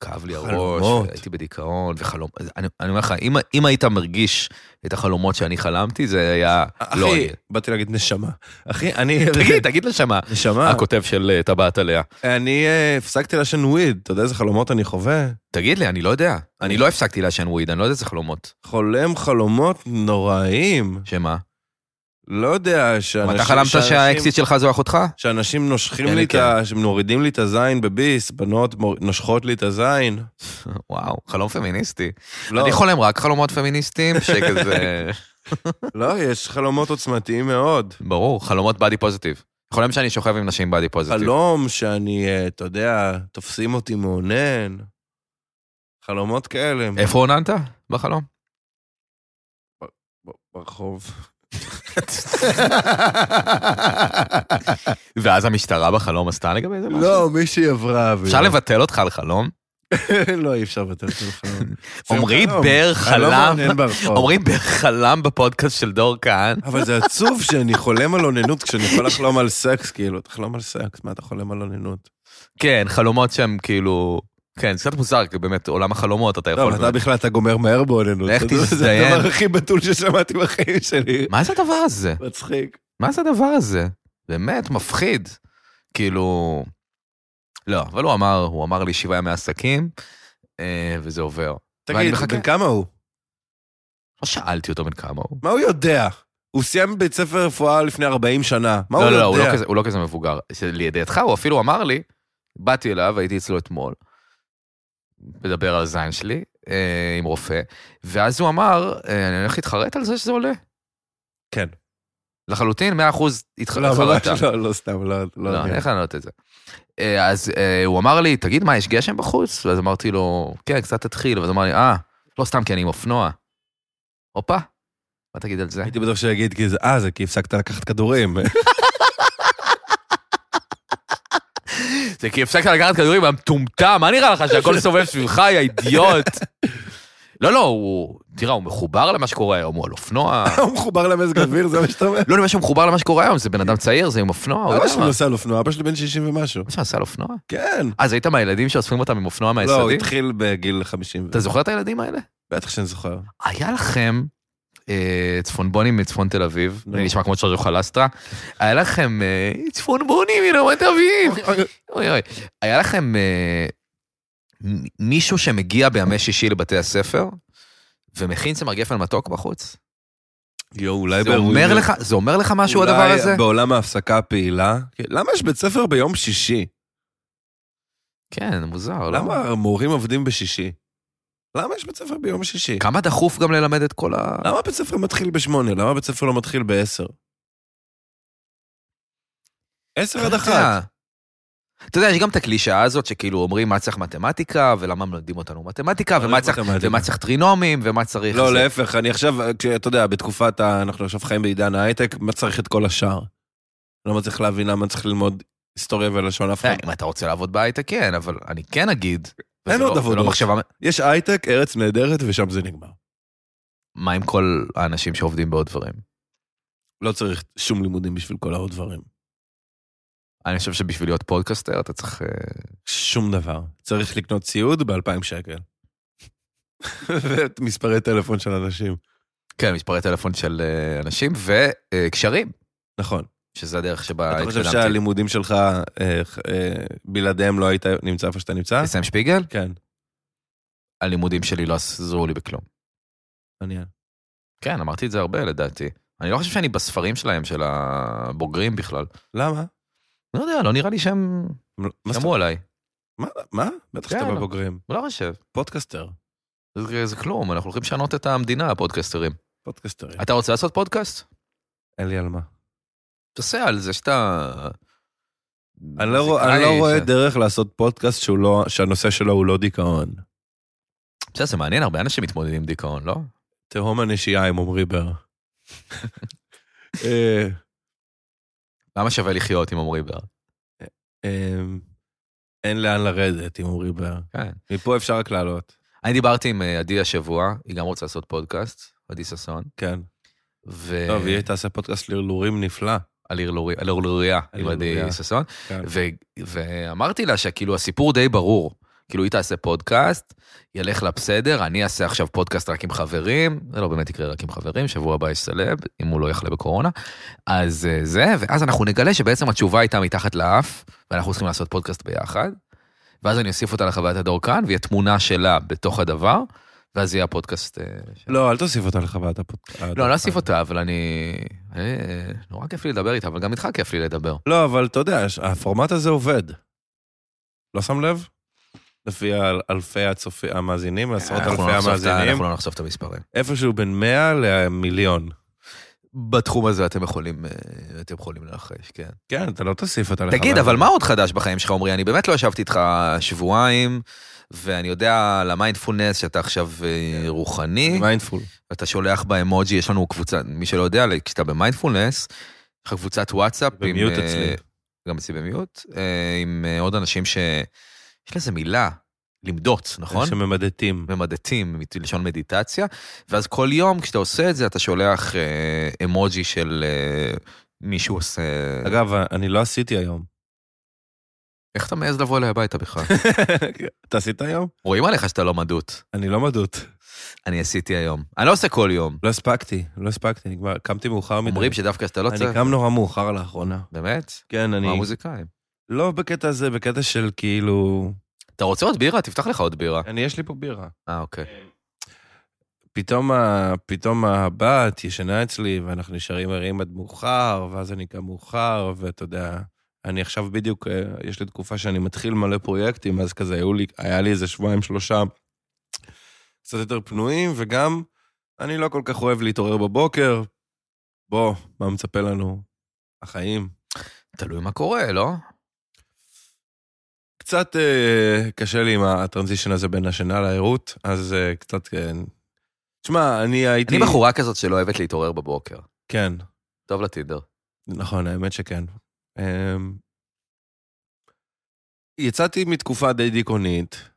Speaker 2: כאב לי
Speaker 3: חלומות.
Speaker 2: הראש, הייתי בדיכאון, וחלום... אז אני, אני אומר לך, אם, אם היית מרגיש את החלומות שאני חלמתי, זה היה... לא
Speaker 3: אחי,
Speaker 2: אני. כן.
Speaker 3: באתי להגיד נשמה. אחי, אני...
Speaker 2: תגיד, תגיד לשמה.
Speaker 3: נשמה,
Speaker 2: הכותב של אה, טבעת עליה.
Speaker 3: אני אה, הפסקתי לעשן וויד, אתה יודע איזה חלומות אני חווה?
Speaker 2: תגיד לי, אני לא יודע. אני לא הפסקתי לעשן וויד, אני לא יודע איזה חלומות.
Speaker 3: חולם חלומות נוראיים.
Speaker 2: שמה?
Speaker 3: לא יודע, שאנשים...
Speaker 2: אתה חלמת
Speaker 3: שאנשים-
Speaker 2: שהאקסיט שלך זו אחותך?
Speaker 3: שאנשים נושכים
Speaker 2: כן,
Speaker 3: לי את
Speaker 2: כן.
Speaker 3: ה... מורידים לי את הזין בביס, בנות מור- נושכות לי את הזין.
Speaker 2: וואו, חלום פמיניסטי.
Speaker 3: לא,
Speaker 2: אני חולם רק חלומות פמיניסטיים, שכזה...
Speaker 3: לא, יש חלומות עוצמתיים מאוד.
Speaker 2: ברור, חלומות באדי פוזיטיב. חולם שאני שוכב עם נשים באדי פוזיטיב.
Speaker 3: חלום שאני, אה, אתה יודע, תופסים אותי מאונן. חלומות כאלה.
Speaker 2: איפה עוננת? בחלום.
Speaker 3: ב- ברחוב.
Speaker 2: ואז המשטרה בחלום עשתה לגבי זה משהו? לא.
Speaker 3: לא, מישהי עברה. והיא-
Speaker 2: אפשר לבטל אותך על חלום?
Speaker 3: לא, אי אפשר לבטל את החלום.
Speaker 2: עמרי
Speaker 3: חלום.
Speaker 2: בר
Speaker 3: אני לא
Speaker 2: חלם,
Speaker 3: מעונן ברחוב.
Speaker 2: עמרי בר חלם בפודקאסט של דור כהן.
Speaker 3: אבל זה עצוב שאני חולם על אוננות כשאני יכול לחלום על סקס, כאילו, אתה חלום על סקס, מה אתה חולם על אוננות?
Speaker 2: כן, חלומות שהם כאילו... כן, זה קצת מוזר, כי באמת, עולם החלומות, אתה
Speaker 3: טוב,
Speaker 2: יכול...
Speaker 3: לא, אתה בכלל, אתה גומר מהר באוננות.
Speaker 2: לך
Speaker 3: אתה יודע, זה
Speaker 2: תזדיין.
Speaker 3: הדבר הכי בתול ששמעתי בחיים שלי.
Speaker 2: מה זה הדבר הזה?
Speaker 3: מצחיק.
Speaker 2: מה זה הדבר הזה? באמת, מפחיד. כאילו... לא, אבל הוא אמר, הוא אמר לי שבעה ימי עסקים, אה, וזה עובר. ואני
Speaker 3: תגיד,
Speaker 2: מחכה.
Speaker 3: בן כמה הוא?
Speaker 2: לא שאלתי אותו בן כמה הוא.
Speaker 3: מה הוא יודע? הוא סיים בית ספר רפואה לפני 40 שנה, מה הוא
Speaker 2: לא,
Speaker 3: יודע?
Speaker 2: לא, הוא לא, כזה, הוא לא כזה מבוגר. לידיעתך, הוא אפילו אמר לי, באתי אליו, הייתי אצלו אתמול, מדבר על הזין שלי אה, עם רופא, ואז הוא אמר, אה, אני הולך להתחרט על זה שזה עולה.
Speaker 3: כן.
Speaker 2: לחלוטין, 100 אחוז
Speaker 3: לא, ממש
Speaker 2: התחרטה.
Speaker 3: לא, לא סתם, לא, לא,
Speaker 2: לא,
Speaker 3: אני-
Speaker 2: איך לענות את זה? אה, אז אה, הוא אמר לי, תגיד, מה, יש גשם בחוץ? ואז אמרתי לו, כן, קצת התחיל, ואז הוא אמר לי, אה, לא סתם כי אני עם אופנוע. הופה, מה תגיד על זה?
Speaker 3: הייתי בטוח שיגיד, כי זה, אה, זה כי הפסקת לקחת כדורים.
Speaker 2: זה כי הפסקת לקחת כדורים, המטומטם, מה נראה לך שהכל סובב סביבך, יא אידיוט? לא, לא, הוא... תראה, הוא מחובר למה שקורה היום, הוא על אופנוע.
Speaker 3: הוא לא מחובר למזג אוויר, זה מה שאתה אומר?
Speaker 2: לא, אני שהוא מחובר למה שקורה היום, זה בן אדם צעיר, זה עם אופנוע, הוא לא
Speaker 3: אבא
Speaker 2: יודע
Speaker 3: שלי
Speaker 2: מה.
Speaker 3: נוסע על אופנוע, אבא שלי בן 60 ומשהו.
Speaker 2: מה שעשה על אופנוע? אה,
Speaker 3: כן.
Speaker 2: אז היית מהילדים שאוספים אותם עם אופנוע
Speaker 3: לא, הוא
Speaker 2: מהיסודי?
Speaker 3: התחיל בגיל 50.
Speaker 2: אתה זוכר את הילדים האלה?
Speaker 3: בטח שאני זוכר.
Speaker 2: היה לכם אה, צפונבונים מצפון תל אביב,
Speaker 3: נו.
Speaker 2: אני נשמע כמו צ'רג'ו חלסטרה, היה לכם אה, צפונבונים מרמת אביב, אוי אוי, היה לכם אה, מ- מישהו שמגיע בימי שישי לבתי הספר ומכין צמר גפן מתוק בחוץ?
Speaker 3: יואו, אולי
Speaker 2: זה אומר לך, זה אומר לך משהו הדבר הזה?
Speaker 3: אולי בעולם ההפסקה הפעילה. כן, למה יש בית ספר ביום שישי?
Speaker 2: כן, מוזר, לא?
Speaker 3: למה המורים עובדים בשישי? למה יש בית ספר ביום שישי?
Speaker 2: כמה דחוף גם ללמד את כל ה...
Speaker 3: למה בית ספר מתחיל בשמונה? למה בית ספר לא מתחיל בעשר? עשר עד
Speaker 2: אתה
Speaker 3: אחת.
Speaker 2: יודע. אתה יודע, יש גם את הקלישאה הזאת שכאילו אומרים מה צריך מתמטיקה, ולמה מלמדים אותנו מתמטיקה, אה, ומה
Speaker 3: אוהב
Speaker 2: צריך-
Speaker 3: מתמטיקה.
Speaker 2: ומה צריך טרינומים, ומה צריך...
Speaker 3: לא,
Speaker 2: זה.
Speaker 3: להפך, אני עכשיו, כש- אתה יודע, בתקופת ה... אנחנו עכשיו חיים בעידן ההייטק, מה צריך את כל השאר? לא מצליח להבין למה צריך ללמוד היסטוריה ולשון אף
Speaker 2: אה,
Speaker 3: אחד.
Speaker 2: אם אתה רוצה לעבוד בהייטק, כן, אבל אני כן אגיד...
Speaker 3: אין
Speaker 2: וזה
Speaker 3: עוד
Speaker 2: לא- זה
Speaker 3: עבודות.
Speaker 2: לא מחשבה...
Speaker 3: יש הייטק, ארץ נהדרת, ושם זה נגמר.
Speaker 2: מה עם כל האנשים שעובדים בעוד דברים?
Speaker 3: לא צריך שום לימודים בשביל כל העוד דברים.
Speaker 2: אני חושב שבשביל להיות פודקאסטר אתה צריך... אה,
Speaker 3: שום דבר. צריך לקנות ציוד ב-2,000 שקל. ומספרי טלפון של אנשים.
Speaker 2: כן, מספרי טלפון של אה, אנשים וקשרים,
Speaker 3: נכון.
Speaker 2: שזה הדרך שבה
Speaker 3: אתה חושב
Speaker 2: התקדמתי.
Speaker 3: שהלימודים שלך, אה, אה, בלעדיהם לא היית נמצא איפה שאתה נמצא?
Speaker 2: לסיים שפיגל,
Speaker 3: כן,
Speaker 2: הלימודים שלי לא עזרו לי בכלום.
Speaker 3: מעניין.
Speaker 2: כן, אמרתי את זה הרבה לדעתי. אני לא חושב שאני בספרים שלהם, של הבוגרים בכלל.
Speaker 3: למה?
Speaker 2: לא יודע, לא נראה לי שהם
Speaker 3: מה זאת-
Speaker 2: שמעו עליי.
Speaker 3: מה? מה? בטח שאתה
Speaker 2: כן.
Speaker 3: בבוגרים.
Speaker 2: לא חושב.
Speaker 3: פודקאסטר.
Speaker 2: זה- זה כלום, אנחנו הולכים לשנות את המדינה, הפודקאסטרים.
Speaker 3: פודקאסטרים.
Speaker 2: אתה רוצה לעשות פודקאסט?
Speaker 3: אין לי על מה.
Speaker 2: תעשה על זה שאתה...
Speaker 3: אני לא רוא- אני לא רואה דרך לעשות פודקאסט שהוא לא- שהנושא שלו הוא לא דיכאון.
Speaker 2: בסדר, זה מעניין, הרבה אנשים מתמודדים עם דיכאון, לא?
Speaker 3: תהום הנשייה עם עמרי בר. אה,
Speaker 2: למה שווה לחיות לא? עם עמרי בר?
Speaker 3: אה, אין לאן לרדת עם עמרי בר.
Speaker 2: כן.
Speaker 3: מפה אפשר רק לעלות.
Speaker 2: אני דיברתי עם אה, עדי השבוע, היא גם רוצה לעשות פודקאסט, עדי ששון,
Speaker 3: כן.
Speaker 2: ו...
Speaker 3: טוב, היא תעשה פודקאסט להרהורים נפלא.
Speaker 2: על הרלוריה- על הרלוריה עם
Speaker 3: הרלוריה.
Speaker 2: עדי ששון,
Speaker 3: כן.
Speaker 2: ו- ואמרתי לה שכאילו הסיפור די ברור. כאילו היא תעשה פודקאסט, ילך לה בסדר, אני אעשה עכשיו פודקאסט רק עם חברים, זה לא באמת יקרה רק עם חברים, שבוע הבא יש סלב, אם הוא לא יחלה בקורונה. אז אה, זה, ואז אנחנו נגלה שבעצם התשובה הייתה מתחת לאף, ואנחנו צריכים לעשות פודקאסט ביחד. ואז אני אוסיף אותה לחוויית הדור כאן, והיא התמונה שלה בתוך הדבר, ואז יהיה הפודקאסט... אה, של-
Speaker 3: לא, אל תוסיף אותה לחוות אה, הפודקאסט.
Speaker 2: לא, לא אוסיף אותה, אבל אני... אה, נורא כיף לי לדבר איתה, אבל גם איתך כיף לי לדבר.
Speaker 3: לא, אבל אתה יודע, הפורמט הזה עובד. לא שם לב? לפי ה- אלפי הצופי- המאזינים, עשרות
Speaker 2: אנחנו
Speaker 3: אלפי
Speaker 2: לא נחשוף את ה-
Speaker 3: המאזינים,
Speaker 2: אנחנו לא נחשוף את המספרים.
Speaker 3: איפשהו בין 100 למיליון.
Speaker 2: בתחום הזה אתם יכולים, אה, אתם יכולים לנחש, כן.
Speaker 3: כן, אתה לא תוסיף אותה לחוות.
Speaker 2: תגיד, אבל מה עוד חדש בחיים שלך, עמרי? אני באמת לא ישבתי איתך שבועיים, ואני יודע על המיינדפולנס שאתה עכשיו אה, רוחני,
Speaker 3: מיינדפול.
Speaker 2: אתה שולח באמוג'י, יש לנו קבוצה, מי שלא יודע, כשאתה במיינדפולנס, יש לך קבוצת וואטסאפ. עם,
Speaker 3: במיוט
Speaker 2: אה,
Speaker 3: אצלי.
Speaker 2: גם אצלי במיוט, אה, עם אה, עוד אנשים ש... יש לזה מילה, למדות, נכון?
Speaker 3: שממדתים.
Speaker 2: ממדטים, מת- לשון מדיטציה, ואז כל יום כשאתה עושה את זה, אתה שולח אה, אמוג'י של אה, מישהו עושה... אגב,
Speaker 3: אגב, אני לא עשיתי היום.
Speaker 2: איך אתה מעז לבוא אליי הביתה בכלל?
Speaker 3: אתה עשית היום?
Speaker 2: רואים עליך שאתה לא מדוד.
Speaker 3: אני לא מדות.
Speaker 2: אני עשיתי היום. אני לא עושה כל יום.
Speaker 3: לא הספקתי, לא הספקתי, אני כבר קמתי מאוחר מדי.
Speaker 2: אומרים שדווקא אתה לא
Speaker 3: אני
Speaker 2: צריך...
Speaker 3: קם נורא מאוחר לאחרונה.
Speaker 2: באמת?
Speaker 3: כן, אני...
Speaker 2: מה המוזיקאים?
Speaker 3: לא בקטע הזה, בקטע של כאילו...
Speaker 2: אתה רוצה עוד בירה? תפתח לך עוד בירה.
Speaker 3: אני, יש לי פה בירה.
Speaker 2: אה, אוקיי.
Speaker 3: פתאום, ה... פתאום הבת ישנה אצלי, ואנחנו נשארים ערים עד מאוחר, ואז אני קם מאוחר, ואתה יודע, אני עכשיו בדיוק, אה, יש לי תקופה שאני מתחיל מלא פרויקטים, אז כזה היו לי, היה לי איזה שבועיים, שלושה קצת יותר פנויים, וגם אני לא כל כך אוהב להתעורר בבוקר. בוא, מה מצפה לנו? החיים.
Speaker 2: תלוי מה קורה, לא?
Speaker 3: קצת אה, קשה לי עם הטרנזישן הזה בין השינה לערות, אז אה, קצת... אה, תשמע, אני הייתי...
Speaker 2: אני בחורה כזאת שלא אוהבת להתעורר בבוקר.
Speaker 3: כן.
Speaker 2: טוב לטינדר.
Speaker 3: נכון, האמת שכן. אמ, יצאתי מתקופה די דיכאונית.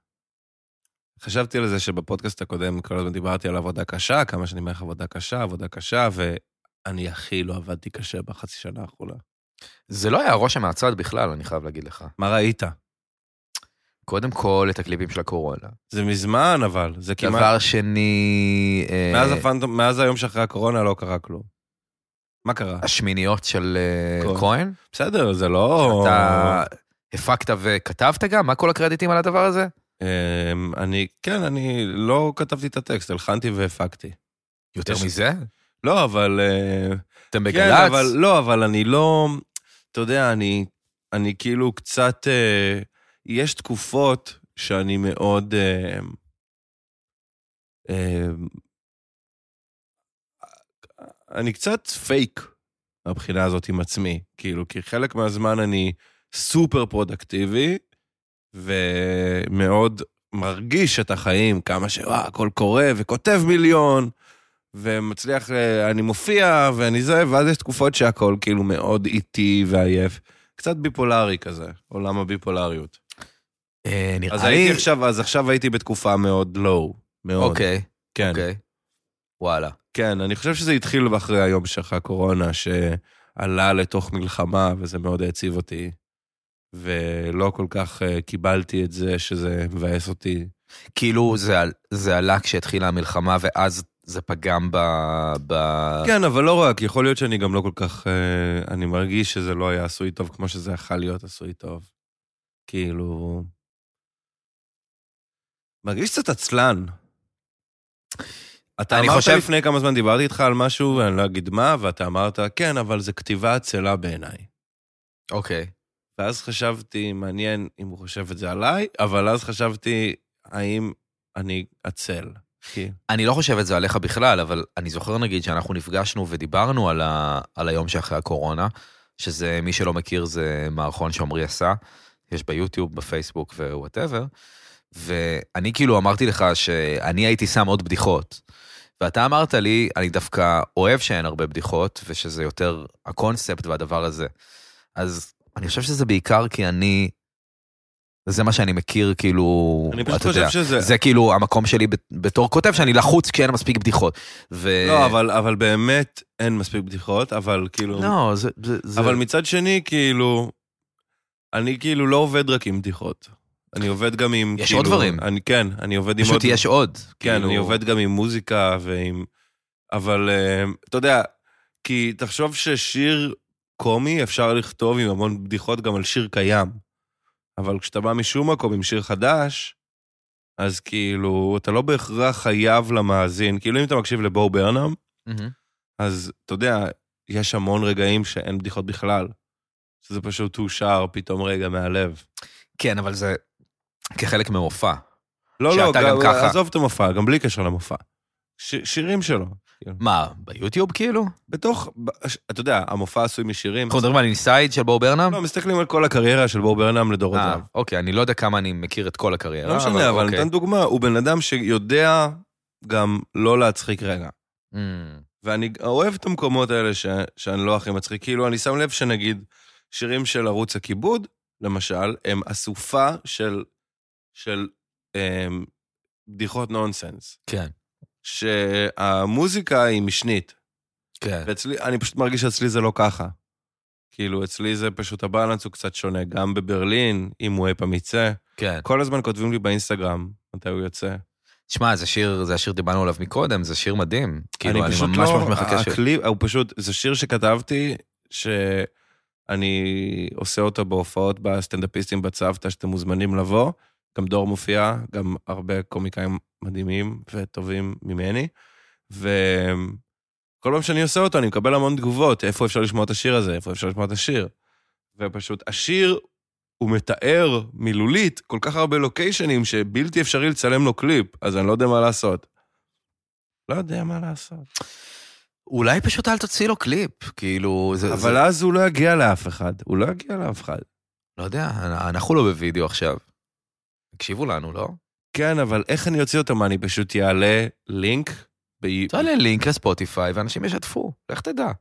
Speaker 3: חשבתי על זה שבפודקאסט הקודם כל הזמן דיברתי על עבודה קשה, כמה שאני אומר לך עבודה קשה, עבודה קשה, ואני הכי לא עבדתי קשה בחצי שנה האחרונה.
Speaker 2: זה לא היה הרושם מהצד בכלל, אני חייב להגיד לך.
Speaker 3: מה ראית?
Speaker 2: קודם כל, את הקליפים של הקורונה.
Speaker 3: זה מזמן, אבל. זה כמעט...
Speaker 2: דבר אה, שני... אה,
Speaker 3: מאז, הפנטום, מאז היום שאחרי הקורונה לא קרה כלום. מה קרה?
Speaker 2: השמיניות של אה,
Speaker 3: כהן.
Speaker 2: כהן?
Speaker 3: בסדר, זה לא...
Speaker 2: אתה הפקת וכתבת גם? מה כל הקרדיטים על הדבר הזה?
Speaker 3: אמ, אני, כן, אני לא כתבתי את הטקסט, הלחנתי והפקתי.
Speaker 2: יותר
Speaker 3: יש-
Speaker 2: מזה?
Speaker 3: לא, אבל... אה,
Speaker 2: אתם
Speaker 3: כן,
Speaker 2: בגל"צ?
Speaker 3: אבל לא, אבל אני לא... אתה יודע, אני, אני כאילו קצת... אה, יש תקופות שאני מאוד... אה, אה, אני קצת פייק מהבחינה הזאת עם עצמי, כאילו, כי חלק מהזמן אני סופר פרודקטיבי, ומאוד מרגיש את החיים, כמה שוואה, הכל קורה, וכותב מיליון, ומצליח, אה, אני מופיע, ואני זה, ואז יש תקופות שהכל כאילו מאוד איטי ועייף. קצת ביפולרי כזה, עולם הביפולריות.
Speaker 2: אה, נראה לי...
Speaker 3: אז הייתי עכשיו, אז עכשיו הייתי בתקופה מאוד לואו. מאוד.
Speaker 2: אוקיי,
Speaker 3: כן.
Speaker 2: אוקיי. וואלה.
Speaker 3: כן, אני חושב שזה התחיל אחרי היום שאחרי הקורונה, שעלה לתוך מלחמה, וזה מאוד העציב אותי. ולא כל כך אה, קיבלתי את זה שזה מבאס אותי.
Speaker 2: כאילו זה על- זה עלה כשהתחילה המלחמה, ואז זה פגם ב... ב-
Speaker 3: כן, אבל לא רק, יכול להיות שאני גם לא כל כך... אה, אני מרגיש שזה לא היה עשוי טוב כמו שזה יכול להיות עשוי טוב. כאילו... מרגיש קצת עצלן. אתה
Speaker 2: אני
Speaker 3: אמרת
Speaker 2: חושב-
Speaker 3: לפני כמה זמן דיברתי איתך על משהו, ואני לא אגיד מה, ואתה אמרת, כן, אבל זה כתיבה עצלה בעיניי.
Speaker 2: אוקיי.
Speaker 3: ואז חשבתי, מעניין אם הוא חושב את זה עליי, אבל אז חשבתי, האם אני עצל? כי...
Speaker 2: אני לא חושב את זה עליך בכלל, אבל אני זוכר נגיד שאנחנו נפגשנו ודיברנו על, ה, על היום שאחרי הקורונה, שזה, מי שלא מכיר, זה מערכון שעמרי עשה, יש ביוטיוב, בפייסבוק ווואטאבר, ואני כאילו אמרתי לך שאני הייתי שם עוד בדיחות, ואתה אמרת לי, אני דווקא אוהב שאין הרבה בדיחות, ושזה יותר הקונספט והדבר הזה. אז אני חושב שזה בעיקר כי אני, זה מה שאני מכיר, כאילו,
Speaker 3: אני פשוט
Speaker 2: אתה יודע.
Speaker 3: חושב שזה...
Speaker 2: זה כאילו המקום שלי בת- בתור כותב, שאני לחוץ כשאין מספיק בדיחות. ו...
Speaker 3: לא, אבל, אבל באמת אין מספיק בדיחות, אבל כאילו...
Speaker 2: לא, זה... זה, זה...
Speaker 3: אבל מצד שני, כאילו, אני כאילו לא עובד רק עם בדיחות. אני עובד גם עם...
Speaker 2: יש
Speaker 3: כאילו,
Speaker 2: עוד דברים.
Speaker 3: אני, כן, אני עובד עם עוד...
Speaker 2: פשוט יש כאילו- עוד.
Speaker 3: כן, אני עובד גם עם מוזיקה ועם... אבל אה, אתה יודע, כי תחשוב ששיר קומי אפשר לכתוב עם המון בדיחות גם על שיר קיים. אבל כשאתה בא משום מקום עם שיר חדש, אז כאילו, אתה לא בהכרח חייב למאזין. כאילו, אם אתה מקשיב לבו ברנם,
Speaker 2: מהמם.
Speaker 3: אז אתה יודע, יש המון רגעים שאין בדיחות בכלל. שזה פשוט הוא שר פתאום רגע מהלב.
Speaker 2: כן, אבל זה כחלק ממופע.
Speaker 3: לא, לא,
Speaker 2: שאתה גם
Speaker 3: גם-
Speaker 2: ככה-
Speaker 3: עזוב את המופע, גם בלי קשר למופע. ש- שירים שלו.
Speaker 2: מה, ביוטיוב
Speaker 3: לא
Speaker 2: כאילו?
Speaker 3: בתוך, ב- ש- אתה יודע, המופע עשוי משירים.
Speaker 2: אנחנו מדברים על אינסייד של בו ברנאם?
Speaker 3: לא, מסתכלים על כל הקריירה של בור ברנם
Speaker 2: אה,
Speaker 3: לדורותיו.
Speaker 2: אוקיי, אני לא יודע כמה אני מכיר את כל הקריירה.
Speaker 3: לא משנה, אבל
Speaker 2: אוקיי.
Speaker 3: נתן דוגמה, הוא בן אדם שיודע גם לא להצחיק רגע.
Speaker 2: אמ,
Speaker 3: ואני אוהב את המקומות האלה ש- שאני לא הכי מצחיק. כאילו, אני שם לב שנגיד, שירים של ערוץ הכיבוד, למשל, הם אסופה של, של הם, בדיחות נונסנס.
Speaker 2: כן,
Speaker 3: שהמוזיקה היא משנית.
Speaker 2: כן.
Speaker 3: ואצלי, אני פשוט מרגיש שאצלי זה לא ככה. כאילו, אצלי זה פשוט הבאלנס הוא קצת שונה. גם בברלין, אם הוא אי פעם יצא,
Speaker 2: כן.
Speaker 3: כל הזמן כותבים לי באינסטגרם מתי הוא יוצא.
Speaker 2: תשמע, זה שיר, זה השיר דיברנו עליו מקודם, זה שיר מדהים. כאילו, אני
Speaker 3: פשוט
Speaker 2: ממש
Speaker 3: לא-
Speaker 2: ממש מחכה ש...
Speaker 3: הקליפ, הוא פשוט, זה שיר שכתבתי, שאני עושה אותו בהופעות בסטנדאפיסטים בצוותא, שאתם מוזמנים לבוא. גם דור מופיע, גם הרבה קומיקאים מדהימים וטובים ממני. וכל פעם שאני עושה אותו, אני מקבל המון תגובות, איפה אפשר לשמוע את השיר הזה, איפה אפשר לשמוע את השיר. ופשוט השיר, הוא מתאר מילולית כל כך הרבה לוקיישנים שבלתי אפשרי לצלם לו קליפ, אז אני לא יודע מה לעשות. לא יודע מה לעשות.
Speaker 2: אולי פשוט אל תוציא לו קליפ, כאילו, זה...
Speaker 3: אבל
Speaker 2: זה...
Speaker 3: אז הוא לא יגיע לאף אחד, הוא לא יגיע לאף אחד.
Speaker 2: לא יודע, אנחנו לא בווידאו עכשיו. הקשיבו לנו, לא?
Speaker 3: כן, אבל איך אני אוציא אותו? מה, אני פשוט יעלה לינק? ב...
Speaker 2: תעלה לינק לספוטיפיי ואנשים ישתפו, לך תדע.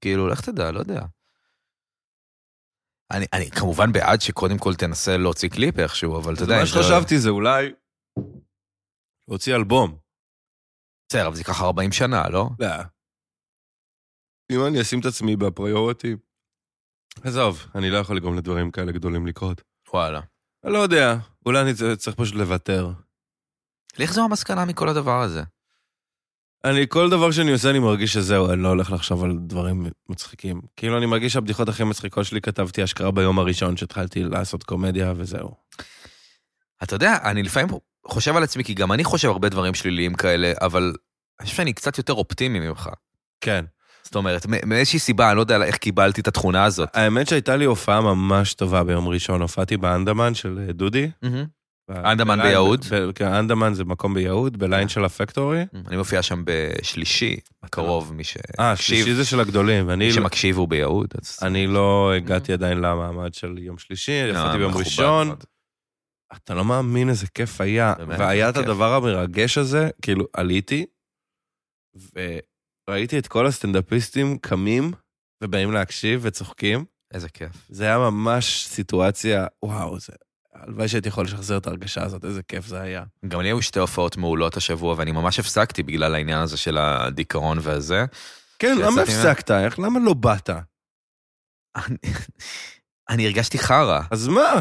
Speaker 2: כאילו, לך תדע, לא יודע. אני, אני כמובן בעד שקודם כל תנסה להוציא קליפ איכשהו, אבל אתה יודע...
Speaker 3: מה
Speaker 2: אם זה-
Speaker 3: שחשבתי זה אולי... להוציא אלבום.
Speaker 2: בסדר, אבל זה ייקח 40 שנה, לא?
Speaker 3: לא. אם אני אשים את עצמי בפריוריטי... עזוב, אני לא יכול לגרום לדברים כאלה גדולים לקרות.
Speaker 2: וואלה.
Speaker 3: אני לא יודע, אולי אני צ- צריך פשוט לוותר.
Speaker 2: לך זו המסקנה מכל הדבר הזה.
Speaker 3: אני, כל דבר שאני עושה, אני מרגיש שזהו, אני לא הולך לחשוב על דברים מצחיקים. כאילו, אני מרגיש שהבדיחות הכי מצחיקות שלי כתבתי אשכרה ביום הראשון שהתחלתי לעשות קומדיה, וזהו.
Speaker 2: אתה יודע, אני לפעמים חושב על עצמי, כי גם אני חושב הרבה דברים שליליים כאלה, אבל אני חושב שאני קצת יותר אופטימי ממך.
Speaker 3: כן.
Speaker 2: זאת אומרת, מ- מאיזושהי סיבה, אני לא יודע איך קיבלתי את התכונה הזאת.
Speaker 3: האמת שהייתה לי הופעה ממש טובה ביום ראשון, הופעתי באנדמן של אה, דודי.
Speaker 2: מהמם.
Speaker 3: ב-
Speaker 2: אנדמן
Speaker 3: בליין-
Speaker 2: ביהוד? אה.
Speaker 3: ב- כן, אנדמן זה מקום ביהוד, בליין של הפקטורי.
Speaker 2: אני מופיע שם בשלישי, הקרוב, מי
Speaker 3: אה,
Speaker 2: שמקשיב.
Speaker 3: שלישי זה של הגדולים. אני
Speaker 2: מי
Speaker 3: לא-
Speaker 2: שמקשיב הוא ביהוד, אז...
Speaker 3: אני לא הגעתי עדיין למעמד של יום שלישי, יפעתי ביום
Speaker 2: אה, מכובד
Speaker 3: ראשון.
Speaker 2: מאוד.
Speaker 3: אתה לא מאמין איזה כיף היה.
Speaker 2: באמת,
Speaker 3: והיה את
Speaker 2: כיף.
Speaker 3: הדבר המרגש הזה, כאילו, עליתי, וראיתי את כל הסטנדאפיסטים קמים, ובאים להקשיב וצוחקים.
Speaker 2: איזה כיף.
Speaker 3: זה היה ממש סיטואציה, וואו, זה... הלוואי שהייתי יכול לשחזר את ההרגשה הזאת, איזה כיף זה היה.
Speaker 2: גם לי היו שתי הופעות מעולות השבוע, ואני ממש הפסקתי בגלל העניין הזה של הדיכאון והזה.
Speaker 3: כן, למה
Speaker 2: שיצאתי מה-
Speaker 3: הפסקת? איך, למה לא באת?
Speaker 2: אני- אני הרגשתי חרא.
Speaker 3: אז מה?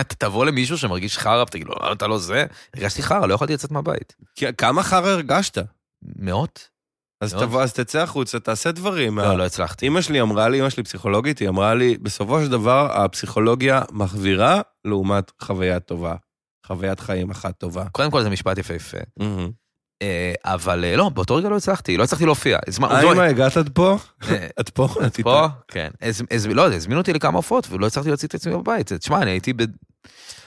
Speaker 2: אתה תבוא למישהו שמרגיש חרא ותגיד לו, "למה אתה לא זה? הרגשתי חרא, לא יכולתי לצאת מהבית.
Speaker 3: כי- כמה חרא הרגשת?
Speaker 2: מאות?
Speaker 3: אז
Speaker 2: מאוד.
Speaker 3: תבוא, אז תצא החוצה, תעשה דברים. מה-
Speaker 2: לא, לא הצלחתי.
Speaker 3: אימא שלי אמרה לי, אימא שלי פסיכולוגית, היא אמרה לי, בסופו של דבר הפסיכולוגיה מחווירה לעומת חוויה טובה. חוויית חיים אחת טובה.
Speaker 2: קודם כל זה משפט יפהפה.
Speaker 3: Mm-hmm.
Speaker 2: אה, אבל אה, לא, באותו רגע לא הצלחתי, לא הצלחתי להופיע. הזמ- זו-
Speaker 3: האמא, הגעת עד פה?
Speaker 2: אה,
Speaker 3: עד פה? את איתה.
Speaker 2: פה? כן. הז- הז- לא יודע, הזמינו אותי לכמה הופעות ולא הצלחתי להוציא את עצמי בבית. תשמע, אני הייתי ב...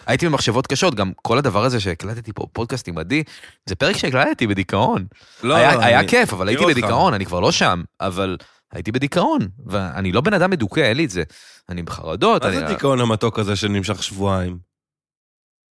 Speaker 2: הייתי במחשבות קשות, גם כל הדבר הזה שהקלטתי פה, פודקאסט עם עדי, זה פרק שהקלטתי בדיכאון.
Speaker 3: לא,
Speaker 2: היה,
Speaker 3: אני-
Speaker 2: היה כיף, אבל הייתי
Speaker 3: מכיר אותך.
Speaker 2: בדיכאון, אני כבר לא שם, אבל הייתי בדיכאון, ואני לא בן אדם מדוכא, אין לי את זה. אני בחרדות,
Speaker 3: מה
Speaker 2: אני...
Speaker 3: זה הדיכאון המתוק הזה שנמשך שבועיים?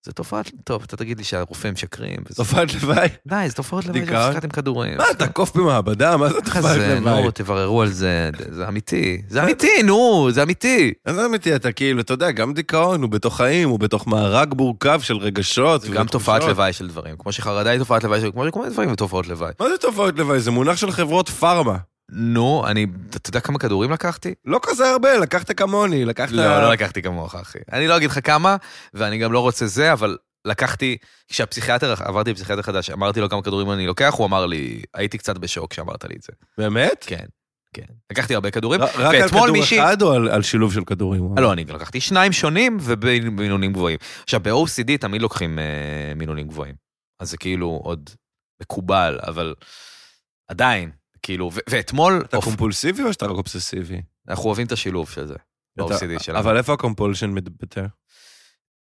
Speaker 2: זה תופעת... טוב, אתה תגיד לי שהרופאים משקרים. וזה-
Speaker 3: תופעת לוואי?
Speaker 2: די, זה תופעות לוואי של
Speaker 3: דיכאון?
Speaker 2: הפסקת עם כדורים.
Speaker 3: מה, אתה קוף במעבדה? מה זה
Speaker 2: ככה
Speaker 3: תופעת
Speaker 2: זה,
Speaker 3: לוואי?
Speaker 2: נו, תבררו על זה, זה אמיתי. זה אמיתי, נו, זה אמיתי.
Speaker 3: אז אמיתי, אתה כאילו, אתה יודע, גם דיכאון הוא בתוך חיים, הוא בתוך מארג מורכב של רגשות.
Speaker 2: זה גם תופעת
Speaker 3: ותחושות.
Speaker 2: לוואי של דברים. כמו שחרדה היא תופעת לוואי של... כמו שכל מיני דברים הם תופעות לוואי.
Speaker 3: מה זה תופעות לוואי? זה מונח של חברות פארמה.
Speaker 2: נו, אני... אתה יודע כמה כדורים לקחתי?
Speaker 3: לא כזה הרבה, לקחת כמוני, לקחת...
Speaker 2: לא, לא לקחתי כמוך, אחי. אני לא אגיד לך כמה, ואני גם לא רוצה זה, אבל לקחתי... כשהפסיכיאטר... עברתי לפסיכיאטר חדש, אמרתי לו כמה כדורים אני לוקח, הוא אמר לי... הייתי קצת בשוק כשאמרת לי את זה.
Speaker 3: באמת?
Speaker 2: כן, כן. לקחתי הרבה כדורים,
Speaker 3: רק רק על
Speaker 2: ואתמול
Speaker 3: כדור
Speaker 2: מישהי...
Speaker 3: אחד או על- על שילוב של כדורים?
Speaker 2: אה, לא, אני לקחתי שניים שונים ובמינונים גבוהים. עכשיו, ב-OCD תמיד לוקחים אה, מינונים גבוהים. אז זה כאילו עוד מקובל, אבל עדיין, כאילו, ו- ואתמול,
Speaker 3: אתה
Speaker 2: אוף, לא,
Speaker 3: קומפולסיבי או שאתה רק אובססיבי?
Speaker 2: אנחנו אוהבים את השילוב של זה, ב-OCD
Speaker 3: אתה-
Speaker 2: שלנו.
Speaker 3: אבל איפה הקומפולשן מתבטא?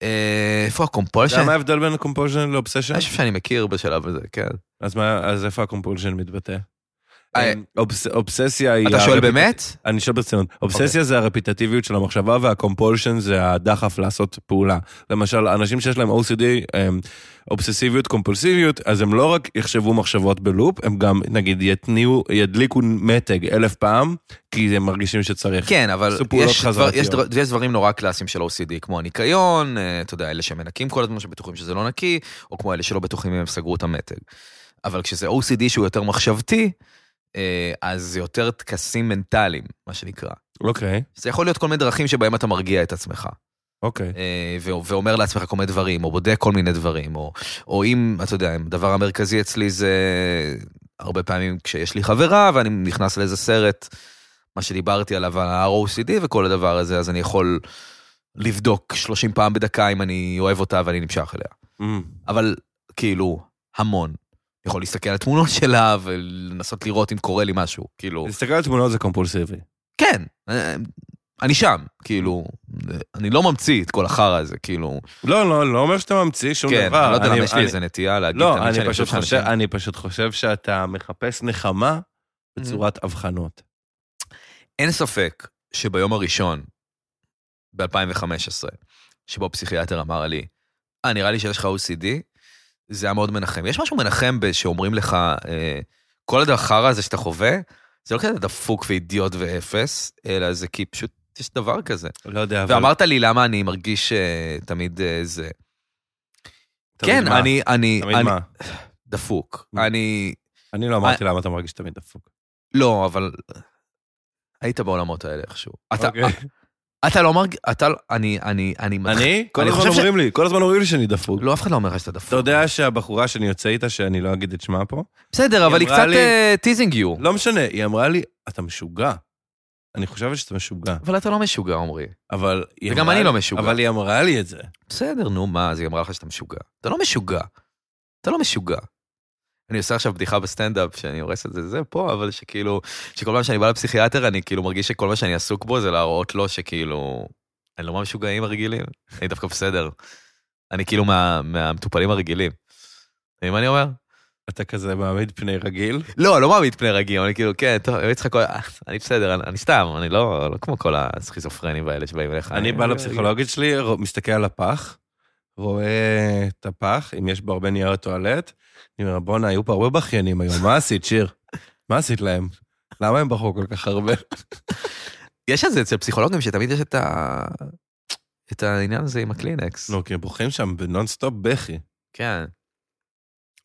Speaker 2: אה, איפה
Speaker 3: אתה יודע
Speaker 2: הקומפולשן?
Speaker 3: מה ההבדל בין הקומפולשן לאובסשן?
Speaker 2: אני חושב שאני מכיר בשלב הזה, כן.
Speaker 3: אז מה- אז איפה הקומפולשן מתבטא? אמ,
Speaker 2: אה,
Speaker 3: אובס- אובססיה היא...
Speaker 2: אתה שואל
Speaker 3: הרפיטט-
Speaker 2: באמת?
Speaker 3: אני שואל ברצינות. אובססיה זה הרפיטטיביות של המחשבה והקומפולשן זה הדחף לעשות פעולה. למשל, אנשים שיש להם OCD, הם אובססיביות, קומפולסיביות, אז הם לא רק יחשבו מחשבות בלופ, הם גם, נגיד, יתניעו, ידליקו מתג אלף פעם, כי הם מרגישים שצריך.
Speaker 2: כן, אבל
Speaker 3: עשו פעולות
Speaker 2: יש, דבר, יש,
Speaker 3: חזרתיות.
Speaker 2: דבר, יש דברים נורא קלאסיים של OCD, כמו הניקיון, אה, אתה יודע, אלה שמנקים כל הזמן שבטוחים שזה לא נקי, או כמו אלה שלא בטוחים אם הם סגרו את המתג. אבל כשזה OCD שהוא יותר מחשבתי, אה, אז זה יותר טקסים מנטליים, מה שנקרא.
Speaker 3: אוקיי.
Speaker 2: זה יכול להיות כל מיני דרכים שבהם אתה מרגיע את עצמך.
Speaker 3: אוקיי.
Speaker 2: אה, ו- ואומר לעצמך כל מיני דברים, או בודק כל מיני דברים, או, או אם, אתה יודע, אם הדבר המרכזי אצלי זה הרבה פעמים כשיש לי חברה ואני נכנס לאיזה סרט, מה שדיברתי עליו, ה-ROCD וכל הדבר הזה, אז אני יכול לבדוק 30 פעם בדקה אם אני אוהב אותה ואני נמשך אליה.
Speaker 3: אמ,
Speaker 2: אבל כאילו, המון. יכול להסתכל על תמונות שלה ולנסות לראות אם קורה לי משהו, כאילו...
Speaker 3: להסתכל Mm. על תמונות זה קומפולסיבי.
Speaker 2: כן, אה, אני שם, כאילו, אה, אני לא ממציא את כל החרא הזה, כאילו,
Speaker 3: לא, לא, לא אומר שאתה ממציא שום
Speaker 2: כן,
Speaker 3: דבר.
Speaker 2: אני לא יודע למה יש לי
Speaker 3: אני-
Speaker 2: איזה נטייה להגיד
Speaker 3: לא,
Speaker 2: תמיד
Speaker 3: אני
Speaker 2: שאני כן.
Speaker 3: פשוט חושב,
Speaker 2: שאנשים-
Speaker 3: אני פשוט חושב שאתה מחפש נחמה
Speaker 2: Mm.
Speaker 3: בצורת הבחנות.
Speaker 2: אין ספק שביום הראשון, ב-2015, שבו הפסיכיאטר אמר לי, אה, נראה לי שיש לך OCD, זה היה מאוד מנחם. יש משהו מנחם ב- שאומרים לך, אה, כל הדחרא הזה שאתה חווה, זה לא כזה דפוק ואידיוט ואפס, אלא זה כי פשוט יש דבר כזה.
Speaker 3: לא יודע, אבל...
Speaker 2: ואמרת לי למה אני מרגיש אה, תמיד אה, זה.
Speaker 3: תמיד
Speaker 2: כן,
Speaker 3: מה?
Speaker 2: אני, אני,
Speaker 3: תמיד
Speaker 2: אני,
Speaker 3: מה?
Speaker 2: דפוק.
Speaker 3: Mm.
Speaker 2: אני,
Speaker 3: אני לא אמרתי למה אתה מרגיש תמיד דפוק.
Speaker 2: לא, אבל היית בעולמות האלה איכשהו. אתה,
Speaker 3: אוקיי.
Speaker 2: אתה לא מרגיש, אתה, לא- אני, אני, אני,
Speaker 3: אני? כל
Speaker 2: אני
Speaker 3: הזמן
Speaker 2: חושב ש-
Speaker 3: אומרים לי, כל הזמן אומרים לי שאני דפוק.
Speaker 2: לא, אף אחד לא אומר לך שאתה דפוק.
Speaker 3: אתה יודע שהבחורה שאני יוצא איתה, שאני לא אגיד את שמה פה,
Speaker 2: בסדר, אבל היא
Speaker 3: אמרה
Speaker 2: קצת אה,
Speaker 3: לי-
Speaker 2: טיזינג יו.
Speaker 3: לא משנה, היא אמרה לי, אתה משוגע. אני חושבת שאתה משוגע.
Speaker 2: אבל אתה לא משוגע, עמרי.
Speaker 3: אבל היא
Speaker 2: וגם
Speaker 3: אמרה
Speaker 2: אני
Speaker 3: לי-
Speaker 2: לא משוגע.
Speaker 3: אבל היא אמרה לי את זה.
Speaker 2: בסדר, נו, מה, אז היא אמרה לך שאתה משוגע. אתה לא משוגע. אתה לא משוגע. אני עושה עכשיו בדיחה בסטנדאפ, שאני הורס את זה, זה פה, אבל שכאילו, שכל פעם שאני בא לפסיכיאטר, אני כאילו מרגיש שכל מה שאני עסוק בו זה להראות לו שכאילו, אני לא מהמשוגעים הרגילים, אני דווקא בסדר. אני כאילו מה, מהמטופלים הרגילים. אתה מבין מה אני אומר?
Speaker 3: אתה כזה מעמיד פני רגיל.
Speaker 2: לא, לא מעמיד פני רגיל, אני כאילו, כן, טוב, יועץ לך כל... אה, אני בסדר, אני, אני סתם, אני לא, לא כמו כל הסכיזופרנים האלה שבאים אליך.
Speaker 3: אני בא לפסיכולוגית שלי, רוא- מסתכל על הפח, רואה את הפח, אם יש בו הרבה נייר טואלט, אני אומר, בואנה, היו פה הרבה בכיינים היום, מה עשית, שיר? מה עשית להם? למה הם בחרו כל כך הרבה?
Speaker 2: יש את זה אצל פסיכולוגים שתמיד יש את ה... את העניין הזה עם הקלינקס.
Speaker 3: נו, לא, כי הם בוכים שם בנונסטופ בכי.
Speaker 2: כן.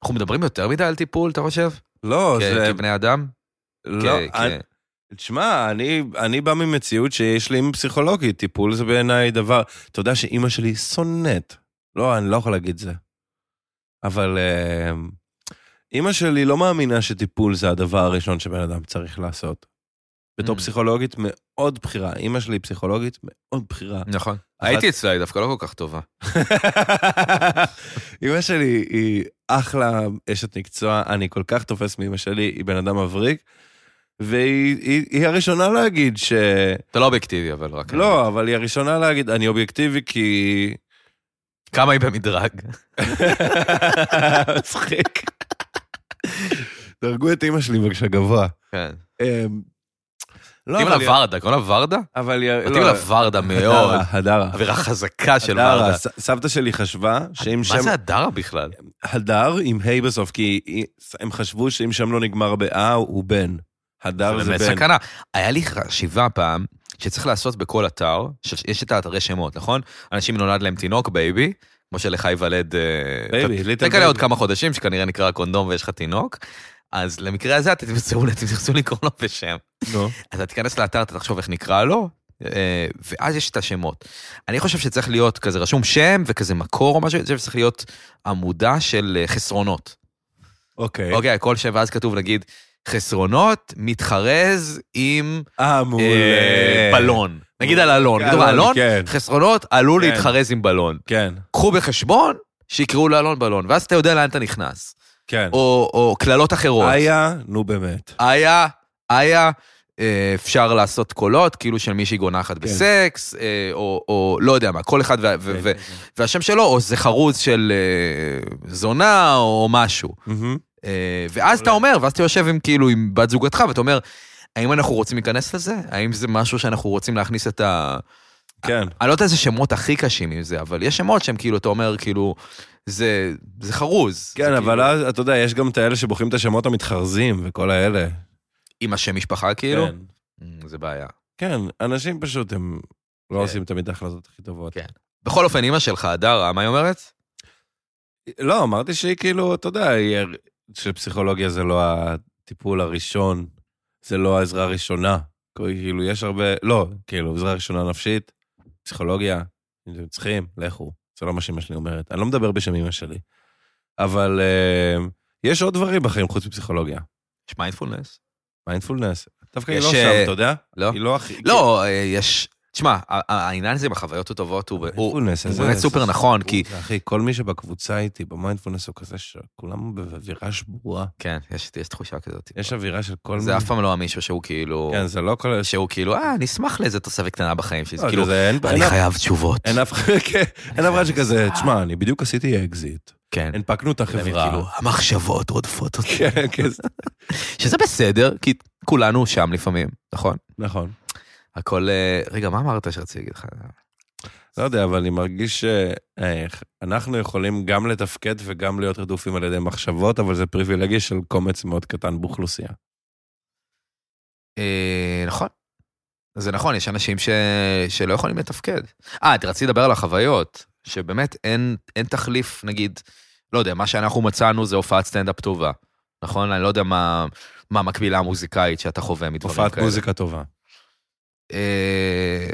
Speaker 2: אנחנו מדברים יותר מדי על טיפול, אתה חושב?
Speaker 3: לא,
Speaker 2: כ-
Speaker 3: זה...
Speaker 2: כבני אדם?
Speaker 3: לא,
Speaker 2: כ-
Speaker 3: אני-
Speaker 2: כ-
Speaker 3: תשמע, אני, אני בא ממציאות שיש לי עם פסיכולוגית, טיפול זה בעיניי דבר... אתה יודע שאימא שלי שונאת. לא, אני לא יכול להגיד זה. אבל אה, אימא שלי לא מאמינה שטיפול זה הדבר הראשון שבן אדם צריך לעשות. בתור
Speaker 2: Mm.
Speaker 3: פסיכולוגית מאוד בכירה. אימא שלי היא פסיכולוגית מאוד בכירה.
Speaker 2: נכון. הייתי אצלה, היא דווקא לא כל כך טובה.
Speaker 3: אימא שלי היא אחלה אשת מקצוע, אני כל כך תופס מאימא שלי, היא בן אדם מבריק, והיא היא, היא הראשונה להגיד ש...
Speaker 2: אתה לא אובייקטיבי, אבל רק...
Speaker 3: לא, אבל היא הראשונה להגיד, אני אובייקטיבי כי...
Speaker 2: כמה היא במדרג?
Speaker 3: מצחיק. דרגו את אימא שלי בבקשה גבוה.
Speaker 2: כן.
Speaker 3: אמ, לא,
Speaker 2: טימלה
Speaker 3: אבל היא-
Speaker 2: ורדה, קוראים לה ורדה?
Speaker 3: אבל היא... לא,
Speaker 2: טימלה ורדה מאוד.
Speaker 3: הדרה, הדרה.
Speaker 2: אווירה חזקה של ורדה.
Speaker 3: הדרה, ס- סבתא שלי חשבה שאם שם...
Speaker 2: מה זה הדרה בכלל?
Speaker 3: הדר עם ה' בסוף, כי הם חשבו שאם שם לא נגמר באה, הוא בן. הדר זה
Speaker 2: באמת
Speaker 3: בן.
Speaker 2: סכנה. היה לי חשיבה פעם שצריך לעשות בכל אתר, ש- יש את האתרי שמות, נכון? אנשים נולד להם תינוק, בייבי, כמו שלך ייוולד... אה,
Speaker 3: בייבי,
Speaker 2: אתה-
Speaker 3: ליטל
Speaker 2: תקלה עוד
Speaker 3: בייבי.
Speaker 2: כמה חודשים, שכנראה נקרא קונדום ויש לך תינוק. אז למקרה הזה אתם תמצאו, אתם תרצו לקרוא לו בשם.
Speaker 3: נו.
Speaker 2: אז אתה תיכנס לאתר, אתה תחשוב איך נקרא לו, אה, ואז יש את השמות. אני חושב שצריך להיות כזה רשום שם וכזה מקור או משהו, זה צריך להיות עמודה של אה, חסרונות.
Speaker 3: אוקיי.
Speaker 2: אוקיי, כל שם, ואז כתוב נגיד, חסרונות מתחרז עם
Speaker 3: אה, מעולה.
Speaker 2: אה, בלון. נגיד על אלון,
Speaker 3: כן,
Speaker 2: כתוב
Speaker 3: אלון,
Speaker 2: אלון,
Speaker 3: כן.
Speaker 2: חסרונות עלול
Speaker 3: כן.
Speaker 2: להתחרז עם בלון.
Speaker 3: כן,
Speaker 2: קחו בחשבון שיקראו לאלון בלון, ואז אתה יודע לאן אתה נכנס.
Speaker 3: כן.
Speaker 2: או או קללות אחרות.
Speaker 3: איה, נו באמת.
Speaker 2: איה, איה, אה, אפשר לעשות קולות, כאילו של מישהי
Speaker 3: כן.
Speaker 2: גונחת בסקס, אה, או או לא יודע מה, כל אחד וה- ו- ו- והשם שלו, או זה חרוז של אה, זונה, או משהו.
Speaker 3: מהמם.
Speaker 2: אה, ואז אתה אומר, ואז אתה יושב עם כאילו עם בת זוגתך, ואתה אומר, האם אנחנו רוצים להיכנס לזה? האם זה משהו שאנחנו רוצים להכניס את ה...
Speaker 3: כן.
Speaker 2: אני לא יודע איזה שמות הכי קשים עם זה, אבל יש שמות שהם כאילו, אתה אומר, כאילו, זה, זה חרוז.
Speaker 3: כן,
Speaker 2: זה
Speaker 3: אבל
Speaker 2: כאילו,
Speaker 3: אז, אתה יודע, יש גם את האלה שבוחרים את השמות המתחרזים וכל האלה.
Speaker 2: עם השם משפחה, כאילו?
Speaker 3: כן.
Speaker 2: Mm, זה בעיה.
Speaker 3: כן, אנשים פשוט הם לא
Speaker 2: כן.
Speaker 3: עושים תמיד ההחלטות הכי טובות.
Speaker 2: כן. בכל אופן, אימא שלך, הדרה, מה היא אומרת?
Speaker 3: לא, אמרתי שהיא כאילו, אתה יודע, היא- שפסיכולוגיה זה לא הטיפול הראשון, זה לא העזרה הראשונה. כאילו, יש הרבה, לא, כאילו, עזרה ראשונה נפשית, פסיכולוגיה, אם אתם צריכים, לכו. זה לא מה שאמא שלי אומרת. אני לא מדבר בשם אמא שלי. אבל אה, יש עוד דברים בחיים חוץ מפסיכולוגיה.
Speaker 2: יש מיינדפולנס?
Speaker 3: מיינדפולנס. דווקא היא
Speaker 2: יש,
Speaker 3: לא
Speaker 2: אה,
Speaker 3: שם, אתה יודע?
Speaker 2: לא?
Speaker 3: היא לא הכי...
Speaker 2: לא, אה, יש... תשמע, ה- ה- העניין הזה עם החוויות הטובות הוא... הוא-
Speaker 3: מיינדפולנס, איזה-
Speaker 2: באמת סופר נכון,
Speaker 3: הוא-
Speaker 2: כי-
Speaker 3: אחי, כל מי שבקבוצה איתי במיינדפולנס הוא כזה שכולם באווירה שבורה.
Speaker 2: כן, יש יש תחושה כזאת.
Speaker 3: יש אווירה של כל
Speaker 2: זה אף פעם לא המישהו שהוא כאילו...
Speaker 3: כן, זה לא כל...
Speaker 2: שהוא כאילו, אה, אני אשמח לאיזה תוספת קטנה בחיים שלי. זה
Speaker 3: לא,
Speaker 2: כאילו,
Speaker 3: זה- אין- אין
Speaker 2: אני
Speaker 3: אף-
Speaker 2: חייב תשובות.
Speaker 3: אין אף אחד, כן, אין אף אחד שכזה, תשמע, אני בדיוק עשיתי אקזיט,
Speaker 2: כן.
Speaker 3: הנפקנו את החברה.
Speaker 2: כאילו, המחשבות רודפות אותי.
Speaker 3: כן, כן, זה-
Speaker 2: שזה בסדר, כי כולנו שם לפעמים, נכון?
Speaker 3: נכון.
Speaker 2: הכל... אה, רגע, מה אמרת שרציתי להגיד לך?
Speaker 3: לא יודע, אבל אני מרגיש שאנחנו יכולים גם לתפקד וגם להיות רדופים על ידי מחשבות, אבל זה פריבילגיה של קומץ מאוד קטן באוכלוסייה.
Speaker 2: אה, נכון. זה נכון, יש אנשים ש... שלא יכולים לתפקד. אה, את רציתי לדבר על החוויות, שבאמת אין, אין תחליף, נגיד, לא יודע, מה שאנחנו מצאנו זה הופעת סטנדאפ טובה, נכון? אני לא יודע מה, מה המקבילה המוזיקאית שאתה חווה מדברים כאלה.
Speaker 3: הופעת מוזיקה טובה.
Speaker 2: אה,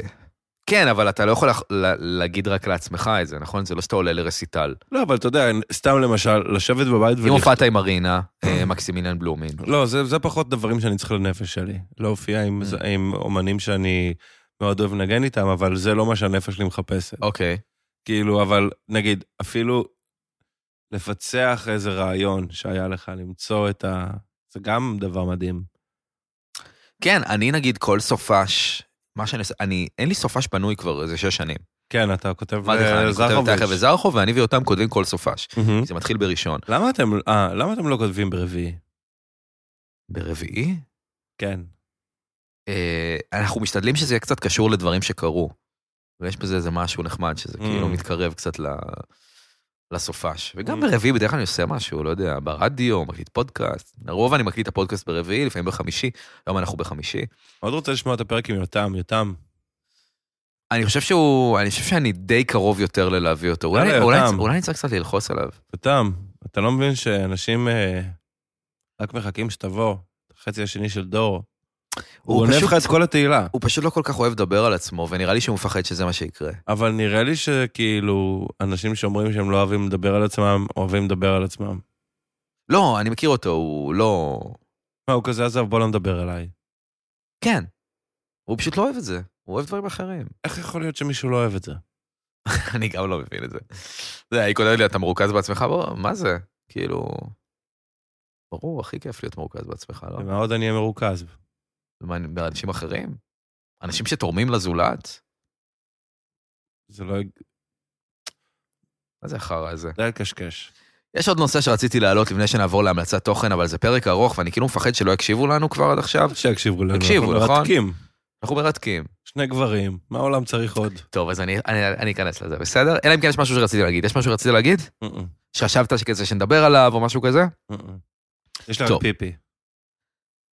Speaker 2: כן, אבל אתה לא יכול לח- לה- להגיד רק לעצמך את זה, נכון? זה לא שאתה עולה לרסיטל.
Speaker 3: לא, אבל אתה יודע, סתם למשל, לשבת בבית
Speaker 2: אם
Speaker 3: ולכתוב...
Speaker 2: הופעת עם מרינה, אה, מקסימיליאן בלומין.
Speaker 3: לא, זה, זה פחות דברים שאני צריך לנפש שלי. לא הופיע עם,
Speaker 2: Mm.
Speaker 3: mm. עם אומנים שאני מאוד אוהב לנגן איתם, אבל זה לא מה שהנפש שלי מחפשת.
Speaker 2: אוקיי.
Speaker 3: כאילו, אבל נגיד, אפילו לפצח איזה רעיון שהיה לך, למצוא את ה... זה גם דבר מדהים.
Speaker 2: כן, אני נגיד כל סופש, מה שאני עושה, אני, אין לי סופש פנוי כבר איזה שש שנים.
Speaker 3: כן, אתה כותב
Speaker 2: מה זה לך,
Speaker 3: אה,
Speaker 2: אני כותב את
Speaker 3: זרחוביץ'.
Speaker 2: האחר וזרחו, ואני ויותם כותבים כל סופש.
Speaker 3: מהמם.
Speaker 2: זה מתחיל בראשון.
Speaker 3: למה אתם, אה, למה אתם לא כותבים ברביעי?
Speaker 2: ברביעי,
Speaker 3: כן.
Speaker 2: אה, אנחנו משתדלים שזה יהיה קצת קשור לדברים שקרו. ויש בזה איזה משהו נחמד, שזה
Speaker 3: Mm.
Speaker 2: כאילו מתקרב קצת ל... לסופש. וגם
Speaker 3: Mm.
Speaker 2: ברביעי בדרך כלל אני עושה משהו, לא יודע, ברדיו, מקליט פודקאסט. לרוב אני מקליט את הפודקאסט ברביעי, לפעמים בחמישי, היום אנחנו בחמישי.
Speaker 3: מאוד רוצה לשמוע את הפרק עם יותם, יותם.
Speaker 2: אני חושב שהוא, אני חושב שאני די קרוב יותר ללהביא אותו. אולי-
Speaker 3: יאללה,
Speaker 2: אולי
Speaker 3: יותם.
Speaker 2: אולי אני צריך קצת ללחוץ עליו.
Speaker 3: יותם, אתה לא מבין שאנשים אה, רק מחכים שתבוא, החצי השני של דור. הוא
Speaker 2: הוא
Speaker 3: עונב
Speaker 2: פשוט-
Speaker 3: לך את כל התהילה.
Speaker 2: הוא פשוט לא כל כך אוהב לדבר על עצמו, ונראה לי שהוא מפחד שזה מה שיקרה.
Speaker 3: אבל נראה לי שכאילו, אנשים שאומרים שהם לא אוהבים לדבר על עצמם, אוהבים לדבר על עצמם.
Speaker 2: לא, אני מכיר אותו, הוא לא...
Speaker 3: מה, הוא כזה עזב, בוא לא נדבר עליי.
Speaker 2: כן. הוא פשוט לא אוהב את זה, הוא אוהב דברים אחרים.
Speaker 3: איך יכול להיות שמישהו לא אוהב את זה?
Speaker 2: אני גם לא מבין את זה. זה, היא כותבת לי, אתה מרוכז בעצמך? בוא, מה זה? כאילו... ברור, הכי כיף להיות מרוכז בעצמך, לא?
Speaker 3: ומה עוד אני אהיה מרוכז?
Speaker 2: ומה, באנשים אחרים? אנשים שתורמים לזולת?
Speaker 3: זה לא...
Speaker 2: מה זה החרא הזה?
Speaker 3: די לקשקש.
Speaker 2: יש עוד נושא שרציתי להעלות לפני שנעבור להמלצת תוכן, אבל זה פרק ארוך, ואני כאילו מפחד שלא יקשיבו לנו כבר עד עכשיו.
Speaker 3: טוב שיקשיבו לנו.
Speaker 2: תקשיבו,
Speaker 3: אנחנו
Speaker 2: נכון?
Speaker 3: מרתקים.
Speaker 2: אנחנו מרתקים.
Speaker 3: שני גברים, מה העולם צריך עוד?
Speaker 2: טוב, אז אני, אני, אני אכנס לזה, בסדר? אלא אם כן יש משהו שרציתי להגיד. יש משהו שרציתי להגיד?
Speaker 3: אה-אה,
Speaker 2: שחשבת שכזה שנדבר עליו או משהו כזה?
Speaker 3: אה-אה. יש לה רק
Speaker 2: טוב.
Speaker 3: פיפי.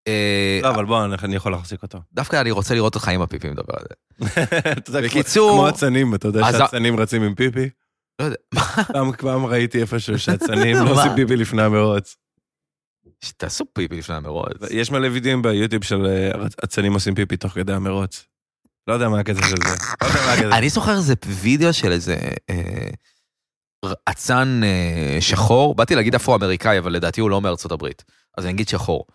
Speaker 2: אה,
Speaker 3: לא, אבל בוא, אני- אני יכול להחזיק אותו.
Speaker 2: דווקא אני רוצה לראות אותך עם הפיפי מדבר על זה.
Speaker 3: אתה יודע, כמו-
Speaker 2: בקיצור-
Speaker 3: כמו אצנים, אתה יודע
Speaker 2: אז-
Speaker 3: שאצנים רצים עם פיפי?
Speaker 2: לא יודע,
Speaker 3: פעם- פעם ראיתי איפשהו שאצנים לא
Speaker 2: מה?
Speaker 3: עושים פיפי לפני המרוץ.
Speaker 2: תעשו פיפי לפני המרוץ.
Speaker 3: יש מלא וידאים ביוטיוב של אה, אצנים עושים פיפי תוך כדי המרוץ. לא יודע מה הקטע של זה. לא יודע מה הקטע.
Speaker 2: אני זוכר איזה וידאו של איזה אה, ר- אצן אה, שחור, באתי להגיד אפרו-אמריקאי, אבל לדעתי הוא לא מארצות הברית, אז אני אגיד שחור.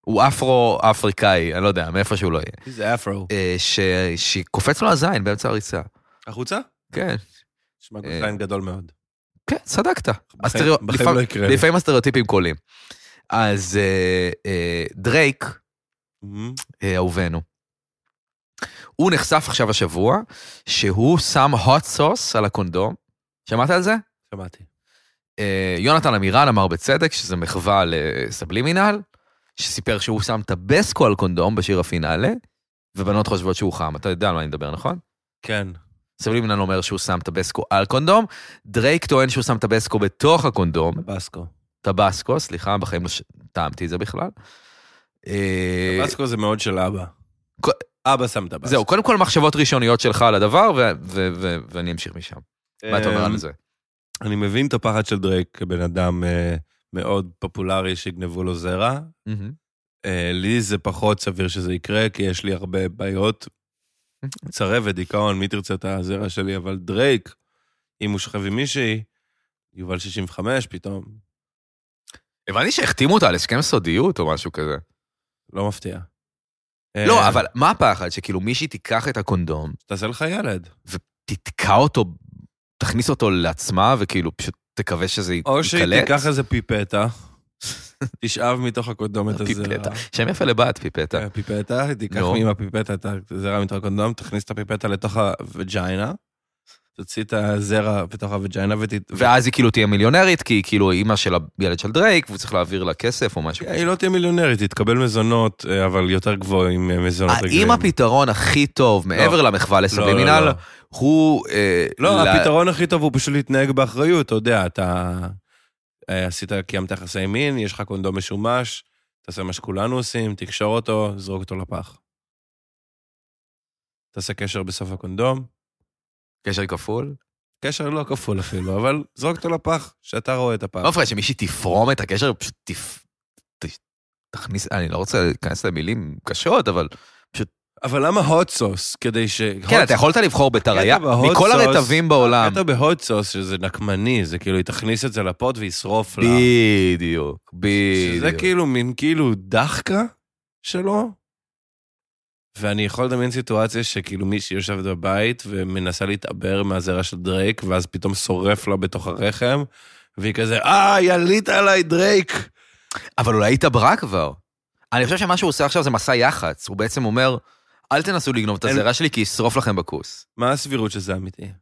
Speaker 2: הוא אפרו-אפריקאי, אני לא יודע, מאיפה שהוא לא יהיה.
Speaker 3: מי זה אפרו.
Speaker 2: אה, ש- שקופץ לו הזין באמצע הריצה.
Speaker 3: החוצה?
Speaker 2: כן,
Speaker 3: נשמע גולפיין גדול מאוד.
Speaker 2: כן, צדקת.
Speaker 3: בחיים-
Speaker 2: הסטריאו-
Speaker 3: בחיים
Speaker 2: לפעמים-
Speaker 3: לא יקרה לי.
Speaker 2: לפעמים הסטריאוטיפים קולים. אז אה, אה, דרייק,
Speaker 3: מהמם.
Speaker 2: אה, אהובנו. הוא נחשף עכשיו השבוע שהוא שם hot sauce על הקונדום. שמעת על זה?
Speaker 3: שמעתי.
Speaker 2: אה, יונתן עמירן אמר בצדק שזה מחווה לסבלימינל, שסיפר שהוא שם טבסקו על קונדום בשיר הפינאלה, ובנות חושבות שהוא חם. אתה יודע על מה אני מדבר, נכון?
Speaker 3: כן.
Speaker 2: סבלימינל אומר שהוא שם טבסקו על קונדום, דרייק טוען שהוא שם טבסקו בתוך הקונדום,
Speaker 3: טבסקו.
Speaker 2: טבסקו, סליחה, בחיים לא ש- טעמתי את זה בכלל. אה,
Speaker 3: טבסקו זה מאוד של אבא.
Speaker 2: כל-
Speaker 3: אבא שם טבסקו.
Speaker 2: זהו, קודם כל מחשבות ראשוניות שלך על הדבר, ו- ו- ו- ואני אמשיך משם. מה אתה אומר על
Speaker 3: אמ,
Speaker 2: זה?
Speaker 3: אני מבין את הפחד של דרייק כבן אדם אה, מאוד פופולרי שיגנבו לו זרע.
Speaker 2: מהמם,
Speaker 3: אה, לי זה פחות סביר שזה יקרה, כי יש לי הרבה בעיות צרבת, דיכאון, מי תרצה את הזרע שלי, אבל דרייק, אם הוא שוכב עם מישהי, יובל 65 פתאום,
Speaker 2: הבנתי שהחתימו אותה על הסכם סודיות או משהו כזה.
Speaker 3: לא מפתיע.
Speaker 2: לא,
Speaker 3: אה,
Speaker 2: אבל מה הפחד? שכאילו מישהי תיקח את הקונדום,
Speaker 3: תעשה לך ילד.
Speaker 2: תתקע אותו, תכניס אותו לעצמה, וכאילו פשוט תקווה שזה יקלט.
Speaker 3: או שהיא תיקח איזה פיפטה, תשאב מתוך הקונדום את הזרע.
Speaker 2: פיפטה. שם יפה לבת, פיפטה.
Speaker 3: אה, פיפטה, תיקח
Speaker 2: נו.
Speaker 3: מעם הפיפטה את הזרע מתוך הקונדום, תכניס את הפיפטה לתוך הווג'יינה, תוציא את הזרע בתוך הווג'יינה ות...
Speaker 2: ואז היא כאילו תהיה מיליונרית, כי היא כאילו אימא של הילד של דרייק, והוא צריך להעביר לה כסף או משהו כזה.
Speaker 3: היא לא תהיה מיליונרית, היא תקבל מזונות, אה, אבל יותר גבוהים אה, מזונות
Speaker 2: האם הפתרון הכי טוב, מעבר למחווה
Speaker 3: לא, לא,
Speaker 2: לסבלימינל,
Speaker 3: לא.
Speaker 2: הוא... אה,
Speaker 3: לא,
Speaker 2: ל-
Speaker 3: הפתרון הכי טוב הוא פשוט להתנהג באחריות, אתה יודע, אתה אה, עשית, קיימת יחסי מין, יש לך קונדום משומש, תעשה מה שכולנו עושים, תקשור אותו, זרוק אותו לפח. תעשה קשר בסוף הקונדום,
Speaker 2: קשר כפול?
Speaker 3: קשר לא כפול אפילו, אבל זרוק אותו לפח, שאתה רואה את הפח.
Speaker 2: לא מפחד שמישהי תפרום את הקשר, פשוט תפ... ת- תכניס, אני לא רוצה להיכנס למילים קשות, אבל...
Speaker 3: אבל למה hot sauce? כדי ש...
Speaker 2: כן,
Speaker 3: hot
Speaker 2: אתה יכולת לבחור בטריה,
Speaker 3: הקטע בהוט
Speaker 2: מכל
Speaker 3: סוס-
Speaker 2: הרטבים בעולם.
Speaker 3: הקטע בהוט סוס שזה נקמני, זה כאילו, היא תכניס את זה לפות וישרוף לה.
Speaker 2: בדיוק, בדיוק.
Speaker 3: שזה כאילו מין כאילו דחקה שלו. ואני יכול לדמיין סיטואציה שכאילו מישהי יושבת בבית ומנסה להתעבר מהזרע של דרייק, ואז פתאום שורף לה בתוך הרחם, והיא כזה, אה, ילית עליי דרייק!
Speaker 2: אבל אולי התעברה כבר. אני חושב שמה שהוא עושה עכשיו זה מסע יח"צ, הוא בעצם אומר, אל תנסו לגנוב את
Speaker 3: אין-
Speaker 2: הזרע שלי כי ישרוף לכם בכוס.
Speaker 3: מה הסבירות שזה אמיתי?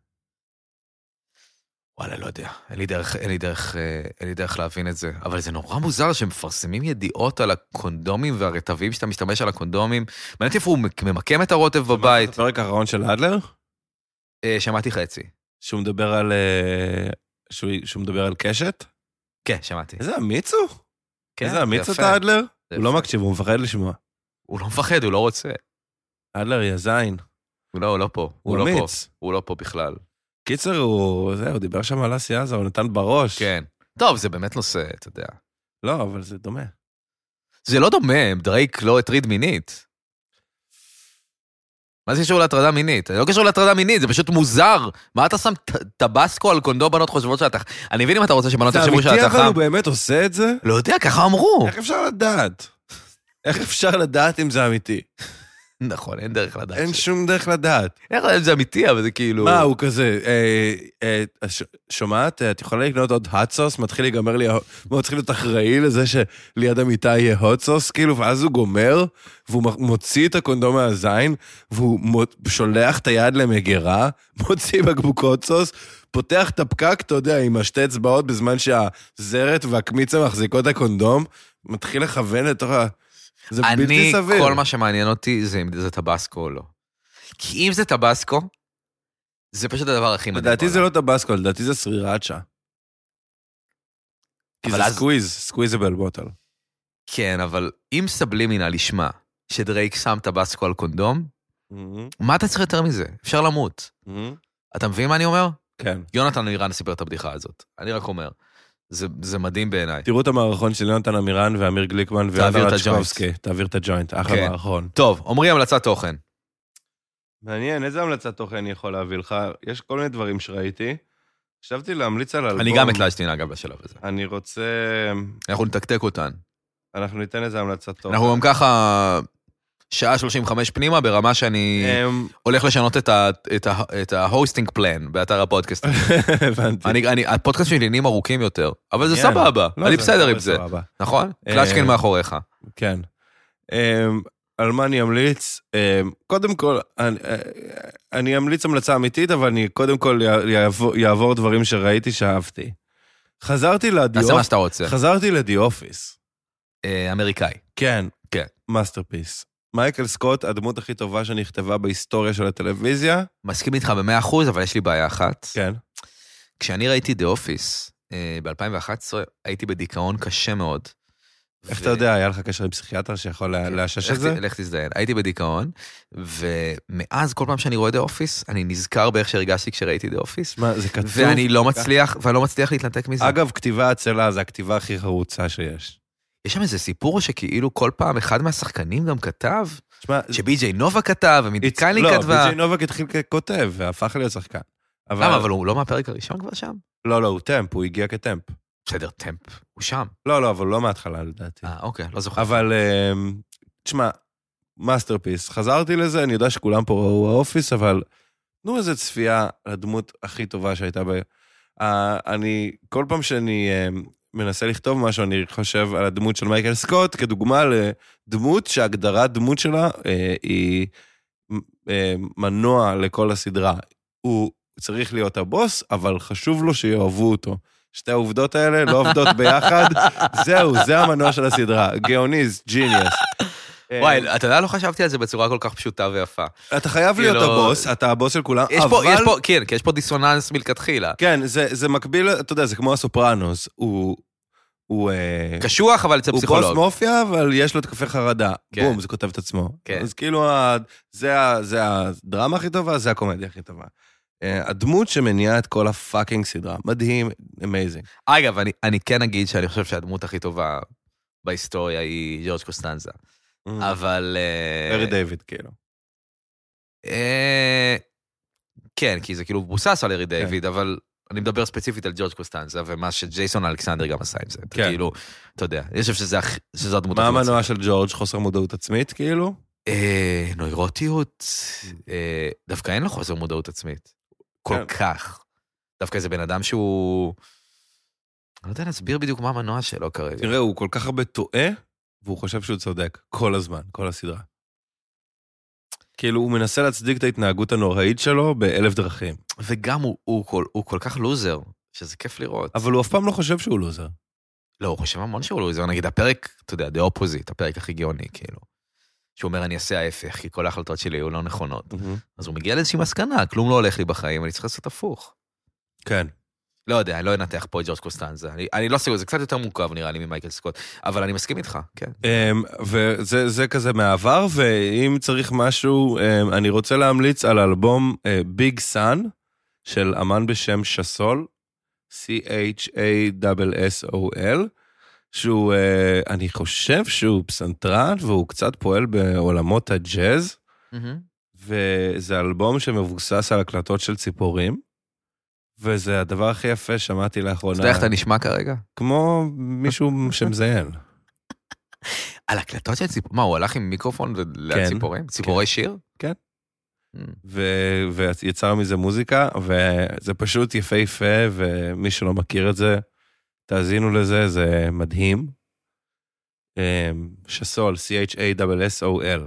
Speaker 2: וואלה, לא יודע, אין לי דרך, אין לי דרך, אה, אין לי דרך להבין את זה. אבל זה נורא מוזר שמפרסמים ידיעות על הקונדומים והרטבים שאתה משתמש על הקונדומים. מעניין אותי איפה הוא ממקם את הרוטב בבית.
Speaker 3: הפרק האחרון של אדלר,
Speaker 2: אה, שמעתי חצי.
Speaker 3: שהוא מדבר על... אה, שהוא, שהוא מדבר על קשת?
Speaker 2: כן, שמעתי.
Speaker 3: איזה אמיץ הוא?
Speaker 2: כן,
Speaker 3: איזה אמיץ
Speaker 2: זה יפה,
Speaker 3: אתה, אדלר?
Speaker 2: זה
Speaker 3: הוא לא
Speaker 2: יפה.
Speaker 3: מקשיב, הוא מפחד לשמוע.
Speaker 2: הוא לא מפחד, הוא לא רוצה.
Speaker 3: אדלר יא זין,
Speaker 2: הוא לא, הוא לא פה.
Speaker 3: הוא
Speaker 2: לא פה.
Speaker 3: אמיץ.
Speaker 2: הוא לא פה בכלל.
Speaker 3: קיצר, הוא... זה, הוא דיבר שם על אסי עזה, הוא נתן בראש.
Speaker 2: כן. טוב, זה באמת נושא, אתה יודע.
Speaker 3: לא, אבל זה דומה.
Speaker 2: זה לא דומה, דרייק לא הטריד מינית. מה זה קשור להטרדה מינית? זה לא קשור להטרדה מינית, זה פשוט מוזר. מה אתה שם ט- טבסקו על קונדום בנות חושבות שאתה... אני מבין אם אתה רוצה שבנות
Speaker 3: זה
Speaker 2: יחשבו
Speaker 3: אמיתי,
Speaker 2: שאתה
Speaker 3: אבל
Speaker 2: חם.
Speaker 3: הוא באמת עושה את זה?
Speaker 2: לא יודע, ככה אמרו.
Speaker 3: איך אפשר לדעת? איך אפשר לדעת אם זה אמיתי?
Speaker 2: נכון, אין דרך לדעת.
Speaker 3: אין
Speaker 2: ש-
Speaker 3: שום דרך לדעת.
Speaker 2: איך לדעת אם זה אמיתי, אבל זה כאילו...
Speaker 3: מה, הוא כזה, אה, אה, את ש- שומעת? אה, את יכולה לקנות עוד hot sauce? מתחיל להיגמר לי, ה- מה, הוא צריך להיות אחראי לזה שליד המיטה יהיה hot sauce, כאילו, ואז הוא גומר, והוא מ- מוציא את הקונדום מהזין, והוא מו- שולח את היד למגירה, מוציא בקבוק hot sauce, פותח את הפקק, אתה יודע, עם השתי אצבעות, בזמן שהזרת והקמיצה מחזיקות את הקונדום, מתחיל לכוון לתוך ה... זה בלתי
Speaker 2: אני,
Speaker 3: סביר.
Speaker 2: כל מה שמעניין אותי זה אם זה טבסקו או לא. כי אם זה טבסקו, זה פשוט הדבר הכי מדהים.
Speaker 3: לדעתי זה
Speaker 2: בעולם.
Speaker 3: לא טבסקו, לדעתי זה סרירצ'ה. כי
Speaker 2: אבל
Speaker 3: זה
Speaker 2: אז-
Speaker 3: סקוויז, סקוויזבל בוטל.
Speaker 2: כן, אבל אם סבלימינל ישמע שדרייק שם טבסקו על קונדום, מה אתה צריך יותר מזה? אפשר למות. אתה מבין מה אני אומר?
Speaker 3: כן.
Speaker 2: יונתן אמירן סיפר את הבדיחה הזאת. אני רק אומר. זה, זה מדהים בעיניי.
Speaker 3: תראו את המערכון של יונתן עמירן ואמיר גליקמן
Speaker 2: תעביר
Speaker 3: ויונתן
Speaker 2: את
Speaker 3: רצ'קובסקי. תעביר את הג'וינט, אחלה
Speaker 2: כן.
Speaker 3: מערכון.
Speaker 2: טוב, עמרי המלצת תוכן.
Speaker 3: מעניין, איזה המלצת תוכן אני יכול להביא לך? יש כל מיני דברים שראיתי. חשבתי להמליץ על אלבום.
Speaker 2: אני גם התלהשתי אגב בשלב הזה.
Speaker 3: אני רוצה...
Speaker 2: אנחנו נתקתק אותן.
Speaker 3: אנחנו ניתן איזה המלצת תוכן.
Speaker 2: אנחנו גם ככה שעה 35 פנימה ברמה שאני
Speaker 3: אמ,
Speaker 2: הולך לשנות את ה- את ה- את ההוסטינג פלן באתר הפודקאסט.
Speaker 3: הבנתי.
Speaker 2: אני, אני, הפודקאסט שלי נהיים ארוכים יותר, אבל זה
Speaker 3: מעניין.
Speaker 2: סבבה,
Speaker 3: לא,
Speaker 2: אני בסדר עם זה,
Speaker 3: סבבה.
Speaker 2: נכון?
Speaker 3: אה,
Speaker 2: קלצ'קין מאחוריך.
Speaker 3: כן. אמ, על מה אני אמליץ? אמ, קודם כל, אני, אה, אני אמליץ המלצה אמיתית, אבל אני קודם כל יעבור, יעבור דברים שראיתי שאהבתי. חזרתי
Speaker 2: תעשה מה
Speaker 3: לדיאופיס,
Speaker 2: שאתה רוצה.
Speaker 3: חזרתי לדיאופיס.
Speaker 2: אה, אמריקאי.
Speaker 3: כן.
Speaker 2: כן.
Speaker 3: מאסטרפיס. מייקל סקוט, הדמות הכי טובה שנכתבה בהיסטוריה של הטלוויזיה.
Speaker 2: מסכים איתך במאה אחוז, אבל יש לי בעיה אחת.
Speaker 3: כן.
Speaker 2: כשאני ראיתי אה, דה אופיס ב-2011, הייתי בדיכאון קשה מאוד.
Speaker 3: איך
Speaker 2: ו-
Speaker 3: אתה יודע, היה לך קשר עם פסיכיאטר שיכול לה- לאשש
Speaker 2: לך
Speaker 3: את
Speaker 2: ת-
Speaker 3: כן. זה?
Speaker 2: לך תזדיין. הייתי בדיכאון, ומאז כל פעם שאני רואה דה אופיס, אני נזכר באיך שהרגשתי כשראיתי דה אופיס,
Speaker 3: מה, זה כתוב?
Speaker 2: ואני לא מצליח, ואני לא מצליח להתנתק מזה.
Speaker 3: אגב, כתיבה עצלה זה הכתיבה הכי חרוצה שיש.
Speaker 2: יש שם איזה סיפור שכאילו כל פעם אחד מהשחקנים גם כתב,
Speaker 3: תשמע,
Speaker 2: שבי.ג'יי נובה כתב, עמית
Speaker 3: it's-
Speaker 2: קליין
Speaker 3: לא,
Speaker 2: כתבה.
Speaker 3: בי.ג'יי נובק התחיל ככותב והפך להיות שחקן.
Speaker 2: למה, אבל הוא לא מהפרק הראשון כבר שם?
Speaker 3: לא, לא, הוא טמפ, הוא הגיע כטמפ.
Speaker 2: בסדר, טמפ, הוא שם.
Speaker 3: לא, לא, אבל לא מההתחלה לדעתי.
Speaker 2: אה, אוקיי, לא זוכר.
Speaker 3: אבל אמ, תשמע, מאסטרפיס, חזרתי לזה, אני יודע שכולם פה ראו האופיס, אבל תנו איזה צפייה לדמות הכי טובה שהייתה ב... אה, אני, כל פעם שאני אמ, מנסה לכתוב משהו, אני חושב על הדמות של מייקל סקוט כדוגמה לדמות שהגדרת דמות שלה אה, היא אה, מנוע לכל הסדרה. הוא צריך להיות הבוס, אבל חשוב לו שיאהבו אותו. שתי העובדות האלה לא עובדות ביחד, זהו, זה המנוע של הסדרה. גאוניז, ג'יניוס. אה,
Speaker 2: וואי, אתה יודע, לא חשבתי על זה בצורה כל כך פשוטה ויפה.
Speaker 3: אתה חייב להיות
Speaker 2: כאילו-
Speaker 3: הבוס, אתה הבוס של כולם,
Speaker 2: יש פה,
Speaker 3: אבל...
Speaker 2: יש פה, כן, כי יש פה דיסוננס מלכתחילה.
Speaker 3: כן, זה זה מקביל, אתה יודע, זה כמו הסופרנוס, הוא... הוא... אה,
Speaker 2: קשוח, אבל אצל
Speaker 3: הוא בוס
Speaker 2: פסיכולוג.
Speaker 3: מאופיה, אבל יש לו התקפי חרדה.
Speaker 2: כן.
Speaker 3: בום, זה כותב את עצמו.
Speaker 2: כן.
Speaker 3: אז כאילו, ה- זה ה- זה הדרמה הכי טובה, זה הקומדיה הכי טובה. אה, הדמות שמניעה את כל הפאקינג סדרה. מדהים, אמייזינג.
Speaker 2: אגב, אני- אני כן אגיד שאני חושב שהדמות הכי טובה בהיסטוריה היא ג'ורג' קוסטנזה. אבל... אה,
Speaker 3: Mm. ארי דיוויד, כאילו.
Speaker 2: אה, כן, כי זה כאילו מבוסס על
Speaker 3: כן.
Speaker 2: ארי דיוויד, אבל אני מדבר ספציפית על ג'ורג' קוסטנזה, ומה שג'ייסון אלכסנדר גם עשה עם זה.
Speaker 3: כן.
Speaker 2: כן. כאילו, אתה יודע, אני חושב שזה הכי- שזו הדמות
Speaker 3: מה
Speaker 2: הכי
Speaker 3: המנוע של ג'ורג'? חוסר מודעות עצמית, כאילו?
Speaker 2: אה, נוירוטיות, אה, דווקא אין לו חוסר מודעות עצמית. כל
Speaker 3: כן.
Speaker 2: כך. דווקא זה בן אדם שהוא... אני לא יודע להסביר בדיוק מה המנוע שלו כרגע.
Speaker 3: תראה, הוא כל כך הרבה טועה, והוא חושב שהוא צודק. כל הזמן, כל הסדרה. כאילו, הוא מנסה להצדיק את ההתנהגות הנוראית שלו באלף דרכים.
Speaker 2: וגם הוא, הוא, כל, הוא כל כך לוזר, שזה כיף לראות.
Speaker 3: אבל הוא אף פעם לא חושב שהוא לוזר.
Speaker 2: לא, הוא חושב המון שהוא לוזר. נגיד הפרק, אתה יודע, The Opposite, הפרק הכי גאוני, כאילו. שהוא אומר, אני אעשה ההפך, כי כל ההחלטות שלי היו לא נכונות. אז הוא מגיע לאיזושהי מסקנה, כלום לא הולך לי בחיים, אני צריך לעשות הפוך.
Speaker 3: כן.
Speaker 2: לא יודע, אני לא אנתח פה את ג'ורג' קוסטנזה. אני, אני לא סגור, זה קצת יותר מורכב נראה לי ממייקל סקוט, אבל אני מסכים איתך, כן.
Speaker 3: אמ, וזה זה כזה מהעבר, ואם צריך משהו, אמ, אני רוצה להמליץ על אלבום ביג סאן, של אמן בשם שסול, C-H-A-S-S-O-L, שהוא, אה, אני חושב שהוא פסנתרן, והוא קצת פועל בעולמות הג'אז, וזה אלבום שמבוסס על הקלטות של ציפורים, וזה הדבר הכי יפה שמעתי
Speaker 2: אתה
Speaker 3: לאחרונה,
Speaker 2: יודע איך אתה נשמע כרגע?
Speaker 3: כמו מישהו שמזיין.
Speaker 2: על הקלטות של ציפורים? מה, הוא הלך עם מיקרופון ו- ליד
Speaker 3: כן.
Speaker 2: ציפורים? ציפורי שיר?
Speaker 3: כן.
Speaker 2: Mm.
Speaker 3: ו- ויצר מזה מוזיקה, וזה פשוט יפהפה, ומי שלא מכיר את זה, תאזינו לזה, זה מדהים. אמ, שסול, C-H-A-S-S-O-L,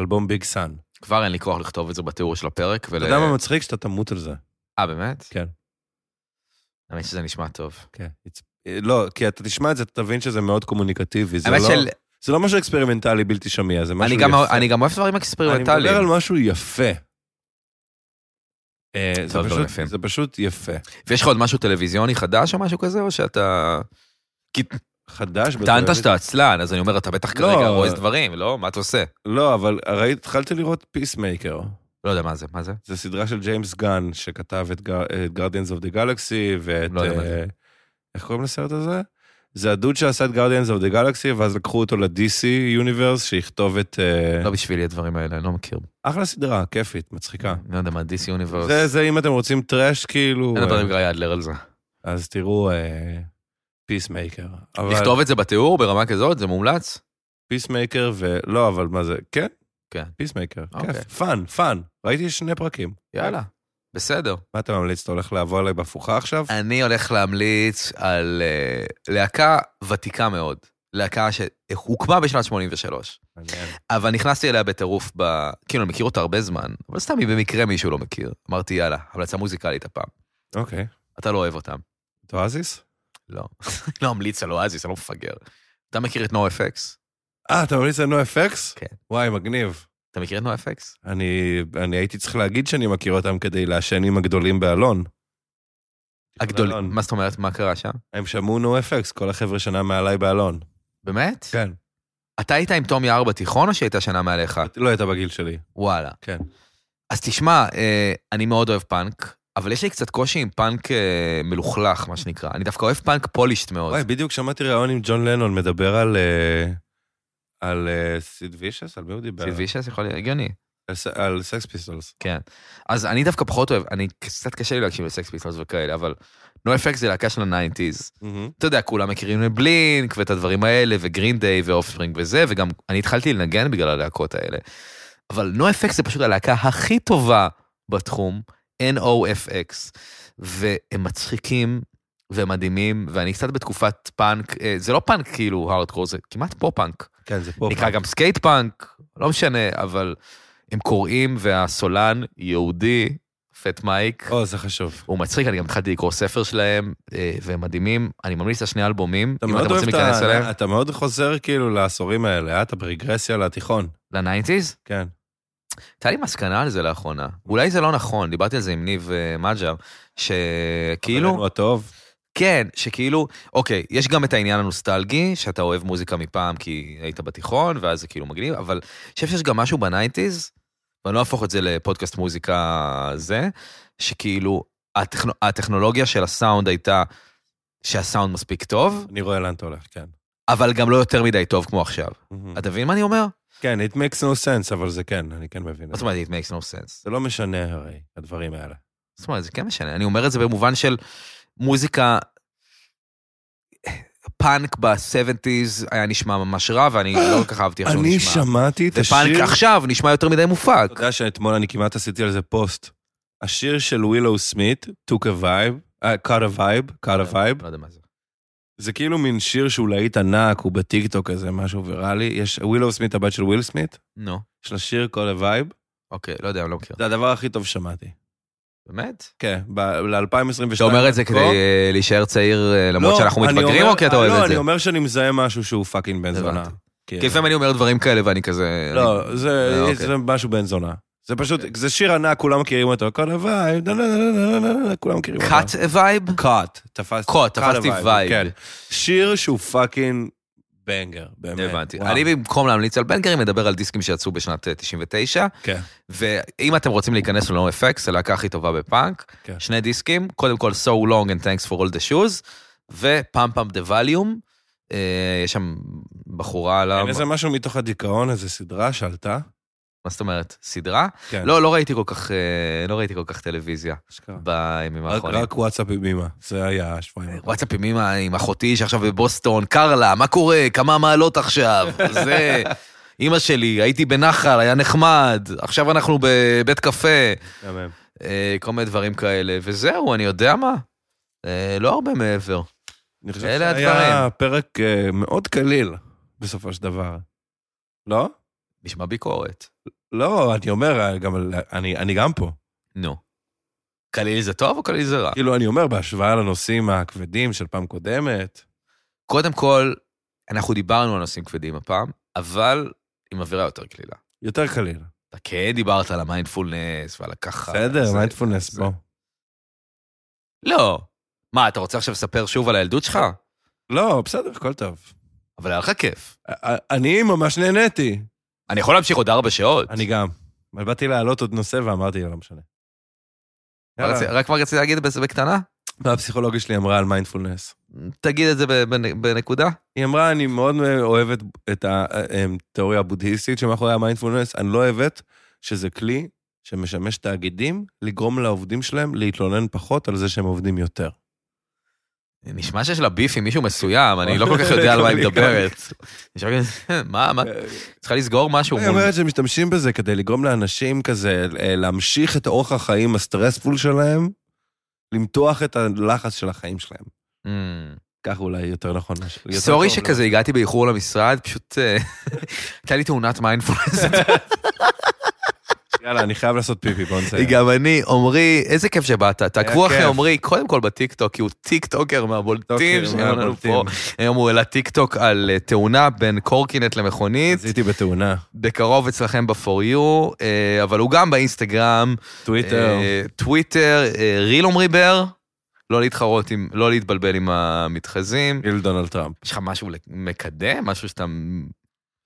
Speaker 3: אלבום ביג סאן.
Speaker 2: כבר אין לי כוח לכתוב את זה בתיאור של הפרק. ול-
Speaker 3: אתה יודע מה מצחיק? שאתה תמות על זה.
Speaker 2: אה, באמת?
Speaker 3: כן.
Speaker 2: האמת שזה נשמע טוב.
Speaker 3: כן. לא, כי אתה תשמע את זה, אתה תבין שזה מאוד קומוניקטיבי. זה
Speaker 2: האמת
Speaker 3: לא-
Speaker 2: של...
Speaker 3: זה לא משהו אקספרימנטלי בלתי שמיע, זה משהו
Speaker 2: אני
Speaker 3: יפה.
Speaker 2: גם- אני גם אוהב דברים
Speaker 3: אני מדבר
Speaker 2: אקספרימנטליים.
Speaker 3: על משהו יפה. אה, זה
Speaker 2: טוב, דברים
Speaker 3: פשוט-
Speaker 2: יפים.
Speaker 3: זה פשוט יפה.
Speaker 2: ויש לך עוד משהו טלוויזיוני חדש או משהו כזה, או שאתה... כי
Speaker 3: חדש.
Speaker 2: טענת
Speaker 3: בטלוויזיה.
Speaker 2: שאתה עצלן, אז אני אומר, אתה בטח
Speaker 3: לא.
Speaker 2: כרגע רועז דברים, לא? מה אתה עושה?
Speaker 3: לא, אבל הרי התחלתי לראות פיסמייקר.
Speaker 2: לא יודע מה זה, מה זה?
Speaker 3: זו סדרה של ג'יימס גן, שכתב את גרדיאנס אוף דה גלקסי, ואת...
Speaker 2: לא יודע מה זה.
Speaker 3: אה, איך קוראים לסרט הזה? זה הדוד שעשה את גרדיאנס אוף דה גלקסי, ואז לקחו אותו ל-DC יוניברס, שיכתוב את... אה,
Speaker 2: לא בשבילי הדברים האלה, אני לא מכיר.
Speaker 3: אחלה סדרה, כיפית, מצחיקה.
Speaker 2: אני לא יודע מה, DC Universe.
Speaker 3: זה, זה אם אתם רוצים טראש, כאילו,
Speaker 2: אני אדבר
Speaker 3: אה,
Speaker 2: עם גיא אדלר על זה.
Speaker 3: אז תראו אה, פיסמייקר.
Speaker 2: לכתוב את זה בתיאור ברמה כזאת, זה מומלץ?
Speaker 3: פיסמייקר ולא, אבל מה זה? כן?
Speaker 2: כן.
Speaker 3: פיסמייקר.
Speaker 2: אוקיי.
Speaker 3: כיף. פאן, פאן. ראיתי שני פרקים.
Speaker 2: יאללה, בסדר.
Speaker 3: מה אתה ממליץ? אתה הולך לעבור עליי בהפוכה עכשיו?
Speaker 2: אני הולך להמליץ על אה, להקה ותיקה מאוד. להקה שהוקמה בשנת 83,
Speaker 3: מעניין.
Speaker 2: אבל נכנסתי אליה בטירוף ב... כאילו, אני מכיר אותה הרבה זמן, אבל סתם היא במקרה מישהו לא מכיר. אמרתי, יאללה, המלצה מוזיקלית הפעם.
Speaker 3: אוקיי.
Speaker 2: אתה לא אוהב אותם.
Speaker 3: את אואזיס?
Speaker 2: לא. אני לא אמליץ על אואזיס, אני לא מפגר. אתה מכיר את NoFX?
Speaker 3: אה, אתה ממליץ על נו אפקס?
Speaker 2: כן.
Speaker 3: וואי, מגניב.
Speaker 2: אתה מכיר את NoFX?
Speaker 3: אני, אני הייתי צריך להגיד שאני מכיר אותם כדי לעשן עם הגדולים באלון.
Speaker 2: הגדול...
Speaker 3: אלון.
Speaker 2: מה זאת אומרת, מה קרה שם?
Speaker 3: הם שמעו נו אפקס, כל החבר'ה שנה מעליי באלון.
Speaker 2: באמת?
Speaker 3: כן.
Speaker 2: אתה היית עם תום יער בתיכון או שהייתה שנה מעליך? אוקיי.
Speaker 3: לא הייתה בגיל שלי.
Speaker 2: וואלה.
Speaker 3: כן.
Speaker 2: אז תשמע, אה, אני מאוד אוהב פאנק. אבל יש לי קצת קושי עם פאנק אה, מלוכלך, מה שנקרא. אני דווקא אוהב פאנק פולישט מאוד.
Speaker 3: וואי, בדיוק שמעתי ראיון עם ג'ון לנון מדבר על... אה, על אה, סיד וישס? על מי הוא דיבר?
Speaker 2: סיד וישס יכול להיות הגיוני.
Speaker 3: על ס- על סקס פיסטולס.
Speaker 2: כן. אז אני דווקא פחות אוהב, אני קצת קשה לי להקשיב לסקס פיסטולס וכאלה, אבל נו אפקט זה להקה של הניינטיז. אתה יודע, כולם מכירים את בלינק ואת הדברים האלה, וגרין דיי ואופספרינג וזה, וגם אני התחלתי לנגן בגלל הלהקות האלה. אבל נו אפקט זה פשוט הלהקה הכי טובה בתחום, NOFX. והם מצחיקים והם מדהימים, ואני קצת בתקופת פאנק, אה, זה לא פאנק כאילו הארדקור, זה כמעט פופ-פאנק.
Speaker 3: כן, זה פה.
Speaker 2: נקרא גם סקייט פאנק, לא משנה, אבל הם קוראים והסולן יהודי, פט מייק,
Speaker 3: או, זה חשוב.
Speaker 2: הוא מצחיק, אני גם התחלתי לקרוא ספר שלהם, אה, והם מדהימים, אני ממליץ לשני אלבומים,
Speaker 3: אתה
Speaker 2: אם
Speaker 3: מאוד
Speaker 2: אתם
Speaker 3: אוהב
Speaker 2: רוצים
Speaker 3: את
Speaker 2: להיכנס אליהם,
Speaker 3: ה... אתה מאוד חוזר כאילו לעשורים האלה, אה? אתה ברגרסיה לתיכון.
Speaker 2: לניינטיז.
Speaker 3: כן.
Speaker 2: הייתה לי מסקנה על זה לאחרונה, אולי זה לא נכון, דיברתי על זה עם ניב אה, מג'ר, שכאילו...
Speaker 3: הוא הטוב.
Speaker 2: כן, שכאילו, אוקיי, יש גם את העניין הנוסטלגי, שאתה אוהב מוזיקה מפעם כי היית בתיכון, ואז זה כאילו מגניב, אבל אני חושב שיש גם משהו בניינטיז, ואני לא אהפוך את זה לפודקאסט מוזיקה זה, שכאילו, הטכנו, הטכנולוגיה של הסאונד הייתה שהסאונד מספיק טוב,
Speaker 3: אני רואה לאן אתה הולך, כן.
Speaker 2: אבל גם לא יותר מדי טוב כמו עכשיו.
Speaker 3: Mm-hmm.
Speaker 2: אתה מבין מה אני אומר?
Speaker 3: כן, it makes no sense, אבל זה כן, אני כן מבין.
Speaker 2: מה
Speaker 3: את
Speaker 2: זאת
Speaker 3: זה.
Speaker 2: אומרת, it makes no sense.
Speaker 3: זה לא משנה הרי, הדברים האלה.
Speaker 2: זאת אומרת, זה כן משנה, אני אומר את זה במובן של מוזיקה... פאנק ב-70's היה נשמע ממש רע, ואני לא כל כך אהבתי איך שהוא
Speaker 3: אני
Speaker 2: נשמע.
Speaker 3: שמעתי את
Speaker 2: ופאנק
Speaker 3: השיר...
Speaker 2: עכשיו נשמע יותר מדי מופק.
Speaker 3: אתה יודע שאתמול אני כמעט עשיתי על זה פוסט. השיר של ווילו סמית, took a vibe, אה, cut a vibe, cut a vibe,
Speaker 2: לא יודע מה זה.
Speaker 3: זה כאילו מין שיר שהוא להיט ענק, הוא בטיקטוק כזה, משהו ויראלי. יש ווילו סמית, הבת של וויל סמית,
Speaker 2: נו,
Speaker 3: יש לה שיר cut a vibe,
Speaker 2: אוקיי, לא יודע, אני לא מכיר.
Speaker 3: זה הדבר הכי טוב ששמעתי.
Speaker 2: באמת?
Speaker 3: כן, ל-2022.
Speaker 2: אתה אומר את זה כדי אה, להישאר צעיר אה, למרות שאנחנו מתבגרים, או כי אתה אוהב
Speaker 3: לא,
Speaker 2: את
Speaker 3: אני
Speaker 2: זה?
Speaker 3: לא, אומר שאני מזהה משהו שהוא פאקינג בן זונה.
Speaker 2: הבנתי.
Speaker 3: כאילו.
Speaker 2: כי לפעמים אני אומר דברים כאלה ואני כזה...
Speaker 3: לא, זה
Speaker 2: אה, אוקיי.
Speaker 3: זה משהו בן זונה. זה פשוט,
Speaker 2: אוקיי.
Speaker 3: זה שיר ענק, כולם מכירים אותו, כל הווייב, דה, דה, דה, דה, דה, דה, כולם מכירים אותו.
Speaker 2: קאט וייב?
Speaker 3: קאט, תפסתי.
Speaker 2: קאט,
Speaker 3: cut a
Speaker 2: תפסתי
Speaker 3: vibe,
Speaker 2: וייב.
Speaker 3: כן. שיר שהוא פאקינג בנגר, באמת.
Speaker 2: הבנתי.
Speaker 3: וואו.
Speaker 2: אני במקום להמליץ על בנגרים מדבר על דיסקים שיצאו בשנת אה, 99,
Speaker 3: כן.
Speaker 2: ואם אתם רוצים להיכנס ל-No Effects, הלהקה הכי טובה בפאנק,
Speaker 3: כן.
Speaker 2: שני דיסקים, קודם כל So Long and Thanks for All the Shoes, ו-Pump Up the Volume, אה, יש שם בחורה על ה...
Speaker 3: אין איזה משהו מתוך הדיכאון, איזה סדרה שעלתה?
Speaker 2: מה זאת אומרת? סדרה?
Speaker 3: כן.
Speaker 2: לא, לא ראיתי כל כך, אה, לא ראיתי כל כך טלוויזיה
Speaker 3: אשכרה.
Speaker 2: בימים
Speaker 3: רק-
Speaker 2: האחרונים.
Speaker 3: רק וואטסאפ עם אמא, זה היה
Speaker 2: אה.
Speaker 3: השבועיים.
Speaker 2: וואטסאפים עם, ה- עם אחותי שעכשיו בבוסטון, קרלה, מה קורה? כמה מעלות עכשיו? זה... אימא שלי, הייתי בנחל, היה נחמד, עכשיו אנחנו בבית קפה,
Speaker 3: מהמם.
Speaker 2: אה, כל מיני דברים כאלה, וזהו, אני יודע מה. אה, לא הרבה מעבר.
Speaker 3: אני חושב
Speaker 2: אלה
Speaker 3: שהיה
Speaker 2: הדברים.
Speaker 3: פרק אה, מאוד קליל, בסופו של דבר. לא?
Speaker 2: נשמע ביקורת. לא.
Speaker 3: לא, אני אומר, גם, על- אני, אני גם פה.
Speaker 2: נו. קליל זה טוב או קליל זה רע?
Speaker 3: כאילו, אני אומר, בהשוואה לנושאים הכבדים של פעם קודמת,
Speaker 2: קודם כל, אנחנו דיברנו על נושאים כבדים הפעם, אבל עם אווירה יותר קלילה.
Speaker 3: יותר קליל.
Speaker 2: אתה כן דיברת על המיינדפולנס ועל הככה.
Speaker 3: בסדר,
Speaker 2: זה-
Speaker 3: מיינדפולנס,
Speaker 2: זה-
Speaker 3: בוא.
Speaker 2: לא. מה, אתה רוצה עכשיו לספר שוב על הילדות שלך?
Speaker 3: לא, בסדר, הכל טוב.
Speaker 2: אבל היה לך כיף.
Speaker 3: א- א- אני ממש נהניתי.
Speaker 2: אני יכול להמשיך עוד ארבע שעות.
Speaker 3: אני גם. אבל באתי להעלות עוד נושא ואמרתי, לא משנה.
Speaker 2: מה רצית-
Speaker 3: יאללה.
Speaker 2: רק מה רציתי להגיד בזה בקטנה?
Speaker 3: מה הפסיכולוגיה שלי אמרה על מיינדפולנס?
Speaker 2: תגיד את זה ב- בנ- בנקודה.
Speaker 3: היא אמרה, אני מאוד אוהבת את התיאוריה הבודהיסטית שמאחורי המיינדפולנס, אני לא אוהבת שזה כלי שמשמש תאגידים לגרום לעובדים שלהם להתלונן פחות על זה שהם עובדים יותר.
Speaker 2: נשמע שיש לה ביף עם מישהו מסוים, אני לא כל כך יודע על מה היא מדברת. נשמע כזה, מה, מה, צריכה לסגור משהו
Speaker 3: היא
Speaker 2: מול...
Speaker 3: כן. אומרת שמשתמשים בזה כדי לגרום לאנשים כזה אה, להמשיך את אורח החיים הסטרספול שלהם, למתוח את הלחץ של החיים שלהם.
Speaker 2: אמ,
Speaker 3: ככה אולי יותר נכון. יותר
Speaker 2: סורי
Speaker 3: טוב, לא?
Speaker 2: שכזה הגעתי באיחור למשרד, פשוט אה, הייתה לי תאונת מיינדפולנס.
Speaker 3: יאללה, אני חייב לעשות פיפי, בוא נסיים.
Speaker 2: גם אני, עמרי, איזה כיף שבאת, תעקבו אחרי
Speaker 3: כיף.
Speaker 2: עמרי, קודם כל בטיקטוק, כי הוא טיקטוקר מהבולטים,
Speaker 3: טוקר,
Speaker 2: שהיו לנו
Speaker 3: מהבולטים.
Speaker 2: פה. היום הוא העלה טיקטוק על אה, תאונה בין קורקינט למכונית,
Speaker 3: אז הייתי בתאונה.
Speaker 2: בקרוב אצלכם ב-for you, אה, אבל הוא גם באינסטגרם,
Speaker 3: טוויטר.
Speaker 2: אה, טוויטר, אה, ריל עמרי בר, לא להתחרות עם, לא להתבלבל עם המתחזים.
Speaker 3: גיל דונלד טראמפ.
Speaker 2: יש לך משהו מקדם, משהו שאתה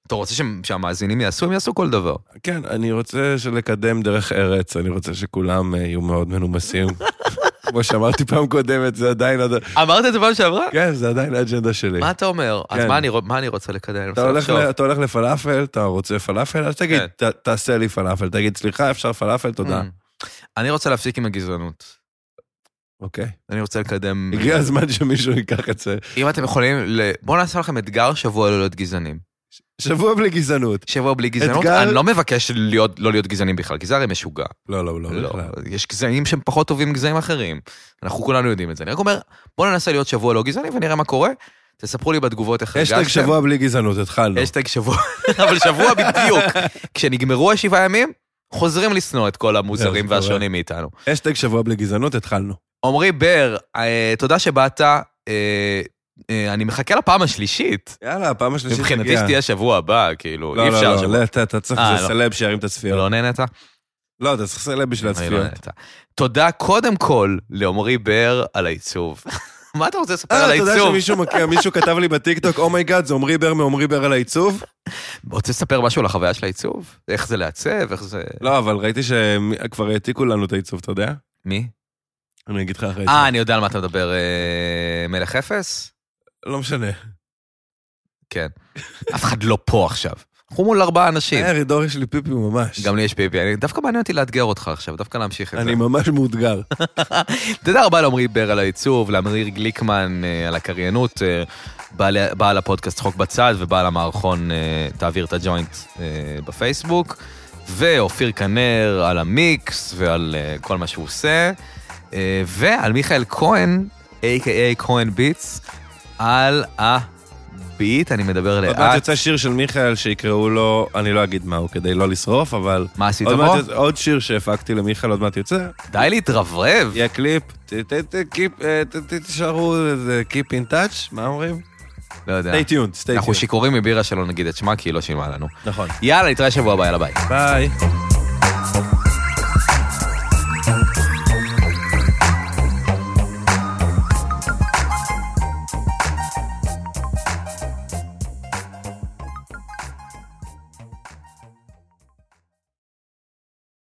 Speaker 2: אתה רוצה שה- שהמאזינים יעשו? הם יעשו כל דבר.
Speaker 3: כן, אני רוצה לקדם דרך ארץ, אני רוצה שכולם אה, יהיו מאוד מנומסים. כמו שאמרתי פעם קודמת, זה עדיין... הד-
Speaker 2: אמרת את זה פעם שעברה?
Speaker 3: כן, זה עדיין האג'נדה שלי.
Speaker 2: מה אתה אומר? אז
Speaker 3: כן.
Speaker 2: מה אני רוצ- מה אני רוצה לקדם? אני
Speaker 3: אתה
Speaker 2: מנסה
Speaker 3: הולך,
Speaker 2: לחשוב.
Speaker 3: ל, אתה הולך לפלאפל, אתה רוצה פלאפל, אז תגיד,
Speaker 2: כן.
Speaker 3: ת, תעשה לי פלאפל, תגיד, סליחה, אפשר פלאפל, תודה.
Speaker 2: Mm. אני רוצה להפסיק עם הגזענות.
Speaker 3: אוקיי.
Speaker 2: אני רוצה לקדם...
Speaker 3: הגיע הזמן שמישהו ייקח את זה.
Speaker 2: אם אתם יכולים, ל- בואו נעשה לכם אתגר שבוע לא להיות גזענים.
Speaker 3: שבוע בלי גזענות.
Speaker 2: שבוע בלי גזענות,
Speaker 3: אתגר-
Speaker 2: אני לא מבקש להיות- לא להיות גזענים בכלל, כי זה הרי משוגע.
Speaker 3: לא, לא, לא,
Speaker 2: לא,
Speaker 3: בכלל.
Speaker 2: יש גזעים שהם פחות טובים מגזעים אחרים. אנחנו כולנו יודעים את זה. אני רק אומר, בואו ננסה להיות שבוע לא גזעני ונראה מה קורה. תספרו לי בתגובות איך
Speaker 3: אשטג שבוע לא. בלי גזענות, התחלנו.
Speaker 2: אשטג שבוע, אבל שבוע בדיוק. כשנגמרו השבעה ימים, חוזרים לשנוא את כל המוזרים
Speaker 3: זה קורה.
Speaker 2: והשונים מאיתנו.
Speaker 3: אשטג שבוע בלי גזענות, התחלנו.
Speaker 2: עמרי בר, אה, תודה שבאת. אה, אה, אני מחכה לפעם השלישית.
Speaker 3: יאללה, הפעם השלישית הגיעה.
Speaker 2: מבחינתי שתהיה שבוע הבא, כאילו, אי
Speaker 3: כן. לא,
Speaker 2: אפשר.
Speaker 3: לא,
Speaker 2: שבוע-
Speaker 3: לא, לא, אתה- אתה צריך
Speaker 2: אה,
Speaker 3: איזה
Speaker 2: לא.
Speaker 3: סלב שירים את הצפיות.
Speaker 2: לא נהנית?
Speaker 3: לא, אתה צריך סלב בשביל
Speaker 2: אני לא
Speaker 3: הצפיות.
Speaker 2: נהנית. תודה קודם כל לעמרי בר על העיצוב. מה אתה רוצה לספר על
Speaker 3: אה, אתה יודע
Speaker 2: העיצוב?
Speaker 3: שמישהו מכיר- מישהו כתב לי בטיקטוק, אומייגאד, זה עמרי בר מעמרי בר על העיצוב?
Speaker 2: רוצה לספר משהו על החוויה של העיצוב? איך זה לעצב? איך זה...
Speaker 3: לא, אבל ראיתי שכבר העתיקו לנו את העיצוב, אתה יודע?
Speaker 2: מי?
Speaker 3: אני אגיד לך אחרי זה.
Speaker 2: אה, אני יודע על מה אתה מדבר. אה, מלך אפס?
Speaker 3: לא משנה.
Speaker 2: כן. אף אחד לא פה עכשיו. אנחנו מול ארבעה אנשים.
Speaker 3: היה רידור, יש לי פיפי ממש.
Speaker 2: אה, גם לי יש פיפי. אני- דווקא מעניין אותי לאתגר אותך עכשיו, דווקא להמשיך את זה.
Speaker 3: אני ממש מאותגר.
Speaker 2: תודה רבה לעמרי בר על העיצוב, לאמיר גליקמן אה, על הקריינות, אה, בעל- בעל הפודקאסט חוק בצד ובעל המערכון אה, תעביר את הג'וינט אה, בפייסבוק, ואופיר כנר על המיקס ועל אה, כל מה שהוא עושה, אה, ועל מיכאל כהן, a.k.a. כהן ביטס, על הביט, אני מדבר
Speaker 3: עוד מעט
Speaker 2: לאט.
Speaker 3: יוצא שיר של מיכאל שיקראו לו, אני לא אגיד מהו כדי לא לשרוף, אבל...
Speaker 2: מה עשית
Speaker 3: עוד
Speaker 2: פה?
Speaker 3: מעט יוצא- עוד שיר שהפקתי למיכאל, עוד מעט יוצא.
Speaker 2: די להתרברב.
Speaker 3: יהיה קליפ, ת- ת- ת- keep, אה, ת- ת- תישארו, אה, keep in touch, מה אומרים?
Speaker 2: לא יודע.
Speaker 3: stay tuned, stay
Speaker 2: אנחנו
Speaker 3: tuned.
Speaker 2: שיכורים מבירה שלא נגיד את שמה, כי היא לא שילמה לנו.
Speaker 3: נכון.
Speaker 2: יאללה, נתראה שבוע הבא, יאללה ביי.
Speaker 3: ביי.